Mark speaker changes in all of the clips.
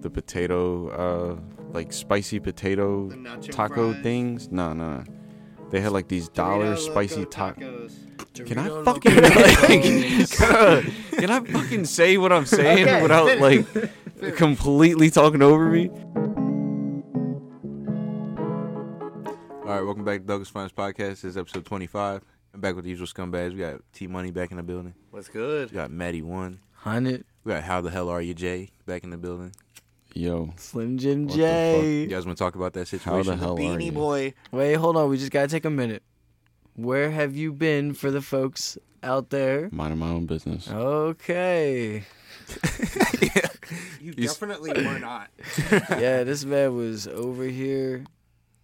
Speaker 1: the potato, uh, like spicy potato
Speaker 2: The nacho
Speaker 1: taco
Speaker 2: fries.
Speaker 1: things. No, no, no. They had like these dollar
Speaker 2: Dorito
Speaker 1: spicy
Speaker 2: Loco
Speaker 1: taco.
Speaker 2: tacos.
Speaker 1: Can I
Speaker 3: Dorito
Speaker 1: fucking
Speaker 3: Loco
Speaker 1: like, can I fucking say what I'm saying
Speaker 2: Okay,
Speaker 1: without like
Speaker 2: finish.
Speaker 1: completely talking over me?
Speaker 4: All right, welcome back to Douglas Funds Podcast. This is episode 25. I'm back with the usual scumbags. We got T Money back in the building.
Speaker 2: What's
Speaker 4: We
Speaker 2: good?
Speaker 4: got Maddie One.
Speaker 3: Hundred
Speaker 4: We got How the Hell Are You Jay back in the building.
Speaker 1: Yo,
Speaker 3: Slim Jim
Speaker 1: What the
Speaker 4: You
Speaker 3: J.
Speaker 4: guys want to talk about that
Speaker 1: how
Speaker 4: situation?
Speaker 1: the hell are
Speaker 2: Beanie
Speaker 1: you?
Speaker 2: boy.
Speaker 3: Wait, hold on. We just gotta take a minute. Where have you been for the folks out there?
Speaker 1: Minding my own business.
Speaker 3: Uh, Okay.
Speaker 5: You
Speaker 1: He's-
Speaker 5: definitely were not.
Speaker 3: Yeah, this man was over here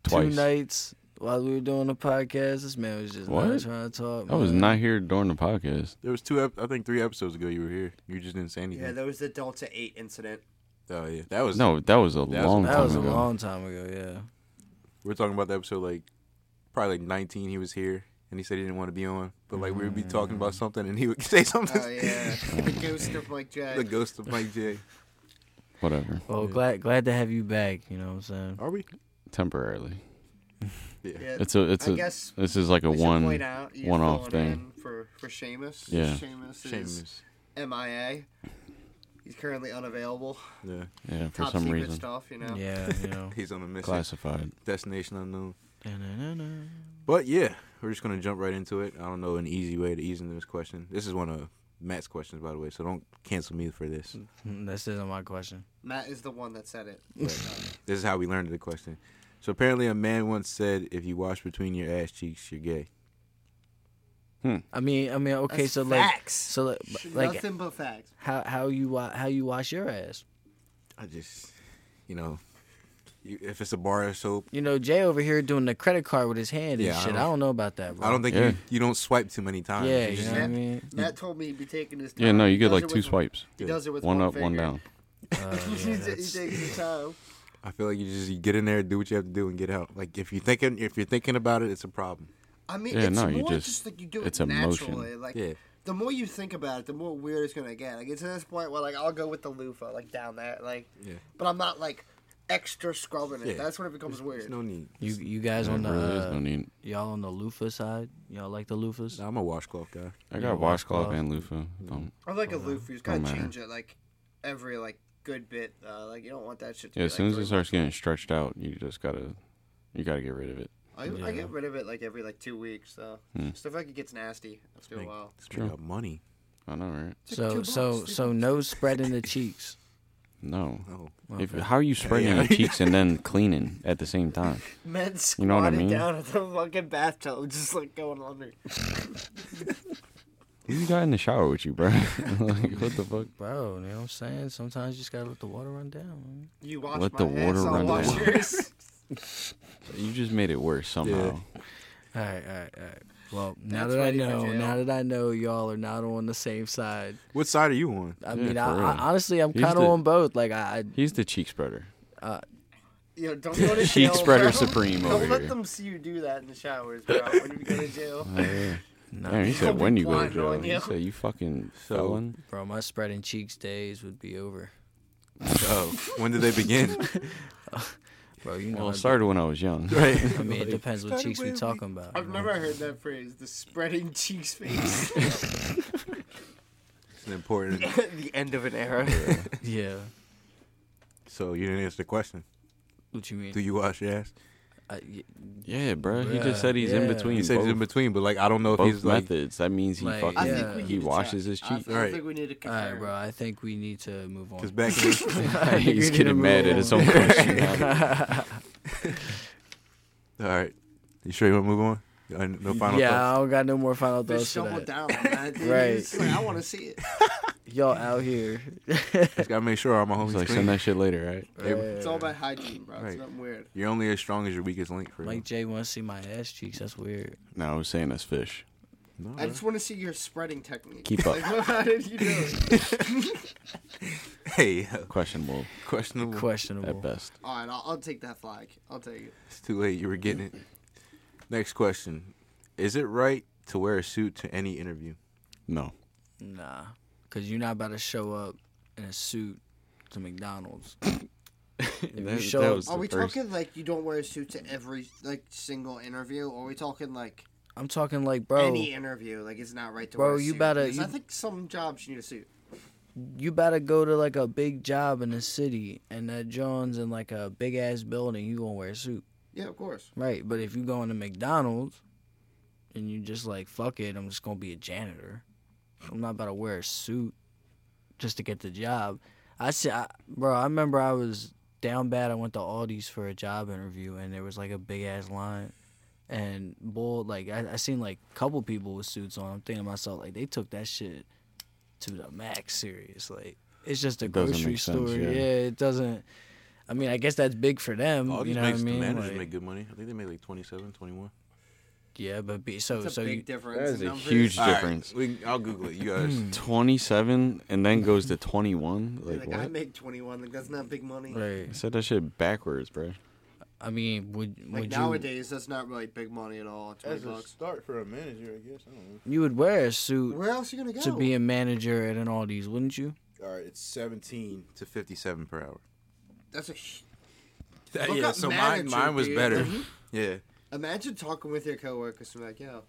Speaker 3: two
Speaker 1: Twice.
Speaker 3: nights while we were doing the podcast. This man was just not
Speaker 1: What?
Speaker 3: trying to talk.
Speaker 1: I was
Speaker 3: man.
Speaker 1: not here during the podcast.
Speaker 4: There was two, ep- I think three episodes ago you were here. You just didn't say
Speaker 5: Yeah,
Speaker 4: anything.
Speaker 5: there was the Delta 8 incident.
Speaker 4: oh, yeah. That was,
Speaker 1: No, that was a
Speaker 4: was-
Speaker 1: long
Speaker 3: That
Speaker 1: time
Speaker 3: was a
Speaker 1: ago.
Speaker 3: long time ago. Yeah.
Speaker 4: we're talking about the episode like probably like 19. He was here and he said he didn't want to be on, but like we would be talking about something and he would say something.
Speaker 2: Oh yeah, the ghost of Mike Jack.
Speaker 4: the ghost of Mike J.
Speaker 1: Whatever,
Speaker 3: Well, glad glad to have you back. You know what I'm saying?
Speaker 4: Are we?
Speaker 1: temporarily.
Speaker 2: Yeah,
Speaker 1: It's a, it's
Speaker 2: I
Speaker 1: a.
Speaker 2: guess
Speaker 1: This is like a
Speaker 2: we should
Speaker 1: one.
Speaker 2: point out you
Speaker 1: one-off
Speaker 2: filling
Speaker 1: thing.
Speaker 2: in for for Seamus.
Speaker 1: Yeah.
Speaker 2: Seamus is
Speaker 4: Shameless.
Speaker 2: MIA. He's currently unavailable.
Speaker 4: Yeah.
Speaker 1: Yeah, for
Speaker 2: Top
Speaker 1: some
Speaker 2: secret
Speaker 1: reason,
Speaker 2: stuff, you know.
Speaker 3: Yeah. You know.
Speaker 4: He's on a mission.
Speaker 1: classified.
Speaker 4: Destination unknown.
Speaker 3: Da-na-na-na.
Speaker 4: But yeah, we're just gonna jump right into it. I don't know an easy way to ease into this question. This is one of Matt's questions, by the way, so don't cancel me for this.
Speaker 3: this isn't my question.
Speaker 2: Matt is the one that said it.
Speaker 4: This is how we learned the question. So apparently, a man once said, "If you wash between your ass cheeks, you're gay."
Speaker 3: I mean, I mean, okay,
Speaker 5: That's
Speaker 3: so
Speaker 5: facts.
Speaker 3: like, so like, b- like,
Speaker 2: Nothing but facts.
Speaker 3: how how you wa- how you wash your ass?
Speaker 4: I just, you know, you, if it's a bar of soap,
Speaker 3: You know, Jay over here doing the credit card with his hand and
Speaker 4: Yeah, I
Speaker 3: shit. I
Speaker 4: don't-
Speaker 3: don't, know about that, bro.
Speaker 4: I don't think
Speaker 1: Yeah.
Speaker 4: you, you don't swipe too many times.
Speaker 3: Yeah,
Speaker 4: You
Speaker 3: you
Speaker 4: just-
Speaker 3: know what I mean.
Speaker 2: Matt told me he'd be taking his time.
Speaker 1: Yeah, no, you
Speaker 2: He
Speaker 1: get
Speaker 2: does
Speaker 1: like
Speaker 2: it
Speaker 1: two
Speaker 2: with-
Speaker 1: swipes.
Speaker 2: He does it with
Speaker 1: One
Speaker 2: one,
Speaker 1: up, one
Speaker 2: finger.
Speaker 1: down.
Speaker 4: Oh,
Speaker 3: Uh,
Speaker 2: He
Speaker 3: yeah,
Speaker 2: takes
Speaker 3: that's-
Speaker 2: his time.
Speaker 4: I feel like you just you get in there, do what you have to do, and get out. Like if you're thinking if you're thinking about it, it's a problem.
Speaker 2: I mean,
Speaker 1: Yeah,
Speaker 2: it's
Speaker 1: no,
Speaker 2: more
Speaker 1: you
Speaker 2: just,
Speaker 1: just-
Speaker 2: like you do it
Speaker 1: it's emotion.
Speaker 2: naturally. Like
Speaker 4: Yeah.
Speaker 2: the more you think about it, the more weird it's gonna get. Like it's to this point where like I'll go with the loofah, like down there, like.
Speaker 4: Yeah.
Speaker 2: But I'm not like extra scrubbing it.
Speaker 4: Yeah.
Speaker 2: That's when it becomes
Speaker 4: There's
Speaker 2: weird.
Speaker 4: no need.
Speaker 3: You you guys
Speaker 1: There
Speaker 3: on the
Speaker 1: really is
Speaker 3: uh,
Speaker 1: no need.
Speaker 3: y'all on the loofah side? Y'all like the loofahs?
Speaker 4: Nah, I'm a washcloth guy.
Speaker 1: I
Speaker 3: Yeah,
Speaker 1: got washcloth
Speaker 3: washcloth.
Speaker 1: and loofah. Um,
Speaker 2: I like a loofah. You just gotta
Speaker 1: Don't matter.
Speaker 2: change it like every like good bit. Uh, like you don't want that shit. To
Speaker 1: yeah,
Speaker 2: be,
Speaker 1: as soon
Speaker 2: like,
Speaker 1: as it
Speaker 2: very-
Speaker 1: starts getting stretched out, you just gotta, you gotta get rid of it.
Speaker 2: I, I
Speaker 3: Yeah.
Speaker 2: get rid of it like every like two weeks. So
Speaker 1: Hmm.
Speaker 2: stuff like it gets nasty after a
Speaker 4: Like,
Speaker 2: while.
Speaker 4: It's made
Speaker 1: True.
Speaker 4: up money.
Speaker 1: I know, right?
Speaker 3: So so so no spreading the cheeks.
Speaker 1: No.
Speaker 4: Oh.
Speaker 1: If, how are you spreading your cheeks and then cleaning at the same time?
Speaker 2: Men
Speaker 1: You know what I
Speaker 2: squatted
Speaker 1: squatted mean?
Speaker 2: down
Speaker 1: down
Speaker 2: at the fucking bathtub, just like going under.
Speaker 1: Who you got in the shower with you, bro? like, what the fuck?
Speaker 3: Bro, you know what I'm saying? Sometimes you just gotta let the water run down. man.
Speaker 2: You wash
Speaker 1: Let
Speaker 2: my
Speaker 1: the
Speaker 2: hands,
Speaker 1: water
Speaker 2: I'll
Speaker 1: run
Speaker 2: wash
Speaker 1: down.
Speaker 2: yours.
Speaker 1: You just made it worse somehow.
Speaker 3: All right, all right, all right. Well, now
Speaker 2: That's
Speaker 3: that I
Speaker 2: ready for
Speaker 3: know,
Speaker 2: jail.
Speaker 3: now that I know, y'all are not on the same side.
Speaker 4: What side are you on?
Speaker 3: I
Speaker 1: Yeah,
Speaker 3: mean,
Speaker 1: for
Speaker 3: I, I,
Speaker 1: real.
Speaker 3: honestly, I'm
Speaker 1: He's
Speaker 3: kind of
Speaker 1: the-
Speaker 3: on both. Like, I,
Speaker 1: He's the cheek spreader.
Speaker 2: Yo, don't go to
Speaker 1: Cheek
Speaker 2: jail,
Speaker 1: spreader
Speaker 2: bro.
Speaker 1: supreme
Speaker 2: Don't
Speaker 1: over
Speaker 2: let
Speaker 1: here.
Speaker 2: them see you do that in the showers, bro. When you go to jail,
Speaker 1: Oh, yeah.
Speaker 3: no,
Speaker 1: Damn, he
Speaker 2: Don't
Speaker 1: said
Speaker 2: be
Speaker 1: when you go to
Speaker 2: blind
Speaker 1: jail.
Speaker 2: on
Speaker 1: He
Speaker 2: you.
Speaker 1: said you fucking
Speaker 4: So-
Speaker 1: felon.
Speaker 3: bro, my spreading cheeks days would be over.
Speaker 4: Oh, when did they begin?
Speaker 3: Bro, you know,
Speaker 1: Well, it
Speaker 3: I'd be-
Speaker 1: started when I was young.
Speaker 4: right.
Speaker 3: I mean, it depends what
Speaker 4: Started
Speaker 3: cheeks we
Speaker 4: when we-
Speaker 3: talking about.
Speaker 2: I've
Speaker 3: you know?
Speaker 2: never heard that phrase. The spreading cheeks face.
Speaker 4: It's important.
Speaker 2: the end of an era.
Speaker 3: Yeah,
Speaker 4: So you didn't answer the question.
Speaker 3: what you mean?
Speaker 4: Do you wash your ass?
Speaker 3: I- y-
Speaker 1: Yeah, bro. He just
Speaker 3: Bruh,
Speaker 1: said he's in
Speaker 3: yeah.
Speaker 1: between.
Speaker 4: He said he's in
Speaker 1: both-
Speaker 4: between, but like I don't know if
Speaker 1: both
Speaker 4: he's like.
Speaker 1: methods. that means he
Speaker 3: Like,
Speaker 1: fucking
Speaker 2: I think we
Speaker 3: Yeah.
Speaker 2: need
Speaker 1: he
Speaker 2: to
Speaker 1: washes
Speaker 2: check.
Speaker 1: his cheek.
Speaker 2: I, I
Speaker 4: Right.
Speaker 2: think we need to
Speaker 3: all right,
Speaker 2: confirm.
Speaker 3: bro. I think we need to move on.
Speaker 4: Cause back in,
Speaker 1: he's
Speaker 3: You need to
Speaker 1: getting mad
Speaker 3: move
Speaker 1: at his
Speaker 3: on.
Speaker 1: own question. now.
Speaker 4: all right, you sure you want to move on? Uh, No final
Speaker 3: yeah,
Speaker 4: thoughts.
Speaker 3: I don't got no more final
Speaker 2: They
Speaker 3: thoughts. to
Speaker 2: shovel
Speaker 3: that.
Speaker 2: down on that. dude.
Speaker 3: Right.
Speaker 2: It's like, I want to see it.
Speaker 3: Y'all out here.
Speaker 4: Just gotta make sure all my homies
Speaker 1: He's like,
Speaker 4: clean.
Speaker 1: send that shit later, right?
Speaker 3: Yeah.
Speaker 2: It's all about hygiene, bro. It's
Speaker 4: Right.
Speaker 2: nothing weird.
Speaker 4: You're only as strong as your weakest link. For
Speaker 3: Mike
Speaker 4: like,
Speaker 3: J wants to see my ass cheeks. That's weird.
Speaker 1: No, I was saying that's fish.
Speaker 4: no,
Speaker 2: I just want to see your spreading technique.
Speaker 1: Keep up.
Speaker 2: Like, how did you do it?
Speaker 4: hey, uh,
Speaker 1: Questionable
Speaker 4: questionable.
Speaker 3: Questionable.
Speaker 1: at best.
Speaker 2: All right, I'll, I'll take that flag. I'll take it.
Speaker 4: it's too late. You were getting it. Next question: Is it right to wear a suit to any interview?
Speaker 1: No.
Speaker 3: Nah, cause you're not about to show up in a suit to McDonald's. If
Speaker 1: That-
Speaker 3: you show
Speaker 1: that
Speaker 3: up,
Speaker 1: was-
Speaker 2: Are
Speaker 1: the
Speaker 2: we
Speaker 1: first-
Speaker 2: talking like you don't wear a suit to every like single interview? Or are we talking like
Speaker 3: I'm talking like, bro,
Speaker 2: any interview? Like it's not right to
Speaker 3: Bro,
Speaker 2: wear a
Speaker 3: you
Speaker 2: suit?
Speaker 3: better-
Speaker 2: Because I
Speaker 3: you-
Speaker 2: think some jobs you need a suit.
Speaker 3: you better go to like a big job in the city, and that John's in like a big ass building. You gonna wear a suit,
Speaker 2: Yeah, of course.
Speaker 3: right? But if you go into McDonald's, and you just like, fuck it, I'm just gonna be a janitor. I'm not about to wear a suit just to get the job. I said, I, bro, I remember I was down bad. I went to Aldi's for a job interview, and there was like a big ass line. And bull, like I, I seen like a couple people with suits on. I'm thinking to myself, like they took that shit to the max serious. Like it's just a
Speaker 1: It doesn't
Speaker 3: grocery
Speaker 1: make sense,
Speaker 3: store.
Speaker 1: yeah.
Speaker 3: yeah. it doesn't. I mean, I guess that's big for them.
Speaker 4: All
Speaker 3: you
Speaker 4: these
Speaker 3: know what I
Speaker 4: makes
Speaker 3: mean?
Speaker 4: the managers
Speaker 3: Like,
Speaker 4: make good money. I think they make like 27, 21.
Speaker 3: yeah, but be, so
Speaker 2: It's a
Speaker 3: Oh, so
Speaker 2: big
Speaker 3: you,
Speaker 2: difference.
Speaker 1: That is
Speaker 2: in
Speaker 1: a
Speaker 2: numbers.
Speaker 1: huge
Speaker 4: All right,
Speaker 1: difference.
Speaker 4: we can- I'll Google it. You guys.
Speaker 1: Hmm. 27 and then goes to 21. Like,
Speaker 2: Like,
Speaker 1: what?
Speaker 2: I
Speaker 1: I
Speaker 2: make twenty one. Like that's not big money.
Speaker 3: right.
Speaker 1: said that shit backwards, bro.
Speaker 3: I mean, would
Speaker 2: Like
Speaker 3: would you
Speaker 2: nowadays, that's not really big money at all. Twenty bucks.
Speaker 4: start for a manager, I guess. I don't know.
Speaker 3: you would wear a suit
Speaker 2: Where else are you gonna go?
Speaker 3: to be a manager at an Aldi's, wouldn't you?
Speaker 4: All right, it's 17 to 57 per hour.
Speaker 2: that's a. hu-
Speaker 4: That,
Speaker 2: Look
Speaker 4: yeah,
Speaker 2: up
Speaker 4: so
Speaker 2: manager,
Speaker 4: mine, mine was
Speaker 2: dude.
Speaker 4: better. yeah.
Speaker 2: Imagine talking with your coworkers and be like, yo,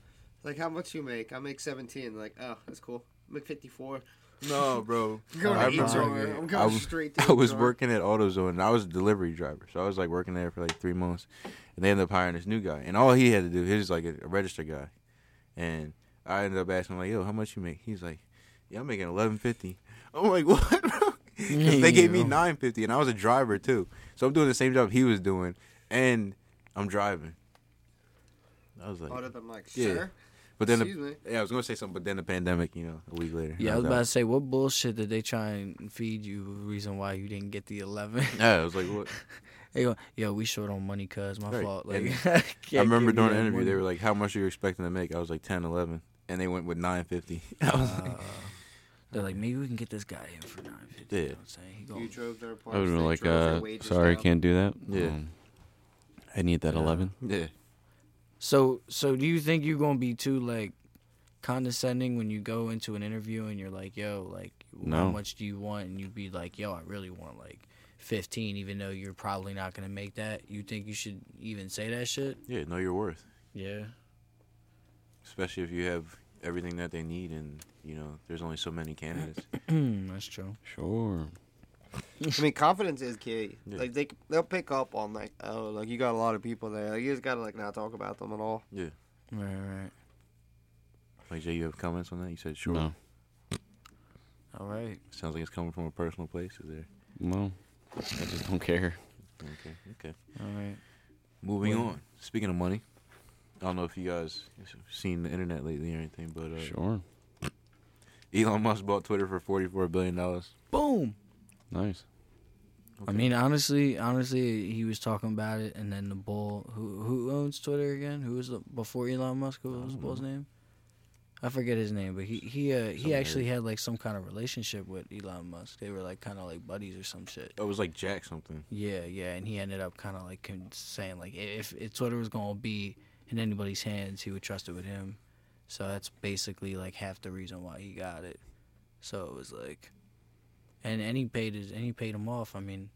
Speaker 2: like how much you make? I make seventeen. Like, oh, that's cool. I make fifty four.
Speaker 4: No, bro.
Speaker 2: Go
Speaker 4: I
Speaker 2: to
Speaker 4: remember-
Speaker 2: HR. I'm going
Speaker 4: I was-
Speaker 2: straight to
Speaker 4: I was
Speaker 2: HR.
Speaker 4: working at AutoZone. And I was a delivery driver, so I was like working there for like three months, and they ended up hiring this new guy. And all he had to do, he was like a, a register guy, and I ended up asking him like, "Yo, how much you make?" He's like, "Yeah, I'm making eleven fifty. I'm like, "What?" bro? 'Cause they gave me
Speaker 3: Yeah.
Speaker 4: nine fifty, and I was a driver too, so I'm doing the same job he was doing, and I'm driving. I was like,
Speaker 2: I would have been like,
Speaker 4: Yeah.
Speaker 2: sir.
Speaker 4: but then,
Speaker 2: excuse
Speaker 4: the,
Speaker 2: Oh, me.
Speaker 4: yeah, I was gonna say something, but then the pandemic, you know, a week later.
Speaker 3: Yeah, I was
Speaker 4: out.
Speaker 3: about to say, what bullshit did they try and feed you? Reason why you didn't get the eleven?
Speaker 4: Yeah, I was like, "What?"
Speaker 3: they go, yo, we short on money, cuz my
Speaker 4: Right,
Speaker 3: fault. Like,
Speaker 4: and
Speaker 3: can't
Speaker 4: I remember
Speaker 3: give you
Speaker 4: during the
Speaker 3: that
Speaker 4: interview,
Speaker 3: money.
Speaker 4: they were like, "How much are you expecting to make?" I was like, 10, 11. and they went with nine fifty. I was like,
Speaker 3: Ah. They're like, maybe we can get this guy in for nine fifty.
Speaker 4: Yeah.
Speaker 3: You know what I'm saying? He
Speaker 2: You
Speaker 3: going,
Speaker 2: drove their
Speaker 1: I would have been
Speaker 2: they
Speaker 1: like,
Speaker 2: drove their
Speaker 1: uh,
Speaker 2: wages
Speaker 1: sorry, I
Speaker 2: down.
Speaker 1: can't do that.
Speaker 4: Yeah.
Speaker 1: Um, I need that
Speaker 3: Yeah.
Speaker 1: 11.
Speaker 4: "Yeah,
Speaker 3: so, so do you think you're gonna be too like condescending when you go into an interview and you're like, yo, like, how
Speaker 1: No.
Speaker 3: much do you want? And you'd be like, yo, I really want like fifteen, even though you're probably not gonna make that. You think you should even say that shit?
Speaker 4: yeah, know your worth,
Speaker 3: Yeah.
Speaker 4: especially if you have everything that they need, and you know, there's only so many candidates."
Speaker 3: That's true.
Speaker 1: Sure.
Speaker 2: I mean, confidence is key.
Speaker 4: Yeah.
Speaker 2: Like they they'll pick up on like, oh, like you got a lot of people there. Like you just gotta like not talk about them at all.
Speaker 4: yeah,
Speaker 3: Right, right.
Speaker 4: like Jay, you have comments on that? You said sure.
Speaker 1: No.
Speaker 3: All right.
Speaker 4: Sounds like it's coming from a personal place. Is there?
Speaker 1: No. I just don't care.
Speaker 4: Okay, okay.
Speaker 3: All right.
Speaker 4: Moving
Speaker 3: Well-
Speaker 4: on. Speaking of money, I don't know if you guys seen the internet lately or anything, but uh,
Speaker 1: Sure.
Speaker 4: Elon Musk bought Twitter for forty-four billion dollars.
Speaker 3: Boom.
Speaker 1: Nice.
Speaker 3: I mean, honestly, honestly, he was talking about it, and then the bull who who owns Twitter again? Who was the, before Elon Musk? What was the bull's name? I forget his name, but he he uh, he
Speaker 4: Some
Speaker 3: actually had like some kind of relationship with Elon Musk. They were like kind of like buddies or some shit.
Speaker 4: It was like Jack something.
Speaker 3: Yeah, yeah, and he ended up kind of like con- saying like i- if, if Twitter was gonna be in anybody's hands, he would trust it with him. So that's basically like half the reason why he got it. So it was like, and and he paid his and he paid him off. I mean,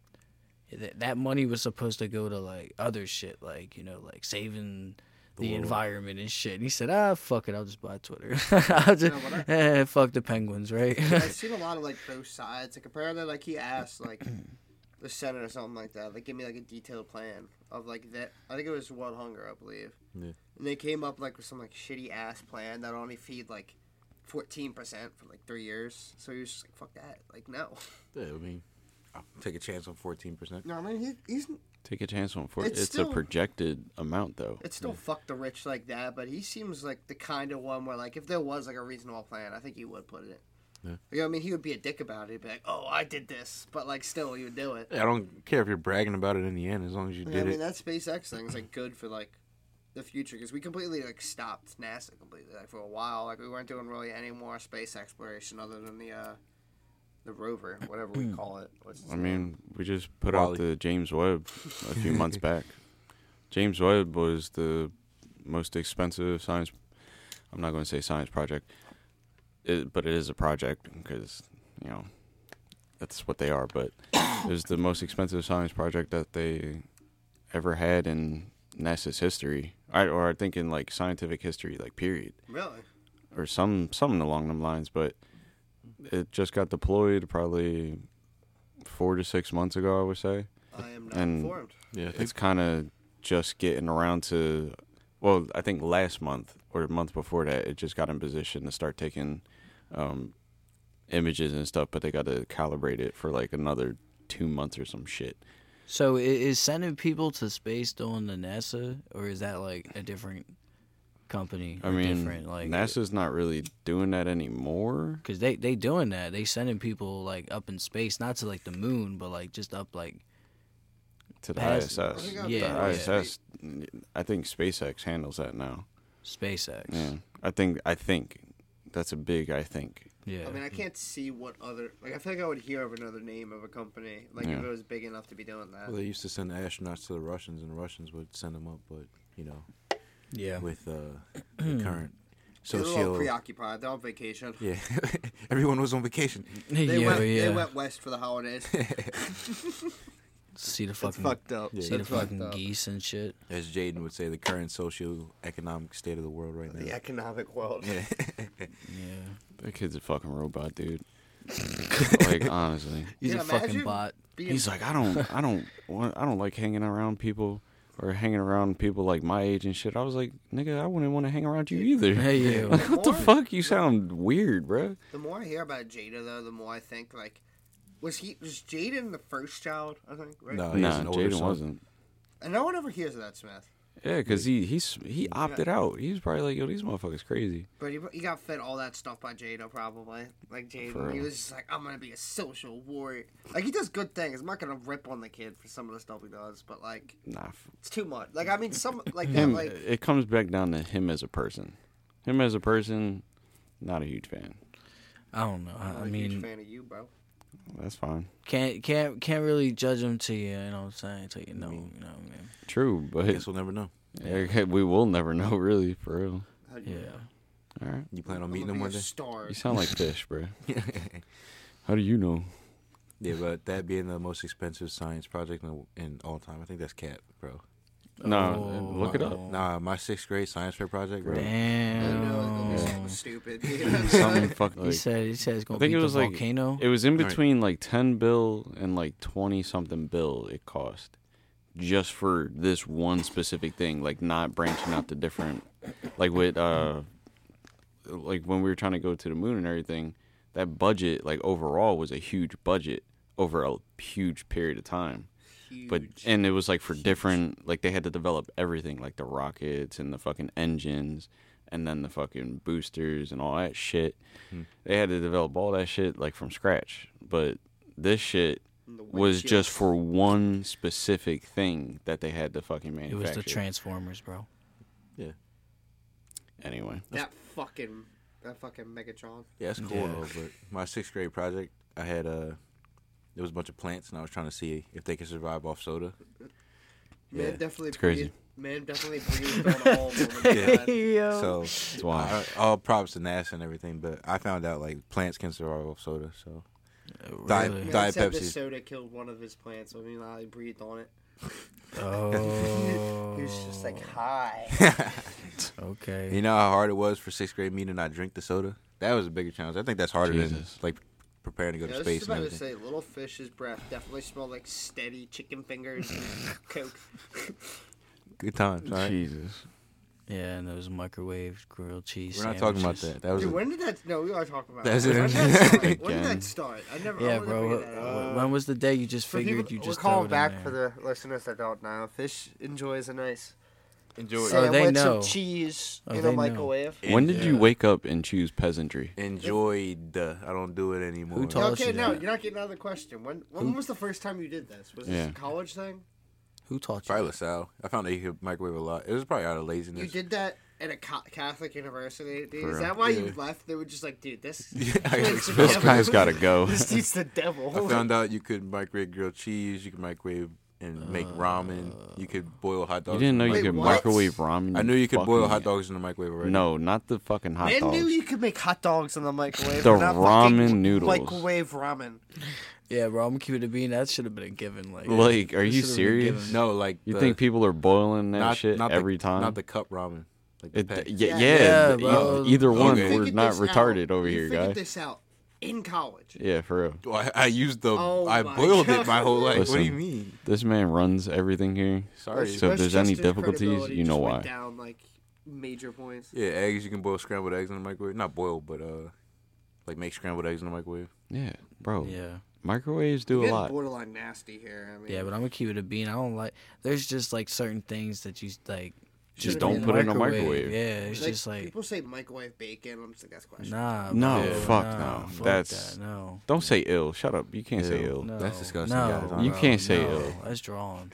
Speaker 3: that that money was supposed to go to like other shit, like you know, like saving. The,
Speaker 4: world.
Speaker 3: environment and shit. And he said, "Ah, fuck it, I'll just buy Twitter. I'll just
Speaker 2: Yeah, what
Speaker 3: eh, fuck the Penguins, right?
Speaker 2: I've seen a lot of like both sides. Like apparently, like he asked like the Senate or something like that. Like give me like a detailed plan of like that. I think it was World Hunger, I believe.
Speaker 4: Yeah.
Speaker 2: And they came up like with some like shitty ass plan that only feed like fourteen percent for like three years. So he was just like, fuck that. Like no,
Speaker 4: Yeah, I mean, I'll take a chance on fourteen percent.
Speaker 2: no. I mean, he, he's
Speaker 1: Take a chance on four.
Speaker 2: It's
Speaker 1: It's,
Speaker 2: still-
Speaker 1: a projected amount, though.
Speaker 2: It still fuck the rich like that, but he seems like the kind of one where like if there was like a reasonable plan, I think he would put it.
Speaker 4: Yeah.
Speaker 2: Like, I mean, he would be a dick about it. He'd be like, "Oh, I did this," but like still, he would do it.
Speaker 4: I don't care if you're bragging about it in the end, as long as you
Speaker 2: Yeah,
Speaker 4: did
Speaker 2: I mean,
Speaker 4: it.
Speaker 2: that SpaceX thing is like good for like the future because we completely like stopped NASA completely like for a while. Like we weren't doing really any more space exploration other than the uh the rover, whatever we call it. What's its
Speaker 1: I
Speaker 2: name?
Speaker 1: mean, we just put out
Speaker 4: Wally.
Speaker 1: the James Webb a few months back. James Webb was the most expensive science. I'm not going to say science project, it, but it is a project because you know that's what they are, but it was the most expensive science project that they ever had in NASA's history, I, or I think in like scientific history, like period,
Speaker 2: Really?
Speaker 1: or some something along them lines. But it just got deployed probably four to six months ago, I would say.
Speaker 2: I am not
Speaker 1: And-
Speaker 2: informed.
Speaker 4: Yeah, I think
Speaker 1: It's kind of just getting around to, well, I think last month or the month before that, it just got in position to start taking um, images and stuff, but they got to calibrate it for like another two months or some shit.
Speaker 3: So i- is sending people to space still on the NASA, or is that like a different company?
Speaker 1: I
Speaker 3: or
Speaker 1: mean,
Speaker 3: different like
Speaker 1: NASA's not really doing that anymore.
Speaker 3: because they they doing that. They sending people like up in space, not to like the moon, but like just up like
Speaker 1: To the
Speaker 3: Has-
Speaker 1: ISS,
Speaker 2: Yeah,
Speaker 1: the
Speaker 3: yeah.
Speaker 1: ISS. I think SpaceX handles that now.
Speaker 3: SpaceX.
Speaker 1: Yeah, I think I think that's a big I think.
Speaker 3: Yeah.
Speaker 2: I mean, I can't see what other. Like, I feel like I would hear of another name of a company. Like, if
Speaker 1: Yeah.
Speaker 2: it was big enough to be doing that.
Speaker 4: well, they used to send astronauts to the Russians, and the Russians would send them up, but you know,
Speaker 3: yeah.
Speaker 4: with uh, the current
Speaker 2: They're a little
Speaker 4: socio.
Speaker 2: preoccupied. They're on vacation.
Speaker 4: Yeah, everyone was on vacation.
Speaker 2: They,
Speaker 3: yeah,
Speaker 2: went,
Speaker 3: yeah.
Speaker 2: they went west for the holidays.
Speaker 3: see the
Speaker 2: That's
Speaker 3: fucking
Speaker 2: fucked up.
Speaker 4: Yeah.
Speaker 3: see the
Speaker 2: That's fucked
Speaker 3: fucking
Speaker 2: up.
Speaker 3: geese and shit.
Speaker 4: As Jaden would say, the current socio-economic state of the world right now.
Speaker 2: The economic world.
Speaker 4: Yeah.
Speaker 3: Yeah.
Speaker 1: That kid's a fucking robot, dude. like honestly.
Speaker 3: He's
Speaker 2: Yeah,
Speaker 3: a fucking
Speaker 2: imagine
Speaker 3: bot.
Speaker 2: Being
Speaker 1: He's like, I don't, I don't, want, I don't like hanging around people or hanging around people like my age and shit. I was like, nigga, I wouldn't want to hang around you either.
Speaker 3: Hey, you.
Speaker 1: like, what the
Speaker 2: Or-
Speaker 1: fuck? You sound weird, bro.
Speaker 2: The more I hear about Jada, though, the more I think like, was he was Jaden the first child? I think right.
Speaker 4: No. Oh, he's
Speaker 1: nah,
Speaker 4: an older
Speaker 1: Jaden
Speaker 4: son.
Speaker 1: wasn't.
Speaker 2: And no one ever hears of that Smith,
Speaker 1: Yeah, because he he's he opted out. He was probably like, yo, these motherfuckers crazy.
Speaker 2: but he, he got fed all that stuff by Jada probably. Like
Speaker 1: For
Speaker 2: Jaden, he
Speaker 1: real.
Speaker 2: was just like, I'm gonna be a social warrior. Like he does good things. I'm not gonna rip on the kid for some of the stuff he does, but like
Speaker 1: Nah, f-
Speaker 2: it's too much. Like I mean, some like that.
Speaker 1: him.
Speaker 2: Like
Speaker 1: it comes back down to him as a person. Him as a person, not a huge fan.
Speaker 3: I don't know. I,
Speaker 2: I'm
Speaker 3: I
Speaker 2: a huge
Speaker 3: mean,
Speaker 2: fan of you, bro.
Speaker 1: That's fine.
Speaker 3: can't can't can't really judge him to you. You know what I'm saying? Till you know, you know what I mean?
Speaker 1: True,
Speaker 4: I
Speaker 1: but
Speaker 4: guess we'll never know.
Speaker 1: yeah, we will never know, really, for real.
Speaker 2: How do you
Speaker 3: Yeah.
Speaker 1: All right.
Speaker 4: You plan on
Speaker 2: I'm
Speaker 4: meeting
Speaker 2: gonna
Speaker 4: them
Speaker 2: be
Speaker 4: one
Speaker 2: a
Speaker 4: day?
Speaker 2: Star.
Speaker 1: You sound like fish, bro.
Speaker 4: yeah,
Speaker 1: How do you know?
Speaker 4: but that being the most expensive science project in, in all time, I think that's cap, bro.
Speaker 1: No,
Speaker 3: Oh.
Speaker 1: Uh, look it up.
Speaker 4: Nah, my sixth grade science fair project, bro.
Speaker 2: I
Speaker 3: Damn.
Speaker 2: know it's gonna be something stupid. You know what I'm
Speaker 1: Something
Speaker 2: saying?
Speaker 1: fucking.
Speaker 3: he
Speaker 1: Like,
Speaker 3: said he said it's
Speaker 1: I
Speaker 3: gonna
Speaker 1: think
Speaker 3: be
Speaker 1: it
Speaker 3: the
Speaker 1: was like
Speaker 3: volcano.
Speaker 1: it was in
Speaker 4: Alright.
Speaker 1: between like ten bill and like twenty something bill it cost, just for this one specific thing. Like not branching out to different, like with uh, like when we were trying to go to the moon and everything, that budget like overall was a huge budget over a huge period of time. But and it was like for different like they had to develop everything like the rockets and the fucking engines and then the fucking boosters and all that shit. They had to develop all that shit like from scratch. But this shit
Speaker 2: And the
Speaker 1: was
Speaker 2: windshields.
Speaker 1: just for one specific thing that they had to fucking
Speaker 3: It
Speaker 1: manufacture.
Speaker 3: was the Transformers, bro.
Speaker 1: anyway.
Speaker 2: that fucking that fucking Megatron.
Speaker 4: Yeah, that's cool.
Speaker 3: Yeah.
Speaker 4: Though, but my sixth grade project, I had uh, there was a bunch of plants, and I was trying to see if they could survive off soda.
Speaker 2: Man
Speaker 4: Yeah,
Speaker 2: definitely
Speaker 1: it's crazy.
Speaker 2: breathed- Man definitely breathed on all of them.
Speaker 4: Yeah.
Speaker 2: Oh.
Speaker 3: Yo.
Speaker 4: So
Speaker 1: That's why.
Speaker 4: I- all props to NASA and everything, but I found out like plants can survive off soda. So Di-
Speaker 3: really?
Speaker 4: Diet
Speaker 2: said the
Speaker 4: Pepsi.
Speaker 2: soda killed one of his plants. I mean, I breathed on it.
Speaker 3: Oh.
Speaker 2: He was just like,
Speaker 4: Oh.
Speaker 2: "Hi."
Speaker 3: Okay.
Speaker 4: you know how hard it was for sixth grade me to not drink the soda. That was a bigger challenge. I think that's harder
Speaker 1: Jesus.
Speaker 4: than like preparing to go
Speaker 2: Yeah, I
Speaker 4: to
Speaker 2: was
Speaker 4: space
Speaker 2: just
Speaker 4: and
Speaker 2: about to
Speaker 4: everything.
Speaker 2: say, little fish's breath definitely smelled like steady chicken fingers and coke.
Speaker 4: Good times. All right?
Speaker 1: Jesus.
Speaker 3: Yeah, and those microwave grilled cheese.
Speaker 4: We're not talking about
Speaker 3: sandwiches.
Speaker 4: that. That was
Speaker 2: Dude,
Speaker 4: a-
Speaker 2: when did that? No, we are talking about.
Speaker 4: That's
Speaker 2: it.
Speaker 4: it.
Speaker 2: When did that start? When
Speaker 1: Again.
Speaker 2: did that start? I never. I
Speaker 3: Yeah,
Speaker 2: wanna
Speaker 3: bro.
Speaker 2: figure
Speaker 3: wh-
Speaker 2: that out.
Speaker 3: when was the day you just
Speaker 2: For
Speaker 3: figured
Speaker 2: people-
Speaker 3: you just
Speaker 2: we're
Speaker 3: throw
Speaker 2: calling
Speaker 3: it
Speaker 2: back
Speaker 3: in
Speaker 2: for
Speaker 3: there?
Speaker 2: the listeners that don't know. Fish enjoys a nice
Speaker 4: enjoy.
Speaker 3: So- Oh, they
Speaker 2: sandwich
Speaker 3: know.
Speaker 2: of cheese
Speaker 3: Oh,
Speaker 2: in
Speaker 3: they
Speaker 2: a
Speaker 3: know.
Speaker 2: microwave.
Speaker 1: When did you
Speaker 4: Yeah.
Speaker 1: wake up and choose peasantry?
Speaker 4: Enjoyed. uh, I don't do it anymore.
Speaker 3: Who told- Oh,
Speaker 2: okay,
Speaker 3: shit.
Speaker 2: no, you're not getting out of the question. When when was the first time you did this? Was this
Speaker 1: Yeah.
Speaker 2: a college thing?
Speaker 3: Who taught you?
Speaker 4: Probably LaSalle. I found that you could microwave a lot. It was probably out of laziness.
Speaker 2: You did that at a co- Catholic university. Dude.
Speaker 1: For
Speaker 2: Is
Speaker 1: real.
Speaker 2: that why you
Speaker 4: Yeah.
Speaker 2: left? They were just like, dude, this
Speaker 4: Yeah, I
Speaker 2: this
Speaker 4: got
Speaker 2: is the
Speaker 4: expelled.
Speaker 1: This
Speaker 4: Yeah,
Speaker 2: devil.
Speaker 1: guy's got to go.
Speaker 2: This teaches the devil.
Speaker 4: I found out you could microwave grilled cheese. You could microwave and make ramen. You could boil hot
Speaker 1: You
Speaker 4: dogs.
Speaker 1: didn't
Speaker 4: in
Speaker 1: know
Speaker 4: the
Speaker 1: you
Speaker 2: Wait,
Speaker 1: could
Speaker 2: what?
Speaker 1: microwave ramen.
Speaker 4: microwave. I knew you could boil
Speaker 1: fucking-
Speaker 4: hot dogs in the microwave already.
Speaker 1: No, not the fucking hot
Speaker 2: Man
Speaker 1: dogs.
Speaker 2: knew you could make hot dogs in the microwave.
Speaker 1: The
Speaker 2: but not fucking
Speaker 1: ramen noodles.
Speaker 2: Microwave ramen.
Speaker 3: Yeah, bro, I'm gonna keep it a bean. That should have been a given. Like,
Speaker 1: Like, are
Speaker 3: that
Speaker 1: you
Speaker 3: should have been a given.
Speaker 1: serious?
Speaker 4: No, like
Speaker 1: You
Speaker 4: the-
Speaker 1: think people are boiling that
Speaker 4: not-
Speaker 1: shit
Speaker 4: not the-
Speaker 1: every time?
Speaker 4: Not the cup ramen. Like the
Speaker 1: It-
Speaker 4: pack.
Speaker 1: yeah, yeah,
Speaker 2: Yeah,
Speaker 3: yeah,
Speaker 1: e-
Speaker 3: bro.
Speaker 1: either
Speaker 2: You
Speaker 1: one,
Speaker 4: Okay.
Speaker 1: we're
Speaker 2: figured
Speaker 1: not
Speaker 2: this out-
Speaker 1: retarded over
Speaker 2: you
Speaker 1: here,
Speaker 2: figured
Speaker 1: guy.
Speaker 2: this out in college.
Speaker 1: Yeah, for real.
Speaker 4: Well, I, I used the.
Speaker 2: Oh
Speaker 4: I
Speaker 2: my
Speaker 4: boiled
Speaker 2: God.
Speaker 4: it my whole life. What do you
Speaker 1: Listen.
Speaker 4: mean?
Speaker 1: This man runs everything here.
Speaker 4: Sorry.
Speaker 1: So if there's any
Speaker 2: Westchester's
Speaker 1: difficulties,
Speaker 2: credibility
Speaker 1: you know
Speaker 2: just went
Speaker 1: why.
Speaker 2: Down like major points.
Speaker 4: yeah, eggs. You can boil scrambled eggs in the microwave. Not boil, but uh, like make scrambled eggs in the microwave.
Speaker 1: Yeah, bro.
Speaker 3: Yeah,
Speaker 1: Microwaves do a
Speaker 2: Getting
Speaker 1: lot.
Speaker 2: borderline nasty here. I mean,
Speaker 3: yeah, but I'm gonna keep it a bean. I don't like. There's just like certain things that you like.
Speaker 1: Just
Speaker 2: Should've
Speaker 1: don't
Speaker 2: been
Speaker 1: put it in a
Speaker 3: microwave.
Speaker 1: microwave.
Speaker 3: Yeah, it's
Speaker 2: like,
Speaker 3: just like
Speaker 2: people say microwave bacon. I'm just like that's question.
Speaker 3: nah.
Speaker 1: No,
Speaker 3: bro,
Speaker 1: fuck
Speaker 3: nah,
Speaker 1: no.
Speaker 3: fuck
Speaker 1: That's-
Speaker 3: that, no.
Speaker 1: Don't say ill. Shut up. You can't say
Speaker 4: Ew.
Speaker 1: ill.
Speaker 3: No,
Speaker 4: That's disgusting,
Speaker 3: No,
Speaker 4: guys.
Speaker 1: You
Speaker 3: bro,
Speaker 1: can't say
Speaker 3: no,
Speaker 1: ill.
Speaker 3: That's drawn.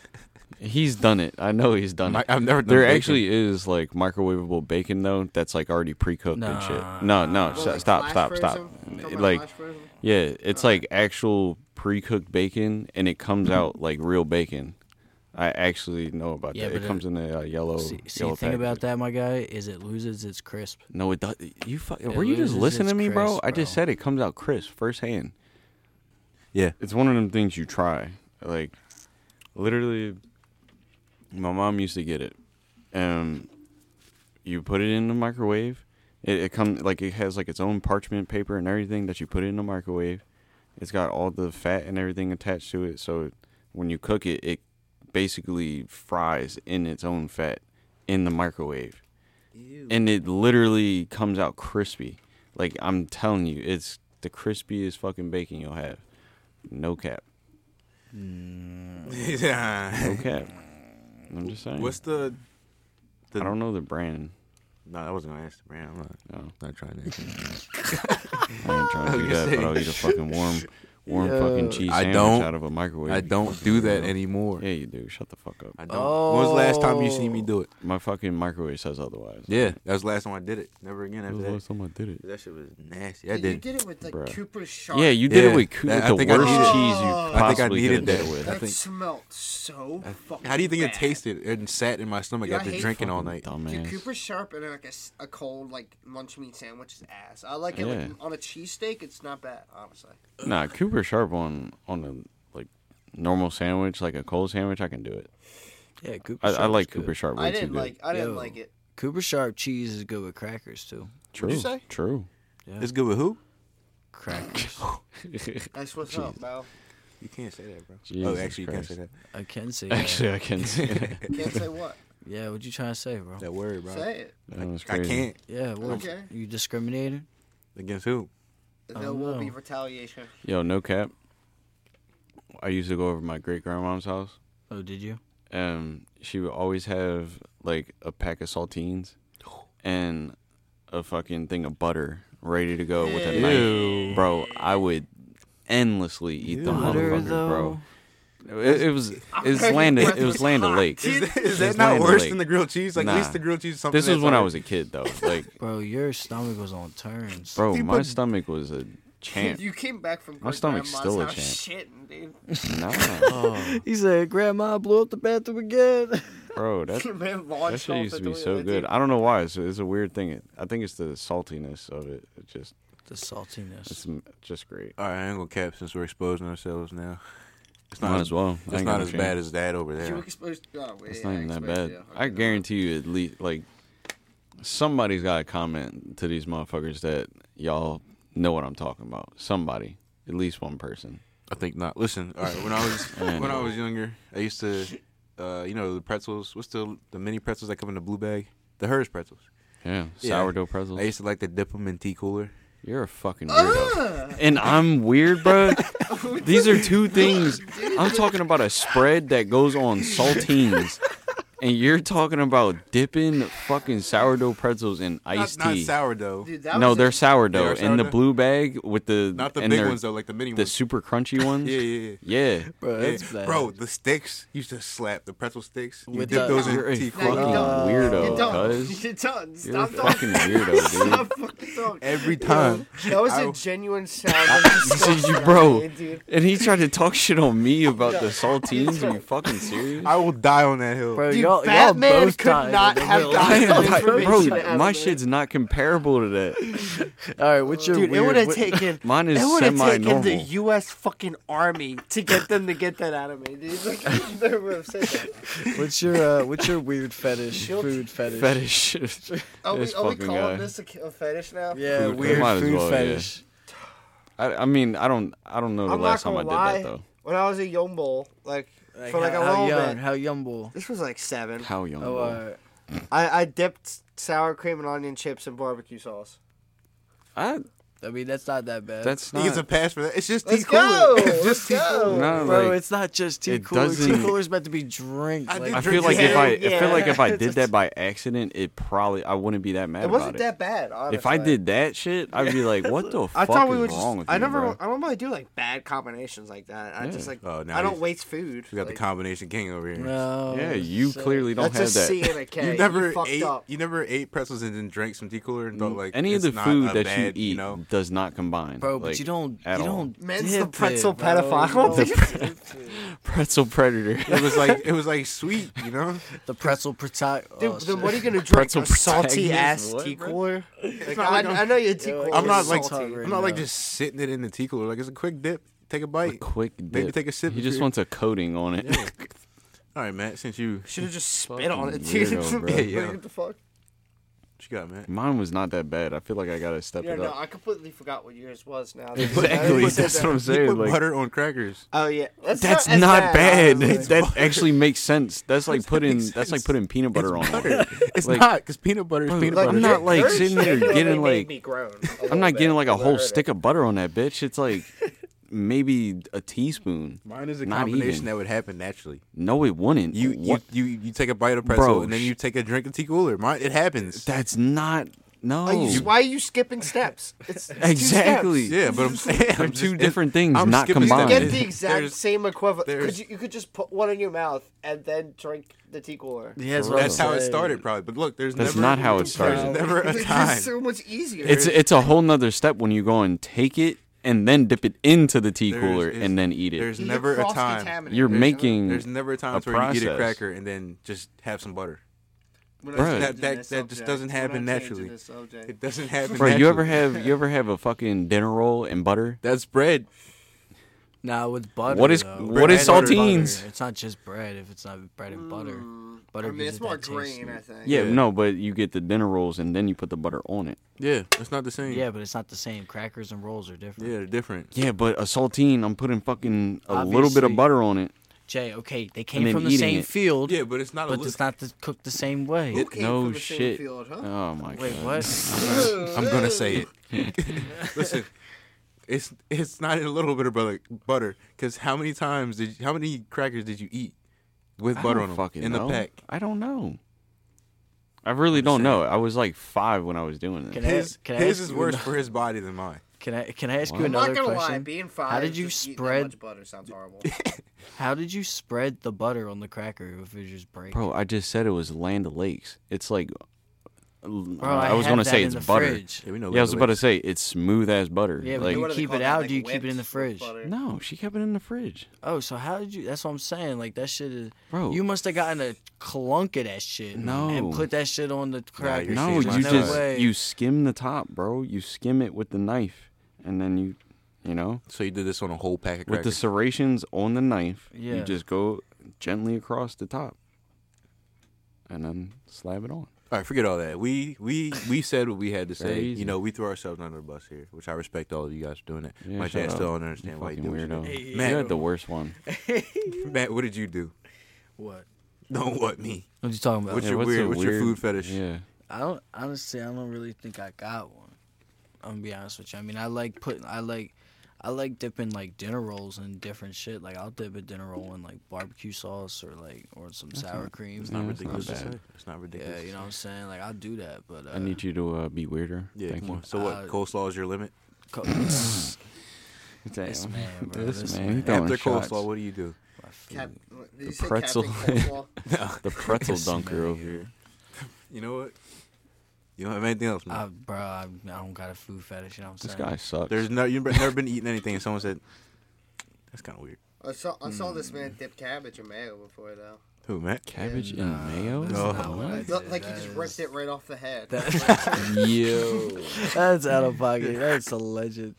Speaker 1: He's done it. I know he's done
Speaker 4: Mi-
Speaker 1: it.
Speaker 4: I've never done
Speaker 1: There
Speaker 4: bacon.
Speaker 1: actually is like microwavable bacon though. That's like already pre-cooked and shit. No, no.
Speaker 3: Nah.
Speaker 1: st-
Speaker 2: Well, like
Speaker 1: stop.
Speaker 2: flash
Speaker 1: Stop. Stop.
Speaker 2: frozen? Talking about
Speaker 1: Like,
Speaker 2: flash frozen?
Speaker 1: yeah, it's like actual pre-cooked bacon, and it comes out like real bacon. I actually know about
Speaker 3: Yeah,
Speaker 1: that. It
Speaker 3: but
Speaker 1: comes in a uh, yellow.
Speaker 3: See, see
Speaker 1: yellow
Speaker 3: the thing about
Speaker 1: package.
Speaker 3: that, my guy, is it loses its crisp.
Speaker 1: No, it does. You fuck,
Speaker 3: It
Speaker 1: Were you just
Speaker 3: loses
Speaker 1: listening to
Speaker 3: its
Speaker 1: me, bro?
Speaker 3: crisp,
Speaker 1: I just
Speaker 3: bro.
Speaker 1: said it comes out crisp firsthand.
Speaker 4: Yeah.
Speaker 1: It's one of them things you try. Like, literally, my mom used to get it. Um, you put it in the microwave. It, it comes like it has like its own parchment paper and everything that you put in the microwave. It's got all the fat and everything attached to it, so when you cook it, it basically fries in its own fat in the microwave and it literally comes out crispy. Like I'm telling you, it's the crispiest fucking bacon you'll have. No cap. No
Speaker 4: yeah.
Speaker 1: cap. I'm just saying.
Speaker 4: What's the? the
Speaker 1: I don't know the brand.
Speaker 4: No, I wasn't gonna ask the brand. I'm not,
Speaker 1: No,
Speaker 4: not trying to.
Speaker 1: I ain't trying to do that. But I'll eat a fucking warm, warm fucking cheese
Speaker 4: I
Speaker 1: sandwich
Speaker 4: don't-
Speaker 1: out of a microwave.
Speaker 4: I don't do that anymore.
Speaker 1: Yeah, you do. Shut the fuck up.
Speaker 4: I don't. When was the last time you seen me
Speaker 3: Oh.
Speaker 4: do it?
Speaker 1: My fucking microwave says otherwise.
Speaker 4: Yeah, that was the last time I did it. Never again
Speaker 1: That
Speaker 4: after
Speaker 1: was the
Speaker 4: that.
Speaker 1: last time I did it.
Speaker 4: That shit was nasty.
Speaker 2: Yeah,
Speaker 4: I
Speaker 2: you
Speaker 4: did.
Speaker 2: did it with like
Speaker 1: Bruh.
Speaker 2: Cooper Sharp.
Speaker 1: Yeah, you did
Speaker 4: Yeah,
Speaker 1: it with, coo-
Speaker 4: that- I
Speaker 1: with
Speaker 4: think
Speaker 1: the
Speaker 4: I
Speaker 1: worst
Speaker 4: needed-
Speaker 1: cheese you
Speaker 2: I
Speaker 1: possibly
Speaker 2: think I
Speaker 4: needed
Speaker 1: could have
Speaker 4: that.
Speaker 1: with.
Speaker 4: I
Speaker 2: That
Speaker 4: think-
Speaker 2: smelled so fucking.
Speaker 4: How do you think it
Speaker 2: bad.
Speaker 4: tasted and sat in my stomach
Speaker 2: Dude, I
Speaker 4: after
Speaker 2: hate
Speaker 4: drinking all
Speaker 1: Fucking
Speaker 4: night?
Speaker 2: Dude,
Speaker 1: Dumbass.
Speaker 2: Cooper Sharp and like a, s- a cold like lunch meat sandwich is ass. I like it
Speaker 1: Yeah.
Speaker 2: like, on a cheesesteak. It's not bad, honestly.
Speaker 1: Nah, Cooper Sharp on on a like normal sandwich, like a cold sandwich, I can do it.
Speaker 3: Yeah, Cooper.
Speaker 1: I, I
Speaker 3: Sharp's
Speaker 1: like
Speaker 3: good.
Speaker 1: Cooper Sharp way
Speaker 2: I
Speaker 1: too
Speaker 2: didn't
Speaker 1: good.
Speaker 2: like. I didn't
Speaker 3: Yo.
Speaker 2: like it.
Speaker 3: Cooper Sharp cheese is good with crackers too.
Speaker 1: True.
Speaker 4: you say?
Speaker 1: True.
Speaker 4: It's good with who?
Speaker 3: Crackers.
Speaker 2: That's what's up, bro.
Speaker 4: You can't say that, bro.
Speaker 1: Jesus
Speaker 4: oh, actually,
Speaker 1: Christ.
Speaker 4: you can't say
Speaker 3: I can say.
Speaker 1: Actually,
Speaker 3: Actually,
Speaker 1: I can say that.
Speaker 2: Can't say what.
Speaker 3: yeah. What you trying to say, bro?
Speaker 4: that. That word, bro.
Speaker 2: Say it.
Speaker 1: That was
Speaker 4: I
Speaker 1: crazy.
Speaker 4: can't.
Speaker 3: Yeah. What?
Speaker 2: Okay.
Speaker 3: You discriminating?
Speaker 4: Against who?
Speaker 2: There
Speaker 3: don't
Speaker 2: will be
Speaker 3: know.
Speaker 2: retaliation.
Speaker 1: Yo, no cap. I used to go over to my great grandmom's house,
Speaker 3: Oh, did you?
Speaker 1: and she would always have like a pack of saltines and a fucking thing of butter ready to go with a knife. Bro, I would endlessly eat the
Speaker 3: Butter,
Speaker 1: motherfuckers, bro.
Speaker 3: though.
Speaker 1: It, it was it's land it was land of lake.
Speaker 4: Is that, is
Speaker 1: It's
Speaker 4: that not
Speaker 1: land of
Speaker 4: worse
Speaker 1: lake.
Speaker 4: than the grilled cheese? Like, at
Speaker 1: Nah.
Speaker 4: least the grilled cheese is something.
Speaker 1: This was
Speaker 4: that's
Speaker 1: when I
Speaker 4: alright.
Speaker 1: was a kid though. Like,
Speaker 3: Bro, your stomach was on turns.
Speaker 1: bro,
Speaker 4: They
Speaker 1: my
Speaker 4: put-
Speaker 1: stomach was a champ.
Speaker 2: You came back from
Speaker 1: My
Speaker 2: great
Speaker 1: stomach's
Speaker 2: grandma's
Speaker 1: still a
Speaker 2: house shitting, dude.
Speaker 1: Nah,
Speaker 4: Oh.
Speaker 3: He said, "Grandma blew up the bathroom again."
Speaker 1: bro, that
Speaker 2: Man,
Speaker 1: that
Speaker 2: launched
Speaker 1: shit
Speaker 2: off
Speaker 1: used
Speaker 2: the
Speaker 1: to be
Speaker 2: toilet,
Speaker 1: so
Speaker 2: dude.
Speaker 1: good. I don't know why. It's, it's a weird thing. It, I think it's the saltiness of it. It just
Speaker 3: the saltiness.
Speaker 1: it's m- just great.
Speaker 4: All right, I ain't gonna cap since we're exposing ourselves now. It's
Speaker 1: Might as well. I
Speaker 4: It's
Speaker 1: ain't
Speaker 4: not
Speaker 1: gonna
Speaker 4: as
Speaker 1: change.
Speaker 4: bad as that over
Speaker 2: You
Speaker 4: there.
Speaker 2: exposed. Oh, wait,
Speaker 1: It's
Speaker 2: yeah,
Speaker 1: not even that
Speaker 2: exposed,
Speaker 1: bad.
Speaker 2: yeah. Okay,
Speaker 1: I
Speaker 2: no.
Speaker 1: guarantee you, at least like somebody's got a comment to these motherfuckers that y'all know what I'm talking about. Somebody, at least one person.
Speaker 4: I think not. Listen, all right. When I was
Speaker 1: I
Speaker 4: when I
Speaker 1: know.
Speaker 4: was younger, I used to, uh, you know, the pretzels. What's the the mini pretzels that come in the blue bag? The Hers pretzels.
Speaker 1: Yeah,
Speaker 4: Yeah.
Speaker 1: sourdough pretzels.
Speaker 4: I used to like to dip them in tea cooler.
Speaker 1: You're a fucking
Speaker 4: Ah!
Speaker 1: weirdo. And I'm weird, bro. These are two things. I'm talking about a spread that goes on saltines. And you're talking about dipping fucking sourdourd pretzels in iced
Speaker 4: not,
Speaker 1: tea.
Speaker 4: not sourdough.
Speaker 2: Dude, that
Speaker 1: no,
Speaker 2: was
Speaker 1: they're
Speaker 2: a-
Speaker 1: sourdough
Speaker 4: They are
Speaker 1: in the
Speaker 4: sourdough?
Speaker 1: blue bag with the
Speaker 4: Not the
Speaker 1: and
Speaker 4: big
Speaker 1: they're-
Speaker 4: ones though, like the mini
Speaker 1: the
Speaker 4: ones.
Speaker 1: super crunchy ones.
Speaker 4: yeah, yeah, yeah.
Speaker 1: yeah.
Speaker 3: Bro,
Speaker 4: Yeah.
Speaker 3: that's bad.
Speaker 4: Bro, the sticks used to slap the pretzel sticks. You
Speaker 3: With
Speaker 4: dip
Speaker 3: the-
Speaker 4: those
Speaker 1: You're
Speaker 4: in
Speaker 1: a
Speaker 2: No, you
Speaker 4: tea
Speaker 1: fucking
Speaker 4: cooler.
Speaker 2: don't.
Speaker 1: weirdo,
Speaker 2: You don't.
Speaker 1: cuz.
Speaker 2: You don't.
Speaker 1: You're a
Speaker 2: Stop
Speaker 1: fucking
Speaker 2: talking.
Speaker 1: weirdo, dude.
Speaker 2: Stop fucking. song.
Speaker 4: every
Speaker 2: Yo,
Speaker 4: time.
Speaker 2: that was
Speaker 4: I-
Speaker 2: a genuine sound. of disgusting,
Speaker 1: bro.
Speaker 2: dude.
Speaker 1: And he tried to talk shit on me about the saltines. Are you fucking serious?
Speaker 4: I will die on that hill.
Speaker 3: Bro,
Speaker 2: Dude,
Speaker 3: y'all, y'all
Speaker 2: Batman
Speaker 3: both
Speaker 2: could
Speaker 3: tied
Speaker 2: not
Speaker 3: in the
Speaker 2: have
Speaker 3: middle.
Speaker 2: gotten
Speaker 1: I am like, bro,
Speaker 2: information out of
Speaker 1: my
Speaker 2: it.
Speaker 1: shit's not comparable to that.
Speaker 3: All right, what's your
Speaker 2: Dude, it
Speaker 3: weird-
Speaker 2: would have
Speaker 3: what-
Speaker 2: taken.
Speaker 1: Mine is
Speaker 2: it would have taken
Speaker 1: semi-normal.
Speaker 2: the U.S. fucking army to get them to get that out of me, dude. Like, they would have said that.
Speaker 3: What's your uh, what's your weird fetish?
Speaker 2: Guilt-
Speaker 3: food fetish.
Speaker 1: Fetish.
Speaker 2: Are we,
Speaker 1: This
Speaker 2: are we
Speaker 1: fucking
Speaker 2: calling
Speaker 1: guy.
Speaker 2: this a, a fetish now?
Speaker 3: Yeah,
Speaker 1: Food-
Speaker 3: weird
Speaker 1: might as
Speaker 3: food
Speaker 1: well, yeah.
Speaker 3: fetish.
Speaker 1: I, I mean, I don't, I don't know the
Speaker 2: I'm not
Speaker 1: last time I
Speaker 2: gonna
Speaker 1: did
Speaker 2: lie.
Speaker 1: that though.
Speaker 2: When I was a young bull, like,
Speaker 3: Like,
Speaker 2: for like
Speaker 3: how,
Speaker 2: a
Speaker 3: how
Speaker 2: little
Speaker 3: young?
Speaker 2: bit.
Speaker 3: How young bull?
Speaker 2: This was like seven.
Speaker 1: How young?
Speaker 3: Oh,
Speaker 1: were you?
Speaker 3: all right.
Speaker 2: I, I dipped sour cream and onion chips in barbecue sauce. uh,
Speaker 1: I,
Speaker 3: I mean, that's not that bad.
Speaker 1: that's
Speaker 4: He gets a
Speaker 1: not.
Speaker 4: pass for that. It's just
Speaker 2: Let's
Speaker 4: T. Cooler.
Speaker 2: go.
Speaker 4: It's
Speaker 2: Let's
Speaker 4: just T.
Speaker 2: go.
Speaker 4: Cooler.
Speaker 1: No,
Speaker 3: Bro,
Speaker 1: like,
Speaker 3: it's not just tea
Speaker 1: it
Speaker 3: cooler. Tea
Speaker 1: doesn't-
Speaker 3: cooler's about to be drink.
Speaker 4: I
Speaker 3: like,
Speaker 4: did
Speaker 1: I
Speaker 4: drink
Speaker 1: feel like if I, I feel like
Speaker 2: Yeah.
Speaker 1: if I did that by accident, it probably I wouldn't be that mad
Speaker 2: It wasn't
Speaker 1: about
Speaker 2: that bad, honestly.
Speaker 1: it. If I did that shit, I'd be like, "What the
Speaker 2: I
Speaker 1: fuck
Speaker 2: thought we
Speaker 1: is
Speaker 2: would just.
Speaker 1: wrong with
Speaker 2: I
Speaker 1: you,
Speaker 2: never.
Speaker 1: bro?"
Speaker 2: I don't really do like bad combinations like that. I
Speaker 1: Yeah.
Speaker 2: just like.
Speaker 4: Oh, now
Speaker 2: I don't
Speaker 4: he's-
Speaker 2: waste food.
Speaker 4: We got the
Speaker 2: Like,
Speaker 4: combination king over here.
Speaker 3: no.
Speaker 1: yeah, you
Speaker 3: so-
Speaker 1: clearly don't
Speaker 2: Oh, That's a
Speaker 1: have that.
Speaker 2: C and a K.
Speaker 4: You never
Speaker 2: fucked
Speaker 4: ate.
Speaker 2: up.
Speaker 4: You never ate pretzels and then drank some tea cooler and thought like
Speaker 1: Mm, Any of
Speaker 4: it's
Speaker 1: the
Speaker 4: not
Speaker 1: food
Speaker 4: a
Speaker 1: that
Speaker 4: bad,
Speaker 1: you eat
Speaker 4: know,
Speaker 1: does not combine,
Speaker 3: Bro, but
Speaker 1: like,
Speaker 3: you don't.
Speaker 1: at
Speaker 3: you
Speaker 1: all.
Speaker 3: don't.
Speaker 2: Man's the
Speaker 3: dip it,
Speaker 2: pretzel
Speaker 3: bro.
Speaker 2: pedophile.
Speaker 3: You don't
Speaker 1: Oh,
Speaker 2: The-
Speaker 3: dip it.
Speaker 1: pretzel predator.
Speaker 4: it was like it was like sweet, you know.
Speaker 3: The pretzel prota-
Speaker 2: Dude,
Speaker 3: oh,
Speaker 2: then
Speaker 3: shit.
Speaker 2: what are you gonna drink?
Speaker 1: Pretzel
Speaker 2: a salty
Speaker 1: protagonist?
Speaker 2: ass
Speaker 1: What,
Speaker 2: tea
Speaker 1: bro?
Speaker 2: cooler? Like,
Speaker 4: not
Speaker 2: I,
Speaker 4: like I'm-
Speaker 2: I know your tea
Speaker 3: Yeah,
Speaker 2: cooler.
Speaker 4: I'm not
Speaker 2: is
Speaker 4: like-
Speaker 2: salty.
Speaker 3: Right
Speaker 4: I'm not like
Speaker 3: now.
Speaker 4: just sitting it in the tea cooler. Like it's a quick dip. Take a
Speaker 1: A
Speaker 4: bite.
Speaker 1: quick dip.
Speaker 4: Maybe take a sip
Speaker 1: He
Speaker 4: if
Speaker 1: just
Speaker 4: you're-
Speaker 1: wants a coating on it.
Speaker 4: All right, Matt. Since you, what
Speaker 2: Should have just spit on it, dude.
Speaker 1: weirdo, bro.
Speaker 4: Yeah, yeah.
Speaker 2: Like, what the fuck?
Speaker 4: you got, Matt?
Speaker 1: Mine was not that bad. I feel like I gotta step
Speaker 2: Yeah,
Speaker 1: it
Speaker 2: no,
Speaker 1: up.
Speaker 2: I completely forgot what yours was. Now
Speaker 1: exactly. That's what I'm
Speaker 4: You
Speaker 1: saying.
Speaker 4: put
Speaker 1: Like,
Speaker 4: butter on crackers.
Speaker 2: Oh yeah,
Speaker 1: that's not bad.
Speaker 2: honestly.
Speaker 1: That actually makes sense. That's like
Speaker 4: That
Speaker 1: putting
Speaker 4: makes
Speaker 1: that's
Speaker 4: sense.
Speaker 1: like putting peanut butter
Speaker 4: it's
Speaker 1: on.
Speaker 4: butter.
Speaker 1: it.
Speaker 4: It's
Speaker 1: Like-
Speaker 4: not because peanut butter is
Speaker 1: Bro,
Speaker 4: peanut
Speaker 1: like,
Speaker 4: butter.
Speaker 1: I'm not, like,
Speaker 2: your
Speaker 1: sitting there
Speaker 2: shit
Speaker 1: getting,
Speaker 2: really made
Speaker 1: like-
Speaker 2: me groan a
Speaker 1: I'm
Speaker 2: little
Speaker 1: not getting
Speaker 2: bit
Speaker 1: like a
Speaker 2: because I
Speaker 1: whole
Speaker 2: heard it.
Speaker 1: stick of butter on that bitch. It's like maybe a teaspoon.
Speaker 4: Mine is a
Speaker 1: Not
Speaker 4: combination
Speaker 1: even.
Speaker 4: that would happen naturally.
Speaker 1: No, it wouldn't.
Speaker 4: You you,
Speaker 1: What?
Speaker 4: you you take a bite of pretzel
Speaker 1: Bro,
Speaker 4: and then
Speaker 1: sh-
Speaker 4: you take a drink of tea cooler. Mine, it happens.
Speaker 1: That's not. No.
Speaker 2: Are
Speaker 3: Oh.
Speaker 2: you, why are you skipping steps? It's, it's two
Speaker 1: Exactly.
Speaker 2: steps.
Speaker 4: yeah, but I'm saying
Speaker 1: They're
Speaker 4: I'm
Speaker 1: two
Speaker 4: just-
Speaker 1: different things, not
Speaker 4: skipping steps.
Speaker 1: combined.
Speaker 2: Get the
Speaker 1: There's-
Speaker 2: exact
Speaker 4: There's-
Speaker 2: same equivalent. Could
Speaker 4: there's-
Speaker 2: you, you could just put one in your mouth and then drink the tea cooler.
Speaker 3: Yeah, that's what I'm
Speaker 4: That's how it
Speaker 3: saying.
Speaker 4: started, probably. But look, there's
Speaker 1: That's
Speaker 4: never,
Speaker 1: not how it started.
Speaker 4: There's never a
Speaker 2: It's
Speaker 4: time.
Speaker 2: so much easier.
Speaker 1: It's it's a whole nother step when you go and take it and then dip it into the tea
Speaker 4: There's-
Speaker 1: cooler
Speaker 4: is-
Speaker 1: and then eat it.
Speaker 4: There's never a time.
Speaker 1: You're making
Speaker 4: There's never a time
Speaker 1: a
Speaker 4: where you eat a
Speaker 1: process.
Speaker 4: cracker and then just have some butter.
Speaker 1: Bruh.
Speaker 4: That that, that just doesn't happen naturally. It doesn't happen.
Speaker 1: Bro, you
Speaker 4: naturally.
Speaker 1: ever have you ever have a fucking dinner roll and butter?
Speaker 4: That's bread.
Speaker 3: Nah, with butter.
Speaker 1: What is-
Speaker 3: though.
Speaker 1: what
Speaker 4: is
Speaker 3: Bread and
Speaker 1: saltines?
Speaker 3: butter. It's not just bread if it's not bread and butter.
Speaker 2: Mm, I
Speaker 3: Butter
Speaker 2: mean,
Speaker 3: gives
Speaker 2: it's
Speaker 3: it
Speaker 2: more
Speaker 3: that taste.
Speaker 2: green, I think.
Speaker 1: Yeah,
Speaker 4: Yeah.
Speaker 1: no, but you get the dinner rolls and then you put the butter on it.
Speaker 4: Yeah, it's not the same.
Speaker 3: Yeah, but it's not the same. Crackers and rolls are different.
Speaker 4: yeah, they're different.
Speaker 1: Yeah, but a saltine, I'm putting fucking a little bit
Speaker 3: Obviously.
Speaker 1: of butter on it.
Speaker 3: Jay, okay, they
Speaker 1: And
Speaker 3: came
Speaker 1: then
Speaker 3: from the
Speaker 1: eating
Speaker 3: same
Speaker 1: it.
Speaker 3: field,
Speaker 4: Yeah, but it's not a.
Speaker 3: but
Speaker 4: li-
Speaker 3: it's not the, cooked the same way.
Speaker 2: Who came
Speaker 1: no
Speaker 2: from the same
Speaker 1: shit.
Speaker 2: field, huh?
Speaker 1: Oh my
Speaker 3: Wait,
Speaker 1: god.
Speaker 3: what?
Speaker 4: I'm gonna say it. Listen, it's it's not a little bit of butter, butter. Because how many times did you, how many crackers did you eat with
Speaker 1: I
Speaker 4: butter
Speaker 1: don't
Speaker 4: on them
Speaker 1: fucking
Speaker 4: in
Speaker 1: know.
Speaker 4: the pack?
Speaker 1: I don't know. I really don't know. I was like five when I was doing
Speaker 3: Can
Speaker 1: this.
Speaker 3: I-
Speaker 4: His
Speaker 3: can I
Speaker 4: his
Speaker 3: ask
Speaker 4: is
Speaker 3: you
Speaker 4: worse
Speaker 3: another-
Speaker 4: for his body than mine.
Speaker 3: Can I can I ask you
Speaker 1: Wow.
Speaker 2: I'm not
Speaker 3: another
Speaker 2: gonna lie,
Speaker 3: question?
Speaker 2: being five.
Speaker 3: How did you
Speaker 2: just eating that
Speaker 3: spread-
Speaker 2: much butter sounds horrible.
Speaker 3: How did you spread the butter on the cracker if it just break?
Speaker 1: Bro, I just said it was Land Lakes. It's like Bro,
Speaker 3: I
Speaker 1: I, was
Speaker 3: had
Speaker 1: gonna
Speaker 3: that
Speaker 1: say
Speaker 3: in
Speaker 1: it's
Speaker 3: the
Speaker 1: butter.
Speaker 3: fridge.
Speaker 4: Yeah, we know
Speaker 1: Yeah, I was
Speaker 4: Land
Speaker 1: about to
Speaker 4: O'Lakes.
Speaker 1: say it's smooth as butter.
Speaker 3: Yeah, but
Speaker 1: like
Speaker 3: you
Speaker 2: What do they
Speaker 3: keep
Speaker 2: call
Speaker 3: it
Speaker 2: that,
Speaker 3: out,
Speaker 2: like
Speaker 3: do you keep it
Speaker 2: whipped
Speaker 3: in the fridge?
Speaker 2: butter?
Speaker 1: no, she kept it in the fridge.
Speaker 3: Oh, so how did you? That's what I'm saying. Like that shit is.
Speaker 1: Bro.
Speaker 3: you must have gotten a clunk of that shit.
Speaker 1: No.
Speaker 3: and put that shit on the cracker.
Speaker 4: you're
Speaker 1: No,
Speaker 4: seeing my
Speaker 1: you
Speaker 4: side.
Speaker 1: just
Speaker 3: way.
Speaker 1: you skim the top, bro. You skim it with the knife, and then you, you know,
Speaker 4: So you did this on a whole pack of
Speaker 1: with the
Speaker 4: crackers.
Speaker 1: serrations on the knife.
Speaker 3: Yeah.
Speaker 1: You just go gently across the top, and then slab it on.
Speaker 4: All right, forget all that. We we we said what we had to
Speaker 1: Very
Speaker 4: say.
Speaker 1: easy.
Speaker 4: You know, we threw ourselves under the bus here, which I respect all of you guys for doing it.
Speaker 1: Yeah,
Speaker 4: my
Speaker 1: shut
Speaker 4: dad
Speaker 1: up.
Speaker 4: still don't understand why you
Speaker 1: Fucking
Speaker 4: do what you
Speaker 1: weirdo.
Speaker 4: do.
Speaker 1: You
Speaker 4: Matt-
Speaker 1: had the worst one.
Speaker 4: Matt, what did you do?
Speaker 3: What?
Speaker 4: Don't what me.
Speaker 3: What you talking about?
Speaker 4: What's your
Speaker 1: what's
Speaker 4: weird-
Speaker 1: the
Speaker 4: what's your food fetish?
Speaker 1: Yeah.
Speaker 3: I don't honestly. I don't really think I got one. I'm gonna be honest with you. I mean, I like putting. I like. I like dipping like dinner rolls in different shit. Like I'll dip a dinner roll in like barbecue sauce or like or some sour cream.
Speaker 4: It's not
Speaker 1: Yeah, it's not
Speaker 4: ridiculous. to
Speaker 1: bad.
Speaker 4: say. It's not ridiculous.
Speaker 3: Yeah, you know what I'm saying. Like I'll do that, but uh,
Speaker 1: I need you to uh, be weirder.
Speaker 4: Yeah,
Speaker 1: Thank
Speaker 4: come
Speaker 1: you.
Speaker 4: on. So what?
Speaker 3: Uh,
Speaker 4: coleslaw is your limit.
Speaker 3: co-
Speaker 1: Damn.
Speaker 3: This man, bro,
Speaker 1: This
Speaker 3: this
Speaker 1: man,
Speaker 3: man.
Speaker 1: he throwing
Speaker 4: After
Speaker 1: shots.
Speaker 4: coleslaw, what do you do?
Speaker 3: my food.
Speaker 2: Cap- did you
Speaker 1: The
Speaker 2: say
Speaker 1: pretzel.
Speaker 2: Captain Coleslaw?
Speaker 1: The pretzel
Speaker 3: This
Speaker 1: dunker
Speaker 3: man
Speaker 1: over here.
Speaker 4: You know what? You don't have anything else, man.
Speaker 3: I, bro, I, I don't got a food fetish. You know what I'm
Speaker 1: This
Speaker 3: saying?
Speaker 1: guy sucks.
Speaker 4: There's no you've never been eating anything, and someone said that's kind of weird.
Speaker 2: I saw I saw this man dip cabbage in mayo before though.
Speaker 4: Who, Matt?
Speaker 1: cabbage
Speaker 3: Yeah, nah,
Speaker 1: and mayo.
Speaker 3: that's
Speaker 4: No.
Speaker 3: not what I
Speaker 2: Like,
Speaker 3: did.
Speaker 2: like he
Speaker 3: That
Speaker 2: just
Speaker 3: is-
Speaker 2: ripped it right off the head.
Speaker 3: that-
Speaker 1: Yo,
Speaker 3: that's out of pocket. That's a legend.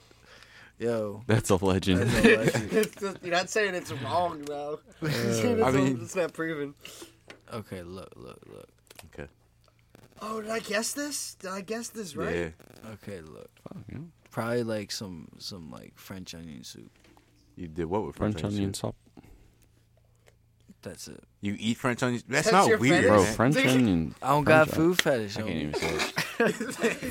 Speaker 3: Yo.
Speaker 1: that's a legend.
Speaker 3: That's a legend.
Speaker 2: It's just- you're not saying it's wrong though. it's,
Speaker 4: I mean-
Speaker 2: it's not proven.
Speaker 3: Okay, look, look, look.
Speaker 4: Okay.
Speaker 2: Oh, did I guess this? Did I guess this right?
Speaker 4: Yeah.
Speaker 3: Okay, look.
Speaker 1: Fuck, yeah.
Speaker 3: Probably like some some like French onion soup.
Speaker 4: You did what with French,
Speaker 1: French
Speaker 4: onions?
Speaker 1: onion soup,
Speaker 3: That's it.
Speaker 4: You eat French onions? That's,
Speaker 2: That's your
Speaker 4: not weird,
Speaker 2: fetish?
Speaker 1: bro.
Speaker 4: man.
Speaker 1: French onion.
Speaker 2: Oh.
Speaker 3: I don't
Speaker 1: French
Speaker 3: got food fetish.
Speaker 1: I
Speaker 3: yo.
Speaker 1: can't even say it.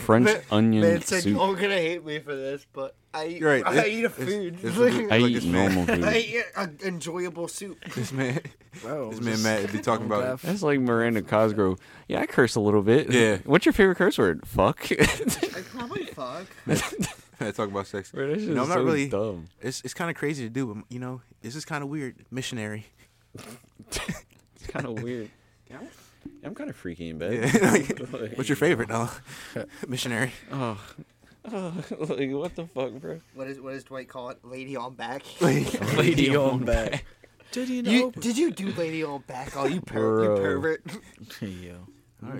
Speaker 1: French onion
Speaker 2: Man, it's like,
Speaker 1: soup.
Speaker 2: oh, gonna hate me for this, but I eat,
Speaker 4: You're right.
Speaker 2: I
Speaker 4: It-
Speaker 2: eat a
Speaker 4: it's-
Speaker 2: food.
Speaker 4: it's ridiculous.
Speaker 1: I
Speaker 4: Like
Speaker 1: eat
Speaker 4: it's
Speaker 1: normal
Speaker 2: I
Speaker 1: food.
Speaker 2: eat an enjoyable soup.
Speaker 4: This man,
Speaker 3: Bro,
Speaker 4: this
Speaker 3: I'm
Speaker 4: man
Speaker 3: just-
Speaker 4: Matt would be
Speaker 3: I
Speaker 4: talking
Speaker 3: don't
Speaker 4: about.
Speaker 3: got
Speaker 1: That's like Miranda Cosgrove. Yeah, I curse a little bit.
Speaker 4: Yeah.
Speaker 1: What's your favorite curse word? Fuck.
Speaker 2: I probably fuck.
Speaker 4: talk about sex.
Speaker 1: Bro, that's
Speaker 4: You know, I'm
Speaker 1: just
Speaker 4: not
Speaker 1: so
Speaker 4: really.
Speaker 1: dumb.
Speaker 4: It's it's kind of crazy to do, but you know, this is kind of weird. Missionary.
Speaker 1: It's kind of weird. I'm kind of freaky in bed.
Speaker 4: Yeah. What's your favorite? No, missionary.
Speaker 1: Oh. oh, like what the fuck, bro?
Speaker 2: What is what does Dwight call it? Lady on back.
Speaker 3: Lady on back. Did you know?
Speaker 2: You, did you do lady on back? Oh, you, per- you
Speaker 1: Bro.
Speaker 2: pervert.
Speaker 3: Yo.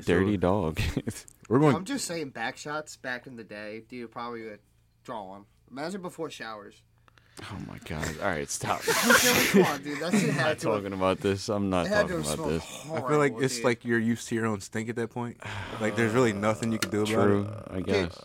Speaker 1: Dirty dog.
Speaker 4: We're
Speaker 2: I'm
Speaker 4: going.
Speaker 2: just saying, back shots back in the day, dude, probably would draw on. Imagine before showers.
Speaker 1: oh my god. All right, stop.
Speaker 2: Come on, dude, that shit
Speaker 1: I'm
Speaker 2: had
Speaker 1: not
Speaker 2: to. have-
Speaker 1: talking about this. I'm not
Speaker 2: It had to
Speaker 1: talking
Speaker 2: have
Speaker 1: about
Speaker 2: smelled
Speaker 1: this.
Speaker 4: I
Speaker 2: horrible.
Speaker 4: feel like it's
Speaker 2: dude.
Speaker 4: like you're used to your own stink at that point. Like there's really nothing you can do about
Speaker 1: True,
Speaker 4: it.
Speaker 1: I guess.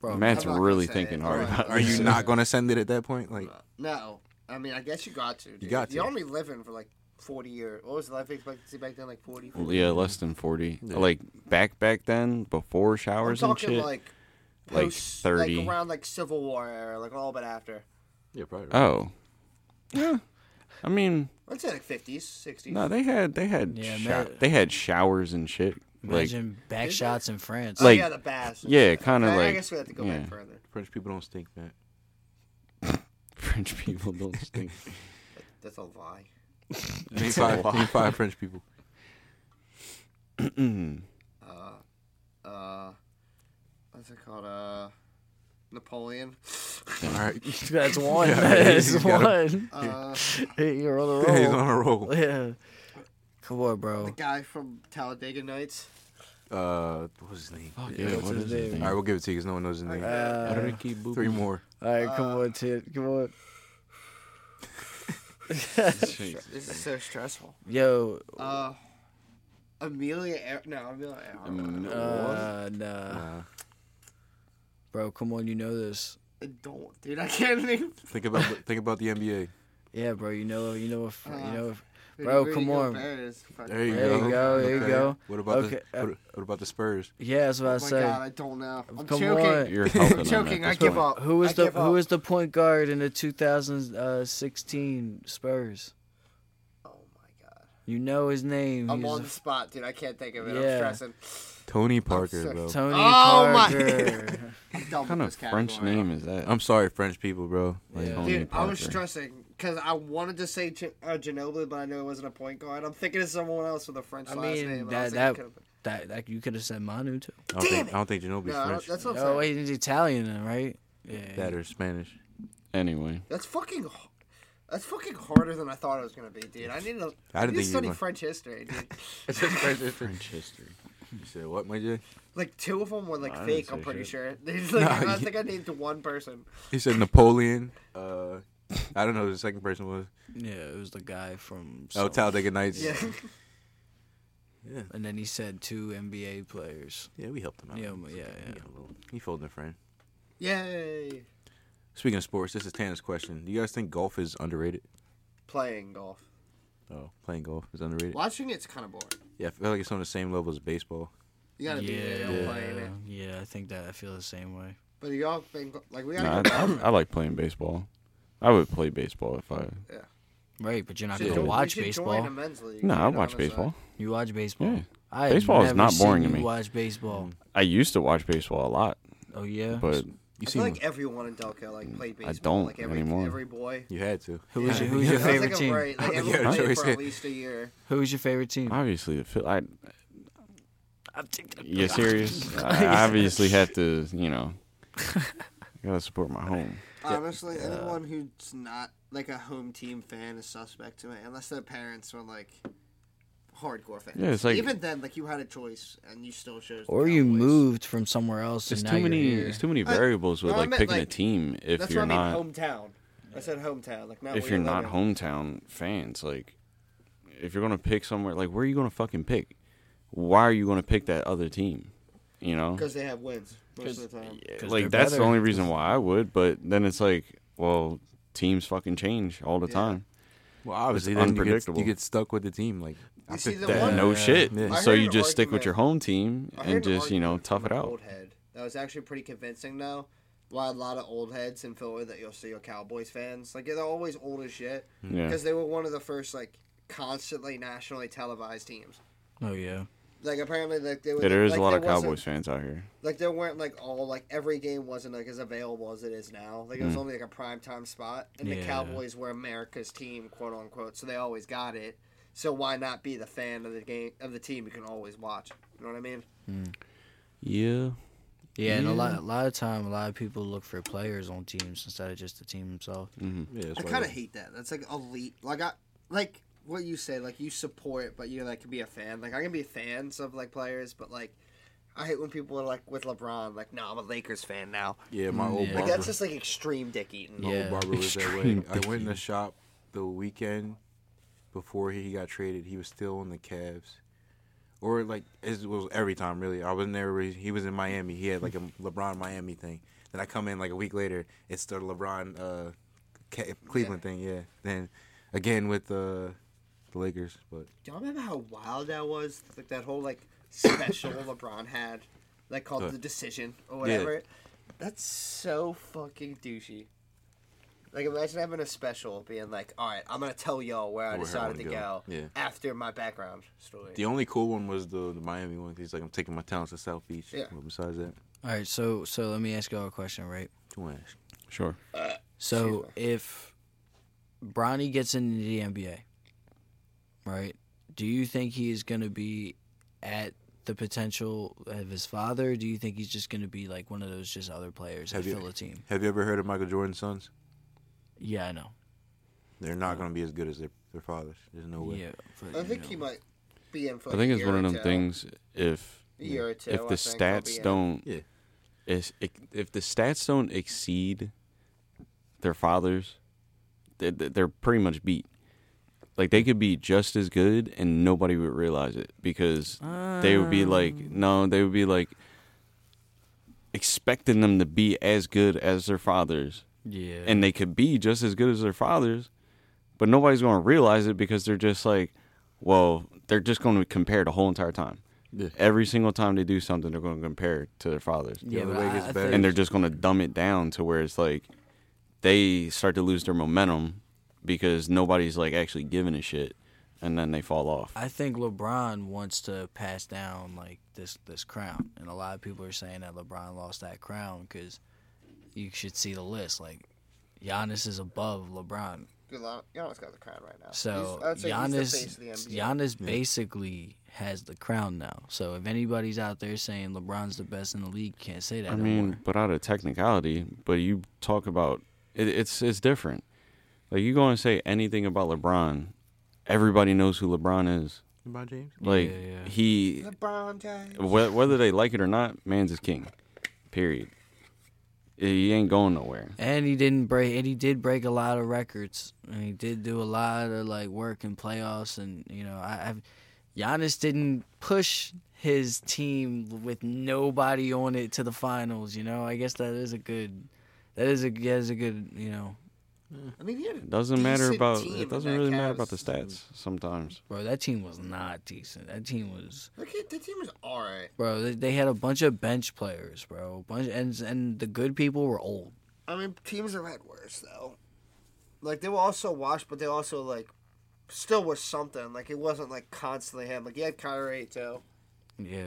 Speaker 3: Bro,
Speaker 1: Matt's
Speaker 2: I'm not gonna
Speaker 1: really
Speaker 2: say
Speaker 1: thinking
Speaker 2: it.
Speaker 1: hard
Speaker 2: Alright,
Speaker 1: about
Speaker 4: Are you
Speaker 1: this.
Speaker 4: not gonna send it at that point? Like
Speaker 2: No, I mean, I guess you got to. Dude. You
Speaker 4: got
Speaker 2: You're
Speaker 4: to.
Speaker 2: only living for like 40 years. What was the life expectancy back then? Like 40.
Speaker 1: Well, Yeah, less than forty.
Speaker 4: Yeah.
Speaker 1: Like back back then, before
Speaker 2: I'm
Speaker 1: showers and
Speaker 2: talking
Speaker 1: shit.
Speaker 2: like
Speaker 1: Like
Speaker 2: post-
Speaker 1: 30.
Speaker 2: like around like Civil War era, like a little bit after.
Speaker 4: yeah, probably.
Speaker 1: oh, yeah. I mean,
Speaker 2: Let's say like 50s, 60s.
Speaker 1: no, they had they had
Speaker 3: Yeah,
Speaker 1: sho-
Speaker 3: man.
Speaker 1: they had showers and shit. Like
Speaker 3: Imagine back shots in France.
Speaker 2: Oh,
Speaker 1: like-
Speaker 2: yeah, the bass.
Speaker 1: yeah, kind
Speaker 2: I,
Speaker 1: of
Speaker 2: I
Speaker 1: like
Speaker 2: guess we have to go
Speaker 1: yeah.
Speaker 2: back further.
Speaker 4: French people don't stink, man.
Speaker 1: French people don't stink.
Speaker 2: That's a lie.
Speaker 4: Name five, name five French people.
Speaker 2: Uh, what's it called? Uh, Napoleon.
Speaker 4: All right, he's
Speaker 3: That's one.
Speaker 4: Yeah,
Speaker 3: That's
Speaker 4: he's got
Speaker 3: one.
Speaker 2: Uh,
Speaker 3: Hey, You're on the roll.
Speaker 4: on a roll.
Speaker 3: Yeah. Come on, bro.
Speaker 2: guy from Talladega Nights.
Speaker 4: Uh, what was his name? All
Speaker 1: yeah,
Speaker 3: what's
Speaker 1: what
Speaker 3: his
Speaker 1: is his
Speaker 3: name?
Speaker 1: name?
Speaker 4: right, we'll give it to you because no one knows his name.
Speaker 3: Uh,
Speaker 1: Ricky Boo-
Speaker 4: Three more.
Speaker 3: all right, come
Speaker 2: Uh,
Speaker 3: on, Tit. Come on.
Speaker 2: This is so stressful.
Speaker 3: Yo.
Speaker 2: Uh, Amelia. Er- no, Amelia. Earhart.
Speaker 3: Uh, nah.
Speaker 4: Uh,
Speaker 3: Bro, come on. You know this.
Speaker 2: I don't, dude. I can't name.
Speaker 4: think about think about the NBA.
Speaker 3: Yeah, bro. You know. You know. If, you
Speaker 2: Uh,
Speaker 3: know. If, Bro,
Speaker 2: Rudy
Speaker 3: come on.
Speaker 2: Gobert is fucking- Oh
Speaker 4: There you
Speaker 3: There
Speaker 4: go.
Speaker 3: you go, there you go.
Speaker 4: What about
Speaker 3: Okay,
Speaker 4: the
Speaker 3: uh,
Speaker 4: what, what about the Spurs?
Speaker 3: yeah, that's what I
Speaker 2: Oh my
Speaker 3: say.
Speaker 2: god, I don't know. I'm
Speaker 3: Come
Speaker 2: choking.
Speaker 3: on.
Speaker 1: You're
Speaker 2: I'm
Speaker 1: helping them
Speaker 2: choking. I
Speaker 1: at this
Speaker 2: give
Speaker 1: point.
Speaker 2: up.
Speaker 3: Who
Speaker 2: I
Speaker 3: is the
Speaker 2: give up.
Speaker 3: Who is the point guard in the 2016 Spurs?
Speaker 2: Oh my god.
Speaker 3: You know his name.
Speaker 2: I'm
Speaker 3: He's
Speaker 2: on
Speaker 3: a
Speaker 2: the spot, dude. I can't think of it.
Speaker 3: Yeah.
Speaker 2: I'm stressing.
Speaker 4: Tony Parker,
Speaker 2: sick.
Speaker 4: bro.
Speaker 3: Tony
Speaker 2: Oh, my-
Speaker 3: Parker.
Speaker 1: What
Speaker 2: I'm done
Speaker 1: kind
Speaker 2: with
Speaker 1: of
Speaker 2: this
Speaker 1: French
Speaker 2: category.
Speaker 1: name is that? Um,
Speaker 4: I'm sorry, French people, bro. Like,
Speaker 3: Yeah.
Speaker 1: Tony
Speaker 2: Dude, I was
Speaker 1: Parker.
Speaker 2: stressing because I wanted to say G- uh, Ginobili, but I knew it wasn't a point guard. I'm thinking of someone else with a French
Speaker 3: I
Speaker 2: last
Speaker 3: mean,
Speaker 2: name. and
Speaker 3: that-
Speaker 2: I was
Speaker 3: that-
Speaker 2: like, it could've
Speaker 3: that that you could have said Manu too.
Speaker 4: I, don't think, I don't think Ginobili's
Speaker 2: been- no, I don't-
Speaker 4: French.
Speaker 2: that's what I'm saying.
Speaker 3: Oh wait, he's Italian, then, right? Yeah.
Speaker 4: that or Spanish.
Speaker 1: Anyway,
Speaker 2: That's fucking. h- That's fucking harder than I thought it was gonna be, dude. I need to.
Speaker 4: I
Speaker 2: I need to
Speaker 4: didn't think you
Speaker 2: study
Speaker 4: were-
Speaker 2: French history, dude.
Speaker 1: French history.
Speaker 4: You said what, my J?
Speaker 2: Like two of them were like
Speaker 1: I didn't
Speaker 2: fake. I'm
Speaker 1: say
Speaker 2: pretty
Speaker 1: shit.
Speaker 2: sure. He's like,
Speaker 4: No,
Speaker 2: I
Speaker 4: you-
Speaker 2: think I named one person.
Speaker 4: He said Napoleon. Uh, I don't know who the second person was.
Speaker 3: Yeah, it was the guy from.
Speaker 4: Oh,
Speaker 3: some-
Speaker 4: Talladega Nights.
Speaker 2: Yeah.
Speaker 4: Yeah,
Speaker 3: And then he said two NBA players.
Speaker 4: we helped him out.
Speaker 3: Yeah, yeah, yeah.
Speaker 4: He, a little, he folded a friend.
Speaker 2: Yay!
Speaker 4: Speaking of sports, this is Tana's question. Do you guys think golf is underrated?
Speaker 2: Playing golf.
Speaker 4: Oh, playing golf is underrated.
Speaker 2: Watching it's kind of boring.
Speaker 4: Yeah, I feel like it's on the same level as baseball.
Speaker 2: You gotta be there
Speaker 3: yeah,
Speaker 2: playing it.
Speaker 3: yeah, I think that I feel the same way.
Speaker 2: But y'all been go- like we gotta
Speaker 1: Nah,
Speaker 2: go
Speaker 1: I,
Speaker 2: golfing.
Speaker 1: I, I like playing baseball. I would play baseball if I.
Speaker 3: Right, but you're not
Speaker 2: We should
Speaker 3: gonna
Speaker 2: join- we
Speaker 3: watch
Speaker 2: should join a
Speaker 3: baseball.
Speaker 2: men's league,
Speaker 1: No, I
Speaker 2: dude,
Speaker 1: watch
Speaker 2: honestly.
Speaker 1: baseball.
Speaker 3: You watch Hmm. baseball.
Speaker 1: Yeah.
Speaker 3: I have
Speaker 1: Baseball is
Speaker 3: never
Speaker 1: not
Speaker 3: seen
Speaker 1: boring to
Speaker 3: you
Speaker 1: me.
Speaker 3: Watch baseball.
Speaker 1: I used to watch baseball a lot,
Speaker 3: Oh yeah.
Speaker 1: but
Speaker 4: You
Speaker 2: I
Speaker 4: seem
Speaker 2: feel like everyone in Delco like played baseball.
Speaker 1: Mm, don't
Speaker 2: like every,
Speaker 1: anymore.
Speaker 2: Every boy.
Speaker 4: you had to.
Speaker 3: who was your, who
Speaker 2: Yeah,
Speaker 3: was your
Speaker 2: I think
Speaker 3: favorite
Speaker 2: I'm
Speaker 3: team?
Speaker 2: Right. Like,
Speaker 4: Yeah,
Speaker 2: everyone
Speaker 4: Joey
Speaker 2: played for
Speaker 4: said-
Speaker 2: at least a year.
Speaker 3: Who was your favorite team?
Speaker 1: obviously the Phil. I
Speaker 3: I've taken
Speaker 1: You serious? I I obviously have to, you know, I gotta support my home.
Speaker 2: Honestly, anyone who's not like a home team fan is suspect to me, unless their parents were like hardcore fans.
Speaker 1: Yeah, it's like-
Speaker 2: even then, like you had a choice and you still chose. the
Speaker 3: Or you
Speaker 2: Cowboys.
Speaker 3: moved from somewhere else.
Speaker 1: It's
Speaker 3: and
Speaker 1: too
Speaker 3: now
Speaker 1: many.
Speaker 3: You're here.
Speaker 1: It's too many
Speaker 2: I-
Speaker 1: variables with
Speaker 2: no, I
Speaker 1: like
Speaker 2: meant,
Speaker 1: picking a
Speaker 2: like,
Speaker 1: team if
Speaker 2: That's
Speaker 1: you're
Speaker 2: what I
Speaker 1: not
Speaker 2: mean. Hometown. I said hometown. Like not
Speaker 1: if
Speaker 2: where
Speaker 1: you're
Speaker 2: you
Speaker 1: not
Speaker 2: live in.
Speaker 1: hometown fans. Like, if you're gonna pick somewhere, like where are you gonna fucking pick? Why are you gonna pick that other team? You know,
Speaker 2: because they have wins most of the time.
Speaker 1: Yeah,
Speaker 3: 'Cause
Speaker 1: like
Speaker 3: they're
Speaker 1: that's the
Speaker 3: better.
Speaker 1: only reason why I would. But then it's like, well, teams fucking change all the
Speaker 2: Yeah.
Speaker 1: time.
Speaker 4: Well, obviously,
Speaker 1: It's
Speaker 4: then you get,
Speaker 1: unpredictable.
Speaker 4: you get stuck with the team. Like, I
Speaker 2: You see
Speaker 4: picked
Speaker 2: the
Speaker 1: That-
Speaker 2: one-
Speaker 1: no
Speaker 3: Yeah.
Speaker 1: shit.
Speaker 4: Yeah.
Speaker 2: I
Speaker 1: So
Speaker 2: heard
Speaker 1: you
Speaker 2: an
Speaker 1: just stick with
Speaker 2: argument-
Speaker 1: your home team
Speaker 2: I
Speaker 1: and
Speaker 2: heard an
Speaker 1: just you know
Speaker 2: argument
Speaker 1: tough
Speaker 2: from
Speaker 1: it
Speaker 2: an
Speaker 1: out.
Speaker 2: Old head that was actually pretty convincing though. Why a lot of old heads in Philly that you'll see are Cowboys fans. Like they're always old as shit
Speaker 1: Yeah.
Speaker 2: because they were one of the first like constantly nationally televised teams.
Speaker 3: Oh yeah.
Speaker 2: Like apparently, like they were.
Speaker 1: Yeah, there is
Speaker 2: like,
Speaker 1: a lot
Speaker 2: there
Speaker 1: of
Speaker 2: wasn't-
Speaker 1: Cowboys fans out here.
Speaker 2: Like there weren't like all like every game wasn't like as available as it is now. Like it
Speaker 1: Mm.
Speaker 2: was only like a prime time spot, and the
Speaker 3: Yeah.
Speaker 2: Cowboys were America's team, quote unquote. So they always got it. So why not be the fan of the game of the team you can always watch? You know what I mean?
Speaker 1: Yeah.
Speaker 3: Yeah, and a lot, a lot of time, a lot of people look for players on teams instead of just the team themselves.
Speaker 4: Yeah, that's
Speaker 2: I
Speaker 4: why
Speaker 2: kind of
Speaker 4: they-
Speaker 2: hate that. That's like elite. Like I like what you say. Like you support, but you like can be a fan. Like I can be fans of like players, but like I hate when people are like with LeBron. Like no, I'm a Lakers fan now.
Speaker 4: Yeah, my old
Speaker 3: Yeah.
Speaker 4: barber.
Speaker 2: Like that's just like extreme dick eating.
Speaker 4: my
Speaker 3: Yeah.
Speaker 4: old barber was that way.
Speaker 1: Extreme
Speaker 4: I went in the shop the weekend before he got traded. He was still on the Cavs, or like it was every time. Really, I wasn't there. really- He was in Miami. He had like a LeBron Miami thing. Then I come in like a week later. It's the LeBron uh, Ca- Cleveland thing. Yeah. Then again with uh, the Lakers, but
Speaker 2: Do y'all remember how wild that was? Like that whole like special LeBron had, like called
Speaker 4: Uh,
Speaker 2: the decision or whatever. That's so fucking douchey. Like imagine having a special being like, all right, I'm gonna tell y'all where I
Speaker 4: Where I
Speaker 2: decided to
Speaker 4: wanna go."
Speaker 2: go,
Speaker 4: Yeah.
Speaker 2: after my background story.
Speaker 4: the only cool one was the, the Miami one. 'cause He's like, I'm taking my talents to South Beach.
Speaker 2: Yeah.
Speaker 4: But besides that,
Speaker 3: All right, so so let me ask y'all a question, right?
Speaker 4: don't ask.
Speaker 1: Sure.
Speaker 3: So if Bronny gets into the NBA, right? Do you think he is going to be at the potential of his father? Do you think he's just going to be like one of those just other players that
Speaker 4: Have you-
Speaker 3: fill a team?
Speaker 4: Have you ever heard of Michael Jordan's sons?
Speaker 3: Yeah, I know.
Speaker 4: They're not going to be as good as their, their fathers. There's no way.
Speaker 3: Yeah, but,
Speaker 2: I
Speaker 3: you
Speaker 2: think
Speaker 3: know.
Speaker 2: he might be in for.
Speaker 1: I think
Speaker 2: like,
Speaker 1: it's one of
Speaker 2: year or
Speaker 1: them
Speaker 2: two.
Speaker 1: things. If
Speaker 2: A year or two.
Speaker 1: if the
Speaker 2: I think I'll be
Speaker 1: stats
Speaker 2: in.
Speaker 1: don't,
Speaker 4: Yeah.
Speaker 1: is- if the stats don't exceed their fathers, they- they- they're pretty much beat. Like they could be just as good and nobody would realize it because
Speaker 3: Uh,
Speaker 1: they would be like,
Speaker 3: Um,
Speaker 1: no, they would be like expecting them to be as good as their fathers,
Speaker 3: Yeah.
Speaker 1: and they could be just as good as their fathers, but nobody's going to realize it because they're just like, well, they're just going to compare the whole entire time.
Speaker 4: Yeah.
Speaker 1: Every single time they do something, they're going to compare it to their fathers,
Speaker 3: yeah,
Speaker 4: other
Speaker 3: but
Speaker 4: way
Speaker 3: I-
Speaker 4: gets
Speaker 3: I
Speaker 4: better.
Speaker 3: think-
Speaker 1: and they're just going to dumb it down to where it's like they start to lose their momentum because nobody's like actually giving a shit, and then they fall off.
Speaker 3: I think LeBron wants to pass down like this this crown, and a lot of people are saying that LeBron lost that crown because you should see the list. Like Giannis is above LeBron,
Speaker 2: Dude, Gian- Giannis got the crown right now.
Speaker 3: so
Speaker 2: He's- I'd say he's the face
Speaker 3: Giannis
Speaker 2: of the NBA.
Speaker 3: Giannis basically has the crown now. So if anybody's out there saying LeBron's the best in the league, can't say that.
Speaker 1: I
Speaker 3: no
Speaker 1: mean,
Speaker 3: more.
Speaker 1: but out of technicality, but you talk about it, it's it's different. Like you go and say anything about LeBron, everybody knows who LeBron is.
Speaker 4: About James?
Speaker 1: Like
Speaker 3: Yeah, yeah.
Speaker 1: he,
Speaker 2: LeBron James.
Speaker 1: wh- whether they like it or not, man's is king. Period. He ain't going nowhere.
Speaker 3: and he didn't break, and he did break a lot of records, and he did do a lot of like work in playoffs, and you know, I, I've Giannis didn't push his team with nobody on it to the finals. You know, I guess that is a good, that is a that is a good, you know,
Speaker 2: I mean, he had a
Speaker 1: It doesn't matter
Speaker 2: decent
Speaker 1: about
Speaker 2: team in
Speaker 1: it. Doesn't
Speaker 2: that
Speaker 1: really matter
Speaker 2: Cavs.
Speaker 1: about the stats sometimes.
Speaker 3: bro. That team was not decent. That team was,
Speaker 2: Look at the team is all right.
Speaker 3: bro. They, they had a bunch of bench players, bro. Bunch and and the good people were old.
Speaker 2: I mean, teams have had worse though. Like they were also washed, but they also like still were something. Like it wasn't like constantly him. Like he had Kyrie too.
Speaker 3: Yeah.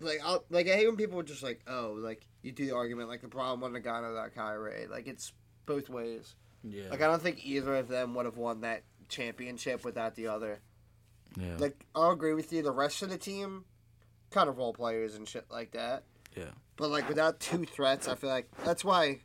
Speaker 2: Like I like I hate when people are just like, oh, like you do the argument like the problem wasn't the guy without Kyrie. Like it's both ways.
Speaker 3: Yeah.
Speaker 2: Like I don't think either of them would have won that championship without the other.
Speaker 3: yeah.
Speaker 2: Like I'll agree with you. The rest of the team kind of role players and shit like that.
Speaker 3: Yeah.
Speaker 2: But like without two threats, I feel like that's why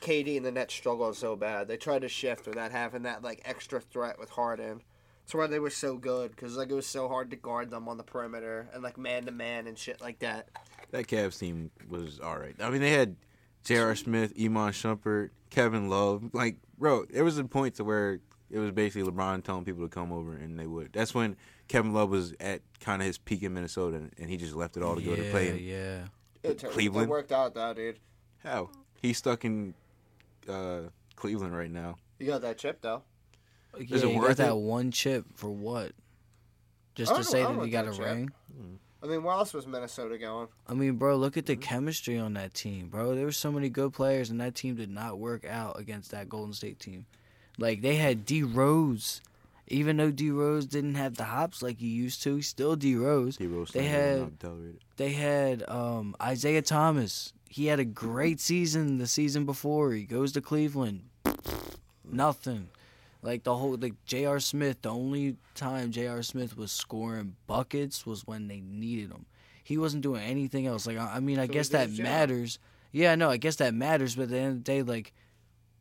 Speaker 2: KD and the Nets struggled so bad. They tried to shift without having that like extra threat with Harden. That's why they were so good because like it was so hard to guard them on the perimeter and like man to man and shit like that.
Speaker 4: That Cavs team was all right. I mean, they had J.R. Smith, Iman Shumpert, Kevin Love. Like, bro, there was a point to where it was basically LeBron telling people to come over, and they would. That's when Kevin Love was at kind of his peak in Minnesota, and- and he just left it all to go to play. in-
Speaker 3: Yeah.
Speaker 2: It totally-
Speaker 4: Cleveland?
Speaker 2: It worked out though, dude.
Speaker 4: How? He's stuck in uh, Cleveland right now.
Speaker 2: You got that chip though.
Speaker 3: Yeah,
Speaker 4: it
Speaker 3: you
Speaker 4: worth
Speaker 3: got that
Speaker 4: it?
Speaker 3: one chip for what? Just
Speaker 2: I
Speaker 3: to
Speaker 2: don't-
Speaker 3: say
Speaker 2: I don't
Speaker 3: that you
Speaker 2: want
Speaker 3: got a
Speaker 2: that chip.
Speaker 3: ring?
Speaker 2: I mean, where else was Minnesota going?
Speaker 3: I mean, bro, look
Speaker 2: Mm-hmm.
Speaker 3: at the chemistry on that team, bro. There were so many good players, and that team did not work out against that Golden State team. Like they had D Rose, even though D Rose didn't have the hops like he used to, he's still D Rose.
Speaker 4: He roasted
Speaker 3: They
Speaker 4: him and
Speaker 3: had
Speaker 4: not tolerated.
Speaker 3: they had um, Isaiah Thomas. He had a great season the season before. He goes to Cleveland, nothing. Like the whole like J.R. Smith. The only time J.R. Smith was scoring buckets was when they needed him. He wasn't doing anything else. Like I, I mean, I
Speaker 2: So
Speaker 3: guess
Speaker 2: he did
Speaker 3: that
Speaker 2: his job.
Speaker 3: matters. Yeah, no, I guess that matters. But at the end of the day, like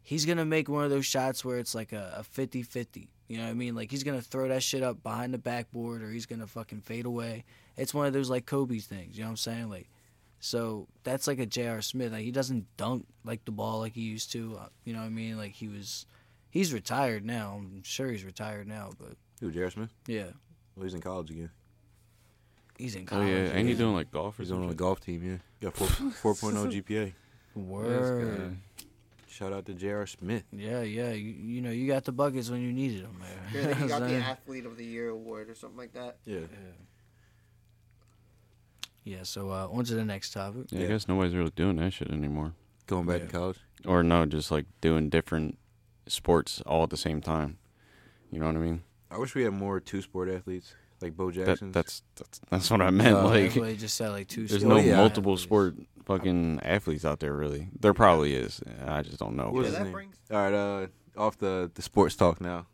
Speaker 3: he's gonna make one of those shots where it's like a, a 50-50 you know what i mean like he's gonna throw that shit up behind the backboard or he's gonna fucking fade away it's one of those like kobe's things you know what i'm saying like so that's like a J.R. smith like he doesn't dunk like the ball like he used to uh, you know what i mean like he was he's retired now i'm sure he's retired now but
Speaker 4: Who, J.R. Smith?
Speaker 3: yeah
Speaker 4: Well, he's in college again.
Speaker 3: he's in
Speaker 1: Oh
Speaker 3: college
Speaker 1: yeah, ain't he
Speaker 3: yeah.
Speaker 1: doing like golf or
Speaker 4: He's on a
Speaker 1: something?
Speaker 4: golf team, yeah. Got 4, 4.0 GPA.
Speaker 3: word
Speaker 4: Shout out to J.R. Smith.
Speaker 3: yeah yeah you, you know you got the buckets when you needed them
Speaker 2: Yeah,
Speaker 3: man.
Speaker 2: like, you got the
Speaker 3: So-
Speaker 2: athlete of the year award or something like that.
Speaker 4: Yeah.
Speaker 3: yeah so uh, on to the next topic
Speaker 1: Yeah,
Speaker 4: Yeah.
Speaker 1: I guess nobody's really doing that shit anymore.
Speaker 4: Going back
Speaker 3: Yeah.
Speaker 4: to college.
Speaker 1: Or no, just like doing different sports all at the same time. You know what I mean?
Speaker 4: I wish we had more two sport athletes like Bo
Speaker 1: That,
Speaker 4: Jackson.
Speaker 1: that's that's that's what I meant.
Speaker 4: No,
Speaker 1: like,
Speaker 3: Uh, Everybody just said like two.
Speaker 1: there's
Speaker 4: Uh, Oh,
Speaker 1: no
Speaker 4: yeah.
Speaker 1: multiple sport fucking athletes out there really. There probably is. I just don't know.
Speaker 4: What
Speaker 1: but-
Speaker 2: Yeah,
Speaker 4: is his
Speaker 2: that
Speaker 4: name?
Speaker 2: brings.
Speaker 4: All right, uh, off the, the sports talk now.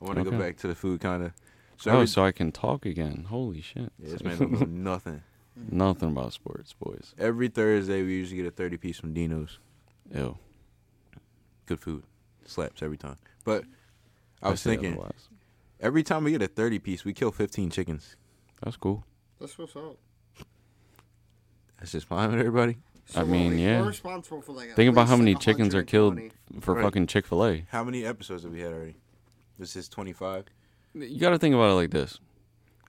Speaker 4: I want to go
Speaker 1: Okay.
Speaker 4: back to the food kind of. So,
Speaker 1: Oh,
Speaker 4: every-
Speaker 1: so I can talk again. Holy shit!
Speaker 4: yeah, this man don't know nothing.
Speaker 1: Nothing about sports, boys.
Speaker 4: Every Thursday, we usually get a 30 piece from Dino's.
Speaker 1: Ew.
Speaker 4: Good food. Slaps every time. But I was
Speaker 1: say
Speaker 4: thinking,
Speaker 1: otherwise.
Speaker 4: every time we get a 30 piece, we kill 15 chickens.
Speaker 1: that's cool.
Speaker 2: That's what's up.
Speaker 4: That's just fine with everybody.
Speaker 2: So
Speaker 1: I mean,
Speaker 2: we're-
Speaker 1: yeah.
Speaker 2: We're responsible for like at
Speaker 1: Think about
Speaker 2: least
Speaker 1: how many
Speaker 2: 120.
Speaker 1: chickens are killed for
Speaker 4: Right.
Speaker 1: fucking Chick Fil A.
Speaker 4: How many episodes have we had already? This is 25.
Speaker 1: You got to think about it like this.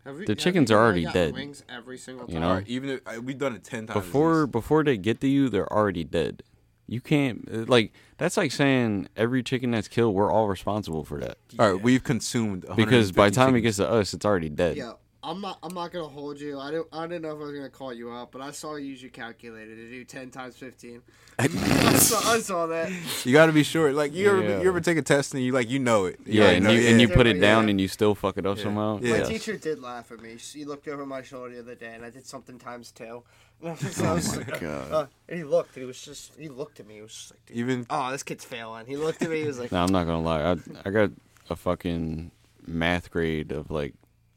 Speaker 2: Have we-
Speaker 1: The
Speaker 2: have
Speaker 1: chickens
Speaker 2: we
Speaker 1: are
Speaker 2: really
Speaker 1: already
Speaker 2: got
Speaker 1: dead,
Speaker 2: Wings every single time.
Speaker 1: you know?
Speaker 4: All right, even if, uh, we've done it 10 times. at
Speaker 1: before
Speaker 4: least.
Speaker 1: before they get to you, they're already dead. You can't uh, like that's like saying every chicken that's killed, we're all responsible for that
Speaker 4: All right, we've consumed.
Speaker 1: because by
Speaker 4: 150
Speaker 1: the time it gets
Speaker 4: chickens.
Speaker 1: to us, it's already dead.
Speaker 2: Yeah, I'm not. I'm not gonna hold you. I didn't. I didn't know if I was gonna call you out, but I saw you use your calculator to do ten times fifteen. I, saw, I saw that.
Speaker 4: You got to be sure. Like you
Speaker 1: Yeah.
Speaker 4: ever you ever take a test and you like you know it.
Speaker 1: Yeah,
Speaker 4: already
Speaker 1: and
Speaker 4: know
Speaker 1: you
Speaker 4: it.
Speaker 1: and you
Speaker 4: Yeah.
Speaker 1: put it down
Speaker 2: Yeah.
Speaker 1: and you still fuck it up
Speaker 4: Yeah.
Speaker 1: somehow.
Speaker 4: Yeah.
Speaker 2: My
Speaker 1: Yes.
Speaker 2: teacher did laugh at me. She looked over my shoulder the other day, and I did something times two. And I was,
Speaker 1: Oh
Speaker 2: I was like, uh, and he looked. And he was just. He looked at me. He was just like, dude,
Speaker 4: Even
Speaker 2: "Oh, this kid's failing." He looked at me. He was like,
Speaker 1: No, I'm not gonna lie. I I got a fucking math grade of like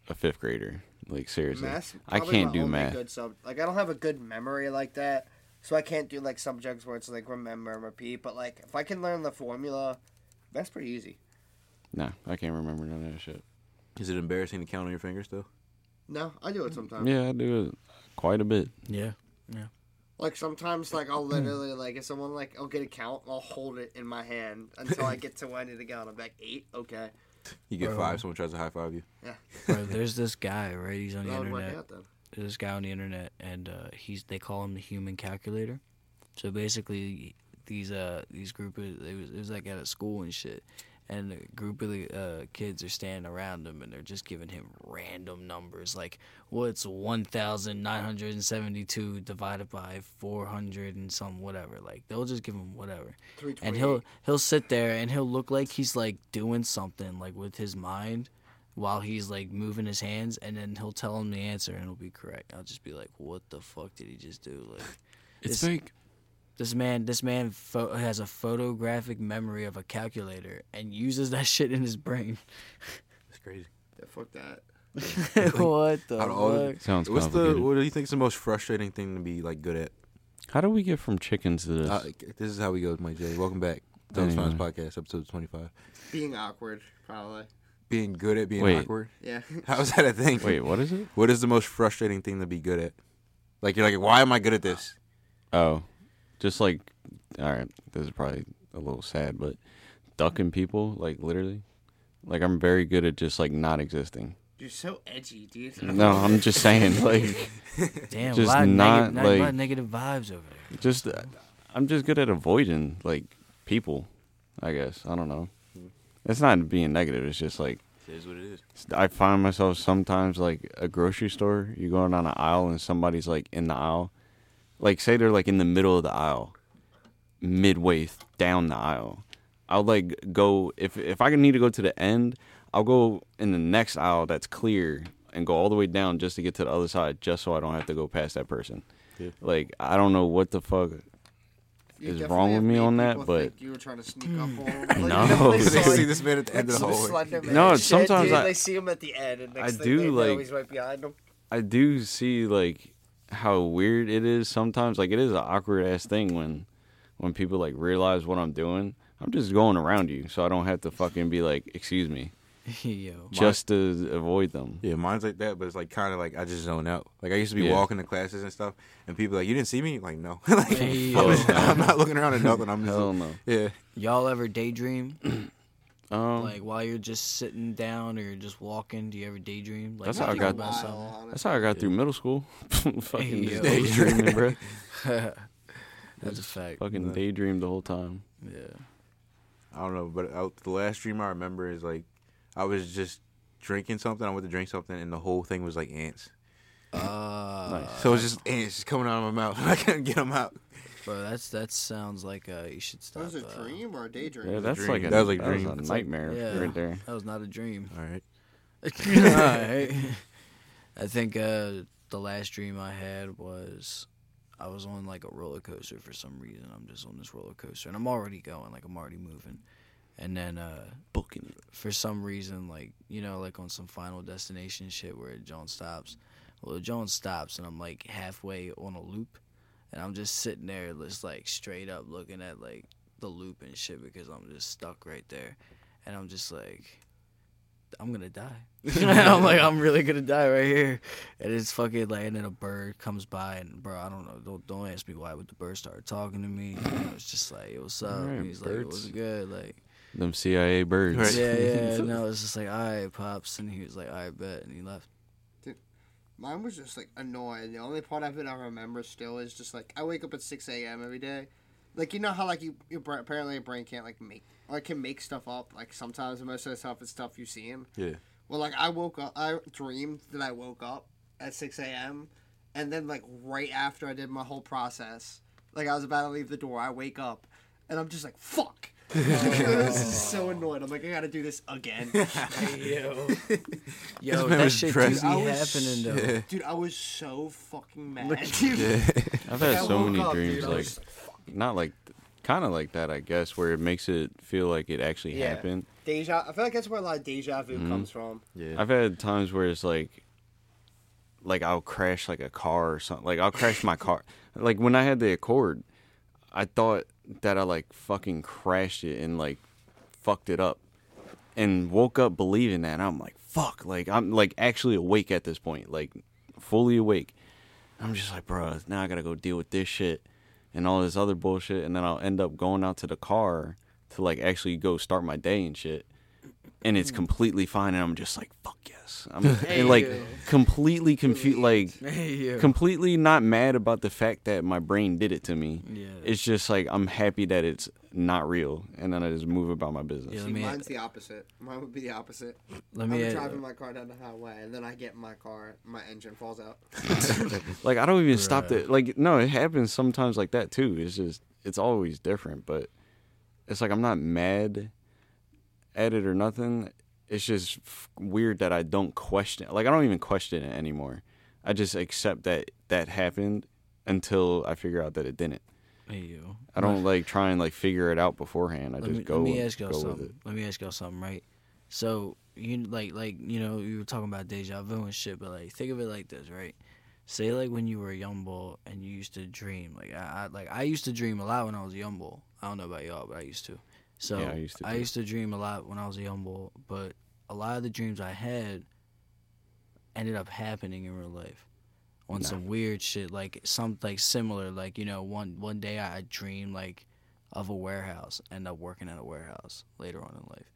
Speaker 1: a fifth grader. Like seriously,
Speaker 2: Math.
Speaker 1: I
Speaker 2: probably
Speaker 1: can't
Speaker 2: my
Speaker 1: do
Speaker 2: only
Speaker 1: math.
Speaker 2: Good sub- like I don't have a good memory like that, so I can't do like subjects where it's like remember and repeat. But like if I can learn the formula, that's pretty easy.
Speaker 1: Nah, I can't remember none of that shit.
Speaker 4: is it embarrassing to count on your fingers though?
Speaker 2: No, I do it sometimes.
Speaker 1: Yeah, I do it quite a bit.
Speaker 3: Yeah.
Speaker 2: Like sometimes, like I'll literally like if someone like I'll get a count, I'll hold it in my hand until I get to where I need to go, and I'm like eight, okay.
Speaker 4: You get
Speaker 3: Bro.
Speaker 4: five. Someone tries to high five you.
Speaker 3: Bro, there's this guy, right? He's on the
Speaker 2: That would work
Speaker 3: internet.
Speaker 2: out then.
Speaker 3: There's this guy on the internet, and uh, he's they call him the human calculator. So basically, these uh these group of it was, it was like at a school and shit, and the group of the uh, kids are standing around him and they're just giving him random numbers like what's one thousand nine hundred and seventy two divided by four hundred and some whatever. Like they'll just give him whatever
Speaker 2: Three
Speaker 3: and
Speaker 2: twenty.
Speaker 3: he'll he'll sit there and he'll look like he's like doing something like with his mind while he's like moving his hands and then he'll tell him the answer and it'll be correct i'll just be like what the fuck did he just do like
Speaker 1: It's
Speaker 3: this,
Speaker 1: fake.
Speaker 3: this man this man pho- has a photographic memory of a calculator and uses that shit in his brain
Speaker 4: That's crazy.
Speaker 2: Yeah, fuck that.
Speaker 3: what the
Speaker 4: Out of all the-
Speaker 3: fuck?
Speaker 1: Sounds
Speaker 4: What's the?
Speaker 1: complicated.
Speaker 4: What do you think is the most frustrating thing to be like good at?
Speaker 1: How do we get from chickens to this?
Speaker 4: Uh, this is how we go, Mike J. Welcome back. Those
Speaker 1: Anyway.
Speaker 4: Finds Podcast, episode twenty-five.
Speaker 2: Being awkward, probably.
Speaker 4: Being good at being
Speaker 1: Wait.
Speaker 4: awkward.
Speaker 2: Yeah.
Speaker 4: How is that a thing?
Speaker 1: Wait, what is it?
Speaker 4: What is the most frustrating thing to be good at? Like you're like, why am I good at this?
Speaker 1: Oh, just like, all right, this is probably a little sad, but ducking people, like literally, like I'm very good at just like not existing.
Speaker 2: You're so edgy, dude.
Speaker 1: No, I'm just saying, like,
Speaker 3: Damn,
Speaker 1: Just
Speaker 3: a lot, of
Speaker 1: not,
Speaker 3: neg- not- a lot of
Speaker 1: like-
Speaker 3: negative vibes over there.
Speaker 1: just I'm just good at avoiding like people. I guess I don't know. It's not being negative. It's just like
Speaker 4: It is what it is.
Speaker 1: I find myself sometimes like a grocery store. You're going down an aisle and somebody's like in the aisle, like say they're like in the middle of the aisle, midway th- down the aisle. I'll like go if if I need to go to the end, I'll go in the next aisle that's clear and go all the way down just to get to the other side, just so I don't have to go past that person.
Speaker 4: Yeah.
Speaker 1: Like I don't know what the fuck.
Speaker 2: You
Speaker 1: is
Speaker 2: definitely
Speaker 1: wrong with
Speaker 2: have
Speaker 1: me
Speaker 2: made
Speaker 1: on that,
Speaker 2: people
Speaker 1: but-
Speaker 2: think you were trying to sneak up on. them. Like, you
Speaker 1: No.
Speaker 2: definitely
Speaker 1: They
Speaker 2: saw,
Speaker 4: They
Speaker 2: like,
Speaker 4: see this man at the end of the
Speaker 2: some
Speaker 4: hallway.
Speaker 2: Slender Man
Speaker 1: No,
Speaker 2: shit,
Speaker 1: sometimes
Speaker 2: dude,
Speaker 1: I-
Speaker 2: they see him at the end, and next
Speaker 1: I
Speaker 2: thing
Speaker 1: do,
Speaker 2: they know,
Speaker 1: like-
Speaker 2: he's right behind him.
Speaker 1: I do see like how weird it is sometimes. Like it is an awkward ass thing when when people like realize what I'm doing. I'm just going around you, so I don't have to fucking be like, excuse me,
Speaker 3: Yo,
Speaker 1: just to avoid them.
Speaker 4: Yeah, mine's like that, but it's like kind of like I just zone out. Like I used to be
Speaker 1: Yeah.
Speaker 4: walking to classes and stuff, and people like, "You didn't see me?" Like, no, like
Speaker 3: Hey,
Speaker 4: I'm,
Speaker 1: yo.
Speaker 4: just- I'm not looking around at nothing. I'm just,
Speaker 1: Hell no.
Speaker 4: yeah.
Speaker 3: y'all ever daydream?
Speaker 1: Um,
Speaker 3: like while you're just sitting down or you're just walking, do you ever daydream? Like
Speaker 1: That's how I
Speaker 3: think
Speaker 1: got-
Speaker 3: about
Speaker 2: Wild
Speaker 3: something?
Speaker 2: on it.
Speaker 1: that's how I got through middle school. fucking
Speaker 3: yo.
Speaker 1: just daydreaming, bro.
Speaker 3: That's a fact.
Speaker 1: fucking daydream the whole time.
Speaker 3: Yeah.
Speaker 4: I don't know, but I, the last dream I remember is like I was just drinking something. I went to drink something, and the whole thing was like ants.
Speaker 3: Uh,
Speaker 4: so it was just ants just coming out of my mouth. I couldn't get them out.
Speaker 3: bro, that's that sounds like uh, you should
Speaker 2: That
Speaker 3: stop.
Speaker 2: was a
Speaker 3: uh,
Speaker 2: dream or a daydream?
Speaker 1: Yeah, that's
Speaker 4: dream.
Speaker 1: like a,
Speaker 4: That was like dream.
Speaker 1: a
Speaker 4: It's
Speaker 3: like-
Speaker 1: nightmare
Speaker 3: yeah.
Speaker 1: right there.
Speaker 3: That was not a dream.
Speaker 4: All right.
Speaker 3: Alright. I think uh, the last dream I had was I was on like a roller coaster for some reason. I'm just on this roller coaster and I'm already going, like I'm already moving. And then uh,
Speaker 1: Booking it.
Speaker 3: for some reason, like you know, like on some Final Destination shit where John stops. Well, John stops, and I'm like halfway on a loop, and I'm just sitting there, just like straight up looking at like the loop and shit because I'm just stuck right there, and I'm just like, I'm gonna die. I'm like, I'm really gonna die right here, and it's fucking like, and then a bird comes by, and bro, I don't know, don't don't ask me why, but the bird started talking to me. And it was just like, "Yo, what's up?
Speaker 1: Alright,
Speaker 3: and he's like,
Speaker 1: birds.
Speaker 3: what's good? Like.
Speaker 1: Them CIA birds.
Speaker 4: Right.
Speaker 3: Yeah, yeah. And I was just like, all right, pops, and he was like, all right, bet, and he left.
Speaker 2: Mine was just like annoying. The only part of it I remember still is just like I wake up at six a.m. every day. Like you know how like you, your bra- apparently your brain can't like make or it can make stuff up. Like sometimes and most of the stuff is stuff you see in.
Speaker 4: Yeah.
Speaker 2: Well, like I woke up, I dreamed that I woke up at six a.m. and then like right after I did my whole process, like I was about to leave the door, I wake up and I'm just like fuck. this is so annoying. I'm like I gotta do this again.
Speaker 3: Yo, yo,
Speaker 4: man
Speaker 3: that
Speaker 4: was
Speaker 3: shit
Speaker 4: dressed-
Speaker 3: keeps
Speaker 2: I
Speaker 3: me
Speaker 2: was
Speaker 3: happening though.
Speaker 2: Dude, I was so fucking mad. dude.
Speaker 1: I've had
Speaker 2: I
Speaker 1: so
Speaker 2: woke
Speaker 1: many
Speaker 2: up, dude,
Speaker 1: dreams
Speaker 2: I
Speaker 1: like
Speaker 2: was
Speaker 1: not like kind of like that I guess where it makes it feel like it actually
Speaker 2: Yeah.
Speaker 1: happened.
Speaker 2: Deja. I feel like that's where a lot of deja
Speaker 1: Mm-hmm.
Speaker 2: vu comes from.
Speaker 4: Yeah.
Speaker 1: I've had times where it's like like I'll crash like a car or something. Like I'll crash my car. Like when I had the Accord, I thought that I like fucking crashed it and like fucked it up and woke up believing that. And I'm like, fuck, like I'm like actually awake at this point, like fully awake. I'm just like, bro, now I gotta go deal with this shit and all this other bullshit, and then I'll end up going out to the car to like actually go start my day and shit. And it's completely fine, and I'm just like, fuck yes. I'm and, like
Speaker 3: you.
Speaker 1: completely confused, like
Speaker 3: Hey, yo.
Speaker 1: completely not mad about the fact that my brain did it to me.
Speaker 3: Yeah.
Speaker 1: It's just like I'm happy that it's not real, and then I just move about my business.
Speaker 3: Yeah.
Speaker 2: See,
Speaker 3: Let me-
Speaker 2: mine's the opposite. Mine would be the opposite.
Speaker 3: Let
Speaker 2: I'm
Speaker 3: me add,
Speaker 2: driving my car down the highway, and then I get in my car, my engine falls out.
Speaker 1: Like I don't even stop
Speaker 3: Right.
Speaker 1: to like no, it happens sometimes like that too. It's just it's always different, but it's like I'm not mad at it or nothing. It's just f- weird that I don't question. Like I don't even question it anymore. I just accept that that happened until I figure out that it didn't.
Speaker 3: hey, yo.
Speaker 1: I don't like try and like figure it out beforehand. I
Speaker 3: Let
Speaker 1: just
Speaker 3: me,
Speaker 1: go
Speaker 3: let me
Speaker 1: with-
Speaker 3: ask y'all
Speaker 1: go with it.
Speaker 3: something. Let me ask y'all something, right? So you like like you know you were talking about deja vu and shit, but like think of it like this, right? Say like when you were a young bull and you used to dream. Like I, I like I used to dream a lot when I was a young bull. I don't know about y'all, but I used to. So
Speaker 1: Yeah, I used to
Speaker 3: I
Speaker 1: too.
Speaker 3: used to dream a lot when I was a young bull, but a lot of the dreams I had ended up happening in real life on some weird shit like some like similar like you know one one day I dreamed like of a warehouse end up working at a warehouse later on in life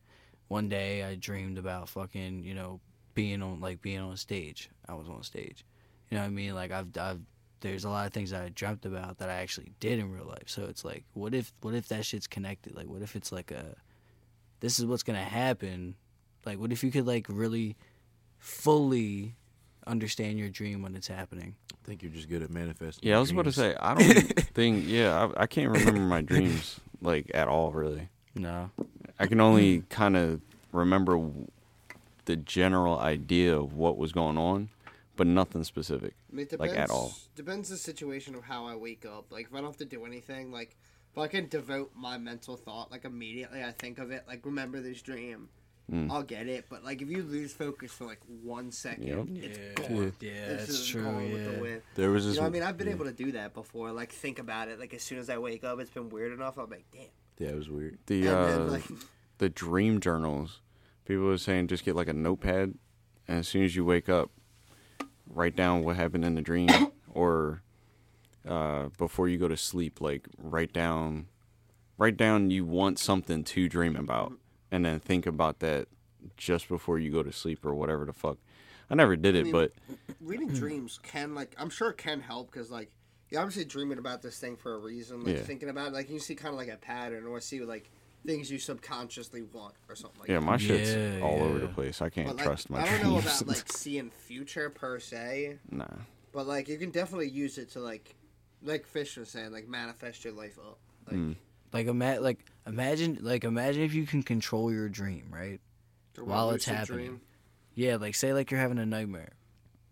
Speaker 3: one day I dreamed about fucking you know being on like being on stage I was on stage you know what I mean like I've I've there's a lot of things that I dreamt about that I actually did in real life so it's like what if what if that shit's connected like what if it's like a this is what's gonna happen like what if you could like really fully understand your dream when it's happening
Speaker 4: I think you're just good at manifesting.
Speaker 1: Yeah, I
Speaker 4: your
Speaker 1: was about to
Speaker 4: dreams.
Speaker 1: say I don't think. Yeah, I, I can't remember my dreams like at all. Really,
Speaker 3: no
Speaker 1: I can only kind of remember w- the general idea of what was going on, but nothing specific.
Speaker 2: I mean, it
Speaker 1: Like,
Speaker 2: depends,
Speaker 1: at all.
Speaker 2: Depends the situation of how I wake up. Like if I don't have to do anything, like if I can devote my mental thought, like immediately I think of it, like remember this dream, I'll get it. But like if you lose focus for like one second,
Speaker 1: Yep.
Speaker 2: it's
Speaker 3: Yeah.
Speaker 2: gone.
Speaker 3: Yeah,
Speaker 2: It's
Speaker 3: that's
Speaker 2: just
Speaker 3: true,
Speaker 2: gone with
Speaker 3: yeah.
Speaker 2: the wind.
Speaker 4: There was
Speaker 2: You
Speaker 4: this.
Speaker 2: know, what I mean, I've been able to do that before. Like think about it. Like as soon as I wake up, it's been weird enough. I'm like, damn.
Speaker 4: Yeah, it was weird.
Speaker 1: The
Speaker 2: And
Speaker 1: uh,
Speaker 2: then, like-
Speaker 1: the dream journals, people were saying just get like a notepad, and as soon as you wake up, write down what happened in the dream, or uh, before you go to sleep, like write down, write down you want something to dream about, and then think about that just before you go to sleep or whatever the fuck. I never did it,
Speaker 2: mean-
Speaker 1: but
Speaker 2: reading
Speaker 1: Hmm.
Speaker 2: dreams can like I'm sure it can help because like you're obviously dreaming about this thing for a reason. Like
Speaker 1: Yeah.
Speaker 2: thinking about it, like you see kind of like a pattern or see like things you subconsciously want or something like
Speaker 1: yeah,
Speaker 2: that.
Speaker 1: my shit's
Speaker 3: Yeah,
Speaker 1: all over the
Speaker 3: yeah.
Speaker 1: place. I can't
Speaker 2: But, like,
Speaker 1: trust my
Speaker 2: I don't
Speaker 1: dreams.
Speaker 2: know about like seeing future per se,
Speaker 1: nah.
Speaker 2: but like you can definitely use it to like like Fish was saying, like manifest your life up. Like
Speaker 1: Hmm.
Speaker 3: like ima- like imagine like imagine if you can control your dream right
Speaker 2: to
Speaker 3: While
Speaker 2: lucid
Speaker 3: it's happening. yeah like say like you're having a nightmare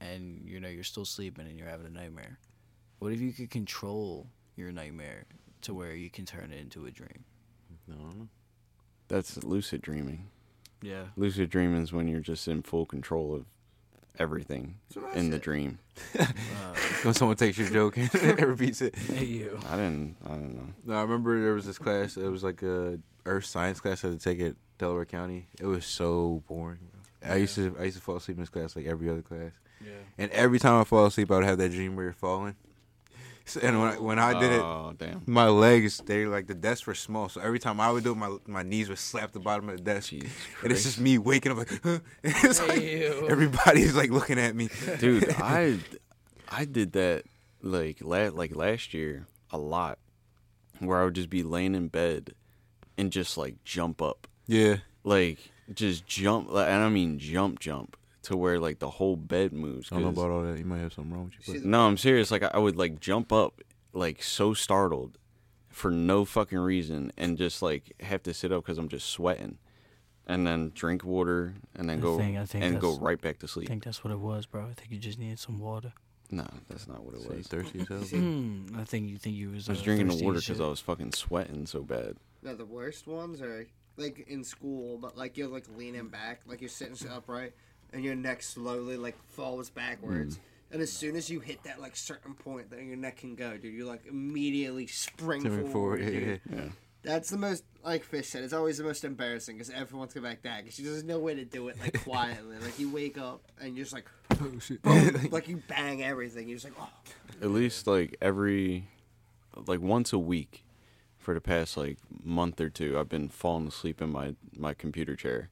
Speaker 3: and you know you're still sleeping and you're having a nightmare what if you could control your nightmare to where you can turn it into a dream
Speaker 4: No, I don't know.
Speaker 1: That's lucid dreaming.
Speaker 3: yeah
Speaker 1: Lucid dreaming is when you're just in full control of everything
Speaker 2: That's what I
Speaker 1: in the
Speaker 2: said.
Speaker 1: dream.
Speaker 4: When someone takes your joke and repeats it.
Speaker 3: hey you
Speaker 1: I didn't. I don't know.
Speaker 4: No, I remember there was this class. It was like a earth science class I had to take at Delaware County. It was so boring. Bro. I used to I used to fall asleep in this class like every other class.
Speaker 3: yeah
Speaker 4: And every time I fall asleep, I would have that dream where you're falling. So, and when I, when I did it,
Speaker 1: Oh damn!
Speaker 4: my legs they like the desks were small. So every time I would do it, my my knees would slap the bottom of the desk.
Speaker 1: Jesus
Speaker 4: and it's
Speaker 1: Christ.
Speaker 4: just me waking up like, huh? And it's like
Speaker 3: Ew.
Speaker 4: everybody's like looking at me.
Speaker 1: Dude, I I did that like la- like last year a lot, where I would just be laying in bed and just like jump up,
Speaker 4: Yeah.
Speaker 1: like just jump, like, and I mean jump, jump to where like the whole bed moves.
Speaker 4: I don't know
Speaker 1: 'cause-
Speaker 4: about all that. You might have something wrong with you.
Speaker 2: See,
Speaker 4: But.
Speaker 2: the-
Speaker 1: No, I'm serious. Like I- I would like jump up, like so startled, for no fucking reason, and just like have to sit up because I'm just sweating, and then drink water, and then
Speaker 3: I
Speaker 1: go
Speaker 3: think- I think
Speaker 1: and go
Speaker 3: that's-
Speaker 1: right back to
Speaker 3: i
Speaker 1: sleep.
Speaker 3: think that's what it was bro i think you just needed some water
Speaker 1: No, that's not what it
Speaker 4: So you
Speaker 1: was.
Speaker 4: thirsty as hell?
Speaker 3: mm, i think you think you was
Speaker 1: I was
Speaker 3: uh,
Speaker 1: drinking the
Speaker 3: thirsty
Speaker 1: water
Speaker 3: and shit.
Speaker 1: because I was fucking sweating so bad.
Speaker 2: No, the worst ones are like in school, but like you're like leaning back, like you're sitting upright, and your neck slowly like falls
Speaker 1: Mm.
Speaker 2: backwards. And as soon as you hit that like certain point that your neck can go, dude, you like immediately spring
Speaker 4: Coming
Speaker 2: forward.
Speaker 4: forward, yeah,
Speaker 2: dude.
Speaker 4: yeah.
Speaker 2: That's the most like Fish said. It's always the most embarrassing because everyone's gonna be like that because there's no way to do it like quietly. like you wake up and you're just like,
Speaker 4: Oh, shit.
Speaker 2: boom, like you bang everything. You're just like, oh,
Speaker 1: At least like every, like once a week, for the past like month or two, I've been falling asleep in my my computer chair,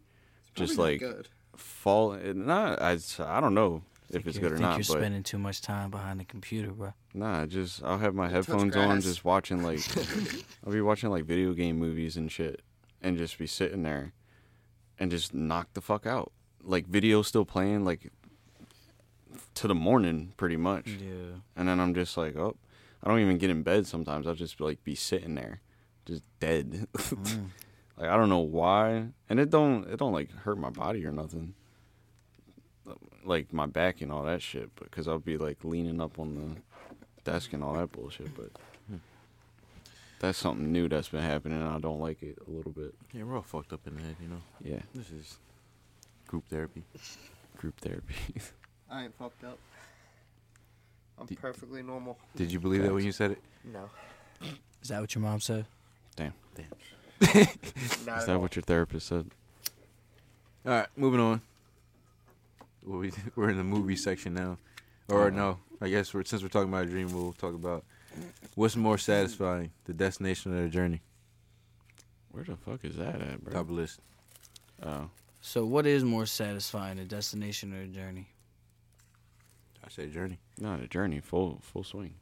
Speaker 1: just
Speaker 2: probably
Speaker 1: like
Speaker 2: not good.
Speaker 1: fall. Not I. I don't know if it's
Speaker 3: You
Speaker 1: good or
Speaker 3: think
Speaker 1: not.
Speaker 3: you're
Speaker 1: but
Speaker 3: spending too much time behind the computer bro
Speaker 1: Nah, just I'll have my headphones on,
Speaker 2: grass.
Speaker 1: just watching like I'll be watching like video game movies and shit, and just be sitting there, and just knock the fuck out. Like video still playing like to the morning pretty much,
Speaker 3: yeah
Speaker 1: and then I'm just like, oh, I don't even get in bed sometimes. I'll just like be sitting there, just dead. like I don't know why, and it don't it don't like hurt my body or nothing, like my back and all that shit. Because I'll be like leaning up on the desk and all that bullshit. But that's something new that's been happening, and I don't like it a little bit.
Speaker 4: Yeah, we're all fucked up in the head, you know.
Speaker 1: Yeah,
Speaker 4: This is Group therapy.
Speaker 1: Group therapy.
Speaker 2: I ain't fucked up. I'm
Speaker 1: D-
Speaker 2: perfectly normal.
Speaker 4: Did you believe that when you said it?
Speaker 2: No.
Speaker 3: Is that what your mom said?
Speaker 2: Not
Speaker 1: Is
Speaker 2: at
Speaker 1: that
Speaker 2: all.
Speaker 1: what your therapist said?
Speaker 4: All right, moving on. Well, we we're in the movie section now,
Speaker 1: Uh-huh.
Speaker 4: or no? I guess we're, since we're talking about a dream, we'll talk about what's more satisfying: the destination or the journey.
Speaker 1: Where the fuck is that at, bro?
Speaker 4: Top list.
Speaker 1: Oh,
Speaker 3: So, what is more satisfying, a destination or a journey?
Speaker 4: I say journey.
Speaker 1: not a journey. Full full swing.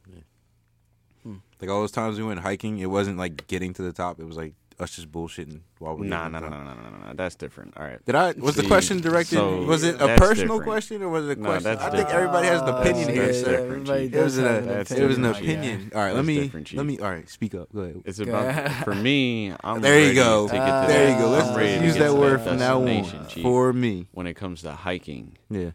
Speaker 4: Like all those times we went hiking, it wasn't like getting to the top. It was like us just bullshitting while we. were
Speaker 1: Nah,
Speaker 4: on
Speaker 1: nah,
Speaker 4: top.
Speaker 1: nah, nah, nah, nah, nah, nah. That's different. All right.
Speaker 4: Did I? Was the
Speaker 1: See,
Speaker 4: question directed?
Speaker 1: so
Speaker 4: was it a
Speaker 1: that's
Speaker 4: personal
Speaker 1: different.
Speaker 4: question or was it a
Speaker 1: No,
Speaker 4: question?
Speaker 1: that's
Speaker 4: I think
Speaker 1: different.
Speaker 4: everybody has an opinion
Speaker 1: Uh,
Speaker 4: here,
Speaker 1: yeah,
Speaker 4: sir.
Speaker 1: everybody
Speaker 4: It was,
Speaker 1: does
Speaker 4: a,
Speaker 1: have an
Speaker 4: it was
Speaker 1: opinion,
Speaker 4: an
Speaker 1: my guy.
Speaker 4: opinion. All right, let
Speaker 1: That's
Speaker 4: me
Speaker 1: different, Chief.
Speaker 4: let me. All right, speak up. Go ahead. Ah,
Speaker 1: It's about for me. I'm
Speaker 4: There you
Speaker 1: ready
Speaker 4: go.
Speaker 1: To get to
Speaker 4: there you
Speaker 1: that-
Speaker 4: go.
Speaker 1: I'm
Speaker 4: Let's
Speaker 1: ready to
Speaker 4: use
Speaker 1: get
Speaker 4: that
Speaker 1: to
Speaker 4: word from now
Speaker 1: destination,
Speaker 4: on
Speaker 1: Chief,
Speaker 4: for me.
Speaker 1: when it comes to hiking.
Speaker 4: Yeah.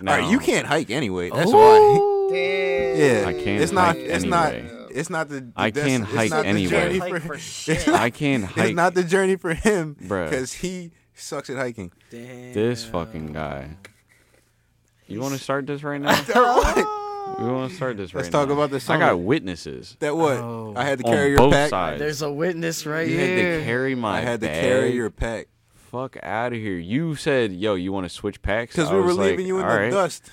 Speaker 1: Now,
Speaker 4: All right, you can't hike anyway. That's why.
Speaker 2: Damn.
Speaker 4: Yeah.
Speaker 1: I can't
Speaker 4: It's not.
Speaker 1: hike
Speaker 4: It's not.
Speaker 1: anyway.
Speaker 4: It's not the.
Speaker 1: I
Speaker 4: that's-
Speaker 1: can't
Speaker 4: it's
Speaker 1: hike
Speaker 4: not the
Speaker 1: anyway.
Speaker 4: journey
Speaker 2: Hike
Speaker 4: for-
Speaker 2: for shit.
Speaker 1: I can't hike.
Speaker 4: It's not the journey for him
Speaker 1: Bruh.
Speaker 4: because he sucks at hiking.
Speaker 3: Damn.
Speaker 1: this fucking guy. You want to start this right now? We want to start this right
Speaker 4: Let's talk
Speaker 1: now.
Speaker 4: about this
Speaker 1: I got
Speaker 4: summer.
Speaker 1: witnesses
Speaker 4: That what?
Speaker 3: Oh.
Speaker 4: I had to
Speaker 1: on
Speaker 4: carry your
Speaker 1: both
Speaker 4: pack.
Speaker 1: sides.
Speaker 3: There's a witness right
Speaker 1: you
Speaker 3: here.
Speaker 1: had to carry my.
Speaker 4: I had to
Speaker 1: bag.
Speaker 4: carry your pack
Speaker 1: Fuck out of here. You said, yo, you want to switch packs?
Speaker 4: because
Speaker 1: I
Speaker 4: we were
Speaker 1: was like,
Speaker 4: leaving you in the
Speaker 1: "All right."
Speaker 4: dust.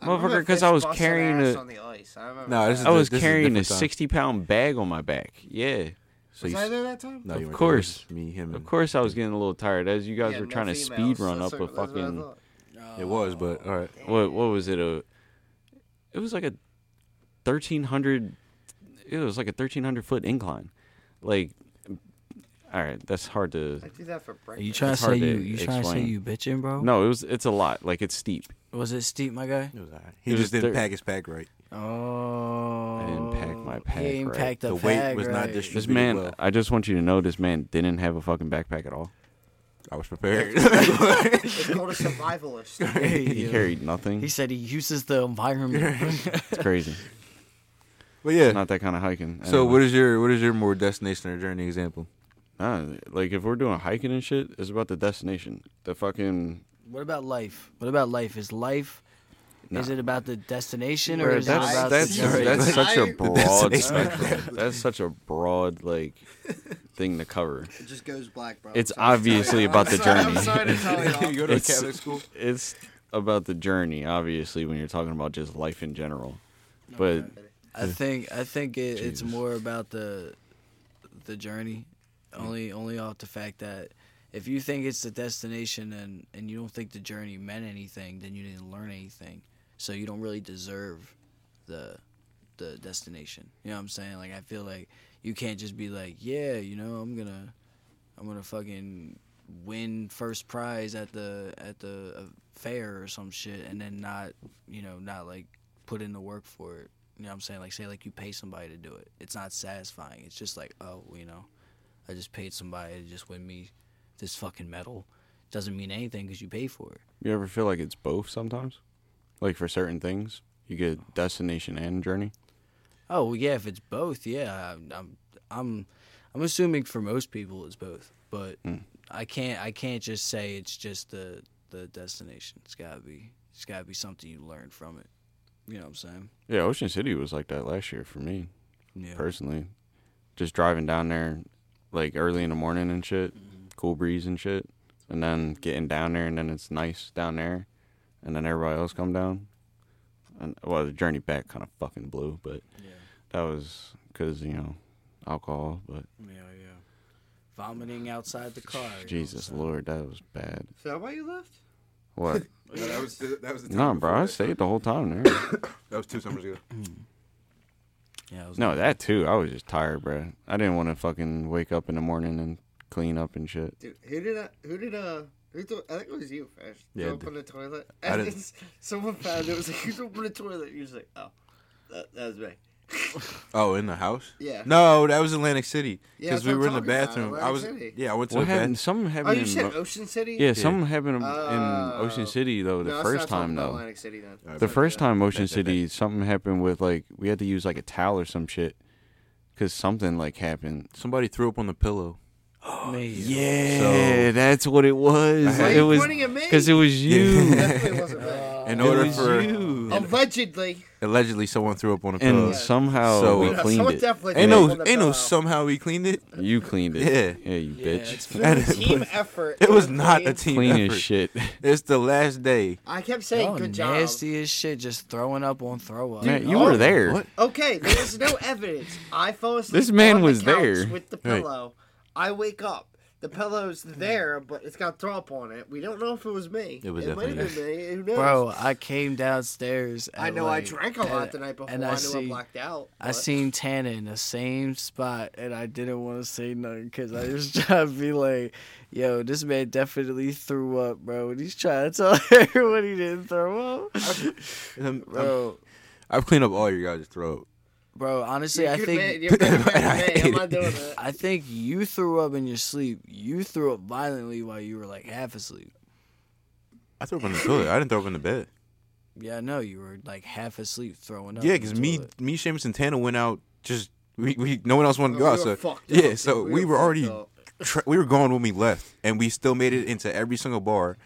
Speaker 2: I remember
Speaker 1: Motherfucker, 'cause
Speaker 2: fist
Speaker 1: I was
Speaker 2: busting
Speaker 1: carrying
Speaker 2: ass
Speaker 1: a-
Speaker 2: on the ice. I remember.
Speaker 4: No, this
Speaker 2: that.
Speaker 4: is
Speaker 1: I was
Speaker 4: this is a
Speaker 1: carrying a
Speaker 4: different time.
Speaker 1: 60 pound bag on my back. Yeah.
Speaker 4: So
Speaker 2: Was
Speaker 4: you-
Speaker 2: I there that time?
Speaker 4: No,
Speaker 1: Of
Speaker 4: you weren't.
Speaker 1: course.
Speaker 4: It was me, him.
Speaker 1: Of
Speaker 4: and-
Speaker 1: course, I was getting a little tired as you guys
Speaker 2: Yeah,
Speaker 1: were
Speaker 2: no
Speaker 1: trying to
Speaker 2: females.
Speaker 1: speed run
Speaker 2: That's
Speaker 1: up a
Speaker 2: what- that's what I
Speaker 1: fucking.
Speaker 2: thought.
Speaker 4: It was, but all right.
Speaker 1: What, what was it? A, it was like a 1,300. It was like a 1,300 foot incline. Like, all right, that's hard to.
Speaker 2: I do that for
Speaker 3: Are
Speaker 2: breakfast.
Speaker 3: you trying to
Speaker 1: It's
Speaker 3: say
Speaker 1: hard
Speaker 3: you?
Speaker 1: to
Speaker 3: You trying to say
Speaker 1: explain.
Speaker 3: you bitching, bro?
Speaker 1: No, it was. It's a lot. Like it's steep.
Speaker 3: Was it steep, my guy?
Speaker 4: It was all right. He
Speaker 1: It was
Speaker 4: just didn't
Speaker 1: dirt.
Speaker 4: pack his pack right.
Speaker 3: Oh.
Speaker 1: didn't pack my pack
Speaker 3: He ain't
Speaker 1: right.
Speaker 3: packed the,
Speaker 4: The weight
Speaker 3: pack
Speaker 4: was not
Speaker 3: right.
Speaker 4: distributed.
Speaker 1: This
Speaker 4: Distributed
Speaker 1: man,
Speaker 4: well.
Speaker 1: I just want you to know, this man didn't have a fucking backpack at all.
Speaker 4: I was prepared.
Speaker 2: It's called a survivalist.
Speaker 1: He
Speaker 3: Yeah.
Speaker 1: carried nothing.
Speaker 3: He said he uses the environment.
Speaker 1: It's crazy.
Speaker 4: but yeah.
Speaker 1: Not that kind of hiking.
Speaker 4: so
Speaker 1: Anyway.
Speaker 4: what is your what is your more destination or journey example?
Speaker 1: Nah, like if we're doing hiking and shit, it's about the destination. The fucking
Speaker 3: what about life? What about life? Is life? Is
Speaker 1: Nah.
Speaker 3: it about the destination or
Speaker 1: Bro,
Speaker 3: is it
Speaker 1: that's
Speaker 3: about
Speaker 1: that's
Speaker 3: the journey?
Speaker 1: that's such
Speaker 2: I-
Speaker 1: a
Speaker 2: The
Speaker 1: broad spectrum. that's such a broad like thing to cover.
Speaker 2: It just goes black, bro.
Speaker 1: It's
Speaker 2: I'm sorry.
Speaker 1: obviously
Speaker 2: I'm
Speaker 1: about the
Speaker 2: sorry- I'm
Speaker 1: journey.
Speaker 2: sorry to tell
Speaker 4: you
Speaker 2: y'all.
Speaker 4: go to a
Speaker 1: It's-
Speaker 4: Catholic school.
Speaker 1: It's about the journey, obviously, when you're talking about just life in general. But
Speaker 3: I think I think it, it's
Speaker 1: Jesus.
Speaker 3: more about the the journey, only only off the fact that if you think it's the destination and and you don't think the journey meant anything, then you didn't learn anything. So you don't really deserve the the destination. You know what I'm saying? Like I feel like you can't just be like, yeah, you know, I'm gonna I'm gonna fucking win first prize at the at the uh, fair or some shit, and then not you know not like put in the work for it. You know what I'm saying? Like say like you pay somebody to do it. It's not satisfying. It's just like oh you know, I just paid somebody to just win me this fucking medal. Doesn't mean anything because you pay for it.
Speaker 1: you ever feel like it's both sometimes? Like for certain things, you get destination and journey.
Speaker 3: Oh well, yeah, if it's both, yeah, I'm I'm I'm, I'm assuming for most people it's both, but
Speaker 1: Hmm.
Speaker 3: I can't I can't just say it's just the the destination. It's gotta be it's gotta be something you learn from it. You know what I'm saying?
Speaker 1: Yeah, Ocean City was like that last year for me.
Speaker 3: Yeah.
Speaker 1: personally. Just driving down there like early in the morning and shit, cool breeze and shit, and then getting down there and then it's nice down there, and then everybody else come down. And well, the journey back kind of fucking blew, but
Speaker 3: Yeah.
Speaker 1: that was because you know alcohol. But
Speaker 3: Yeah. Yeah. Vomiting outside the car. you know what I'm
Speaker 1: Jesus
Speaker 3: saying?
Speaker 1: Lord, that was bad.
Speaker 2: Is that why you left?
Speaker 1: What?
Speaker 4: No, that was the, that was the
Speaker 1: no, bro, I stayed the whole time there.
Speaker 4: That was two summers ago.
Speaker 3: Yeah. I was
Speaker 1: no, that too. I was just tired, bro. I didn't want to fucking wake up in the morning and clean up and shit.
Speaker 2: Dude, who did I, who did uh who th- I think it was you first.
Speaker 4: Yeah,
Speaker 2: Yeah,
Speaker 4: I
Speaker 2: open the toilet.
Speaker 4: I
Speaker 2: And
Speaker 4: didn't-
Speaker 2: it's- someone found it was like who's open the toilet? He was like, oh, that, that was me.
Speaker 4: Oh, in the house?
Speaker 2: Yeah.
Speaker 4: No, that was Atlantic City.
Speaker 2: Yeah,
Speaker 4: Because
Speaker 2: that's
Speaker 4: we
Speaker 2: what
Speaker 4: were in
Speaker 2: I'm talking
Speaker 4: the
Speaker 2: about,
Speaker 4: bathroom. I
Speaker 2: Atlantic
Speaker 4: was.
Speaker 2: City.
Speaker 4: Yeah, I went to
Speaker 1: What
Speaker 4: the bathroom.
Speaker 1: happened? Something happened.
Speaker 2: Oh, you
Speaker 1: in
Speaker 2: said
Speaker 1: Mo-
Speaker 2: Ocean City?
Speaker 1: Yeah, something happened in, in
Speaker 2: Oh.
Speaker 1: Ocean City though. The
Speaker 2: No, let's
Speaker 1: first
Speaker 2: not talk
Speaker 1: time
Speaker 2: about
Speaker 1: though,
Speaker 2: Atlantic City then.
Speaker 4: Alright.
Speaker 1: the first time Ocean
Speaker 4: Bet, bet,
Speaker 1: City, something happened with like we had to use like a towel or some shit because something like happened.
Speaker 4: Somebody threw up on the pillow.
Speaker 1: Yeah,
Speaker 4: So-
Speaker 1: that's what it was.
Speaker 4: I had-
Speaker 1: it
Speaker 4: Why
Speaker 2: you
Speaker 1: was
Speaker 2: pointing at me?
Speaker 1: because it was you.
Speaker 2: Definitely wasn't me.
Speaker 4: in
Speaker 1: It
Speaker 4: order
Speaker 1: was
Speaker 4: for
Speaker 1: you.
Speaker 2: Allegedly.
Speaker 4: allegedly someone threw up on a pillow.
Speaker 1: and somehow
Speaker 4: So-
Speaker 1: we
Speaker 4: Yeah,
Speaker 1: cleaned
Speaker 2: someone
Speaker 1: it.
Speaker 2: definitely
Speaker 4: ain't
Speaker 2: did
Speaker 4: no,
Speaker 2: on the
Speaker 4: ain't no.
Speaker 2: pillow.
Speaker 4: Somehow we cleaned it.
Speaker 1: You cleaned it. Yeah, you
Speaker 3: Yeah, it's
Speaker 1: bitch.
Speaker 3: food.
Speaker 2: Team effort.
Speaker 4: It was
Speaker 2: you know what I
Speaker 4: not
Speaker 2: mean?
Speaker 4: a team
Speaker 1: Clean
Speaker 4: effort.
Speaker 1: as shit.
Speaker 4: It's the last day.
Speaker 2: I kept saying
Speaker 3: Y'all
Speaker 2: good job.
Speaker 3: nasty as shit, just throwing up on throw up.
Speaker 1: Man, you
Speaker 2: oh,
Speaker 1: were there.
Speaker 4: what?
Speaker 2: Okay, there was no evidence. I fell asleep.
Speaker 1: This man
Speaker 2: on the
Speaker 1: was
Speaker 2: couch
Speaker 1: there.
Speaker 2: with the
Speaker 4: Right.
Speaker 2: pillow. I wake up. The pillow's
Speaker 3: Hmm.
Speaker 2: there, but it's got throw up on it. We don't know if it was me.
Speaker 4: It was
Speaker 2: might have
Speaker 4: definitely
Speaker 2: been me. Who knows?
Speaker 3: Bro, I came downstairs. At
Speaker 2: I know
Speaker 3: like,
Speaker 2: I drank a lot the night before.
Speaker 3: and
Speaker 2: I,
Speaker 3: I
Speaker 2: knew I
Speaker 3: see-
Speaker 2: blacked out.
Speaker 3: I
Speaker 2: but-
Speaker 3: seen Tana in the same spot, and I didn't want to say nothing because I was trying to be like, "Yo, this man definitely threw up, bro." And he's trying to tell everyone he didn't throw up,
Speaker 4: I'm- I'm-
Speaker 3: bro.
Speaker 4: I've cleaned up all your guys' throat.
Speaker 3: Bro, honestly,
Speaker 2: You're
Speaker 3: I
Speaker 2: good
Speaker 3: think
Speaker 2: man. You're a good man today. I'm not doing that.
Speaker 3: I think you threw up in your sleep. You threw up violently while you were like half asleep.
Speaker 4: I threw up in the toilet. I didn't throw up in the bed.
Speaker 3: Yeah, I know you were like half asleep throwing up.
Speaker 4: Yeah,
Speaker 3: in the
Speaker 4: because me,
Speaker 3: toilet.
Speaker 4: me, Seamus, and Tana went out. Just we, we no one else wanted to go
Speaker 2: We
Speaker 4: out.
Speaker 2: were
Speaker 4: So
Speaker 2: fucked up,
Speaker 4: yeah,
Speaker 2: dude.
Speaker 4: so
Speaker 2: We
Speaker 4: we,
Speaker 2: were
Speaker 4: were already
Speaker 2: fucked up.
Speaker 4: tra- we were gone when we left, and we still made it into every single bar.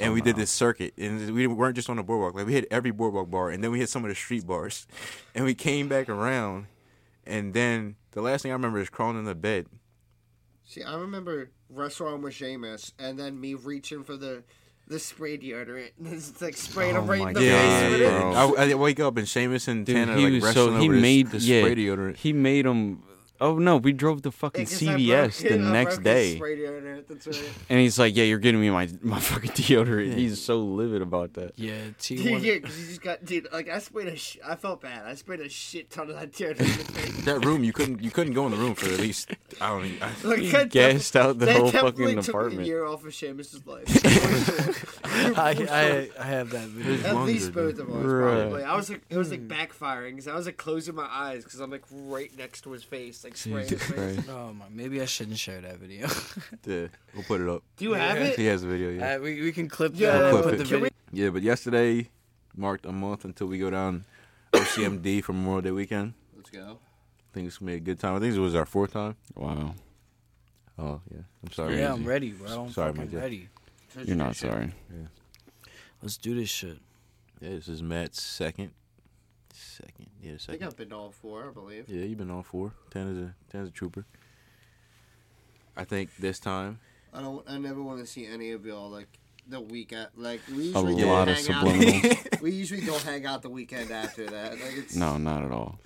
Speaker 4: And we did this circuit, and we weren't just on the boardwalk. Like we hit every boardwalk bar, and then we hit some of the street bars, and we came back around, and then the last thing I remember is crawling in the bed.
Speaker 2: See, I remember wrestling with Seamus, and then me reaching for the the spray deodorant. and It's like spraying
Speaker 1: Oh
Speaker 2: him right
Speaker 1: my
Speaker 2: in the
Speaker 1: God,
Speaker 2: face. with it.
Speaker 1: bro.
Speaker 4: I, I wake up and Seamus and
Speaker 1: Dude,
Speaker 4: Tana
Speaker 1: he
Speaker 4: like
Speaker 1: was
Speaker 4: wrestling
Speaker 1: so he
Speaker 4: over this-
Speaker 1: made
Speaker 4: the
Speaker 1: yeah,
Speaker 4: spray deodorant.
Speaker 1: He made him. Oh no, we drove to fucking
Speaker 2: Because I
Speaker 1: CVS
Speaker 2: broke-
Speaker 1: the
Speaker 2: I broke
Speaker 1: next
Speaker 2: his
Speaker 1: day,
Speaker 2: Spray deodorant. That's right.
Speaker 1: and he's like, "Yeah, you're getting me my my fucking deodorant." He's so livid about that.
Speaker 3: Yeah, T
Speaker 2: Dude,
Speaker 3: one.
Speaker 2: yeah, 'cause you just got dude. Like I sprayed a, sh- I felt bad. I sprayed a shit ton of that tear down the face.
Speaker 4: that room you couldn't you couldn't go in the room for at least I don't even, I,
Speaker 2: Like
Speaker 1: He
Speaker 2: that
Speaker 1: gassed out the
Speaker 2: that
Speaker 1: whole
Speaker 2: definitely
Speaker 1: fucking
Speaker 2: took a
Speaker 1: apartment.
Speaker 2: year off of Seamus's life.
Speaker 3: I, I I have that video.
Speaker 2: At
Speaker 4: Longer,
Speaker 2: least both
Speaker 4: dude.
Speaker 2: of us,
Speaker 1: Bruh.
Speaker 2: probably. I was like, it was like backfiring because I was like closing my eyes because I'm like right next to his face, like spraying his
Speaker 1: Jesus
Speaker 2: face.
Speaker 1: Christ.
Speaker 3: Oh my, maybe I shouldn't share that video.
Speaker 4: yeah, we'll put it up.
Speaker 2: Do you have
Speaker 4: He
Speaker 2: it?
Speaker 4: has a video. Yeah.
Speaker 3: Uh, we we can clip
Speaker 2: Yeah,
Speaker 3: that. and
Speaker 4: clip
Speaker 3: put
Speaker 4: it.
Speaker 3: the
Speaker 4: Can
Speaker 3: video.
Speaker 4: Yeah, but yesterday marked a month until we go down OCMD for Memorial Day weekend.
Speaker 2: Let's go.
Speaker 4: I think it's gonna be a good time. I think it was our fourth time.
Speaker 1: Wow,
Speaker 4: Oh yeah, I'm sorry.
Speaker 3: yeah,
Speaker 4: Ramsey.
Speaker 3: I'm ready, bro. I'm
Speaker 4: Sorry,
Speaker 3: fucking
Speaker 4: Mike, yeah.
Speaker 3: ready.
Speaker 1: you're not sorry.
Speaker 3: Let's do this shit.
Speaker 4: Yeah, this is Matt's second. Second, yeah,
Speaker 2: I think
Speaker 4: second.
Speaker 2: I've been to all four, I believe.
Speaker 4: Yeah, you've been on four. Tana's a Tana's a trooper. I think this time.
Speaker 2: I don't. I never want to see any of y'all like the weekend. Like we
Speaker 1: A
Speaker 2: usually
Speaker 1: lot
Speaker 2: don't
Speaker 1: of
Speaker 2: hang out.
Speaker 1: subliminal.
Speaker 2: we usually don't hang out the weekend after that. Like it's
Speaker 1: No, not at all.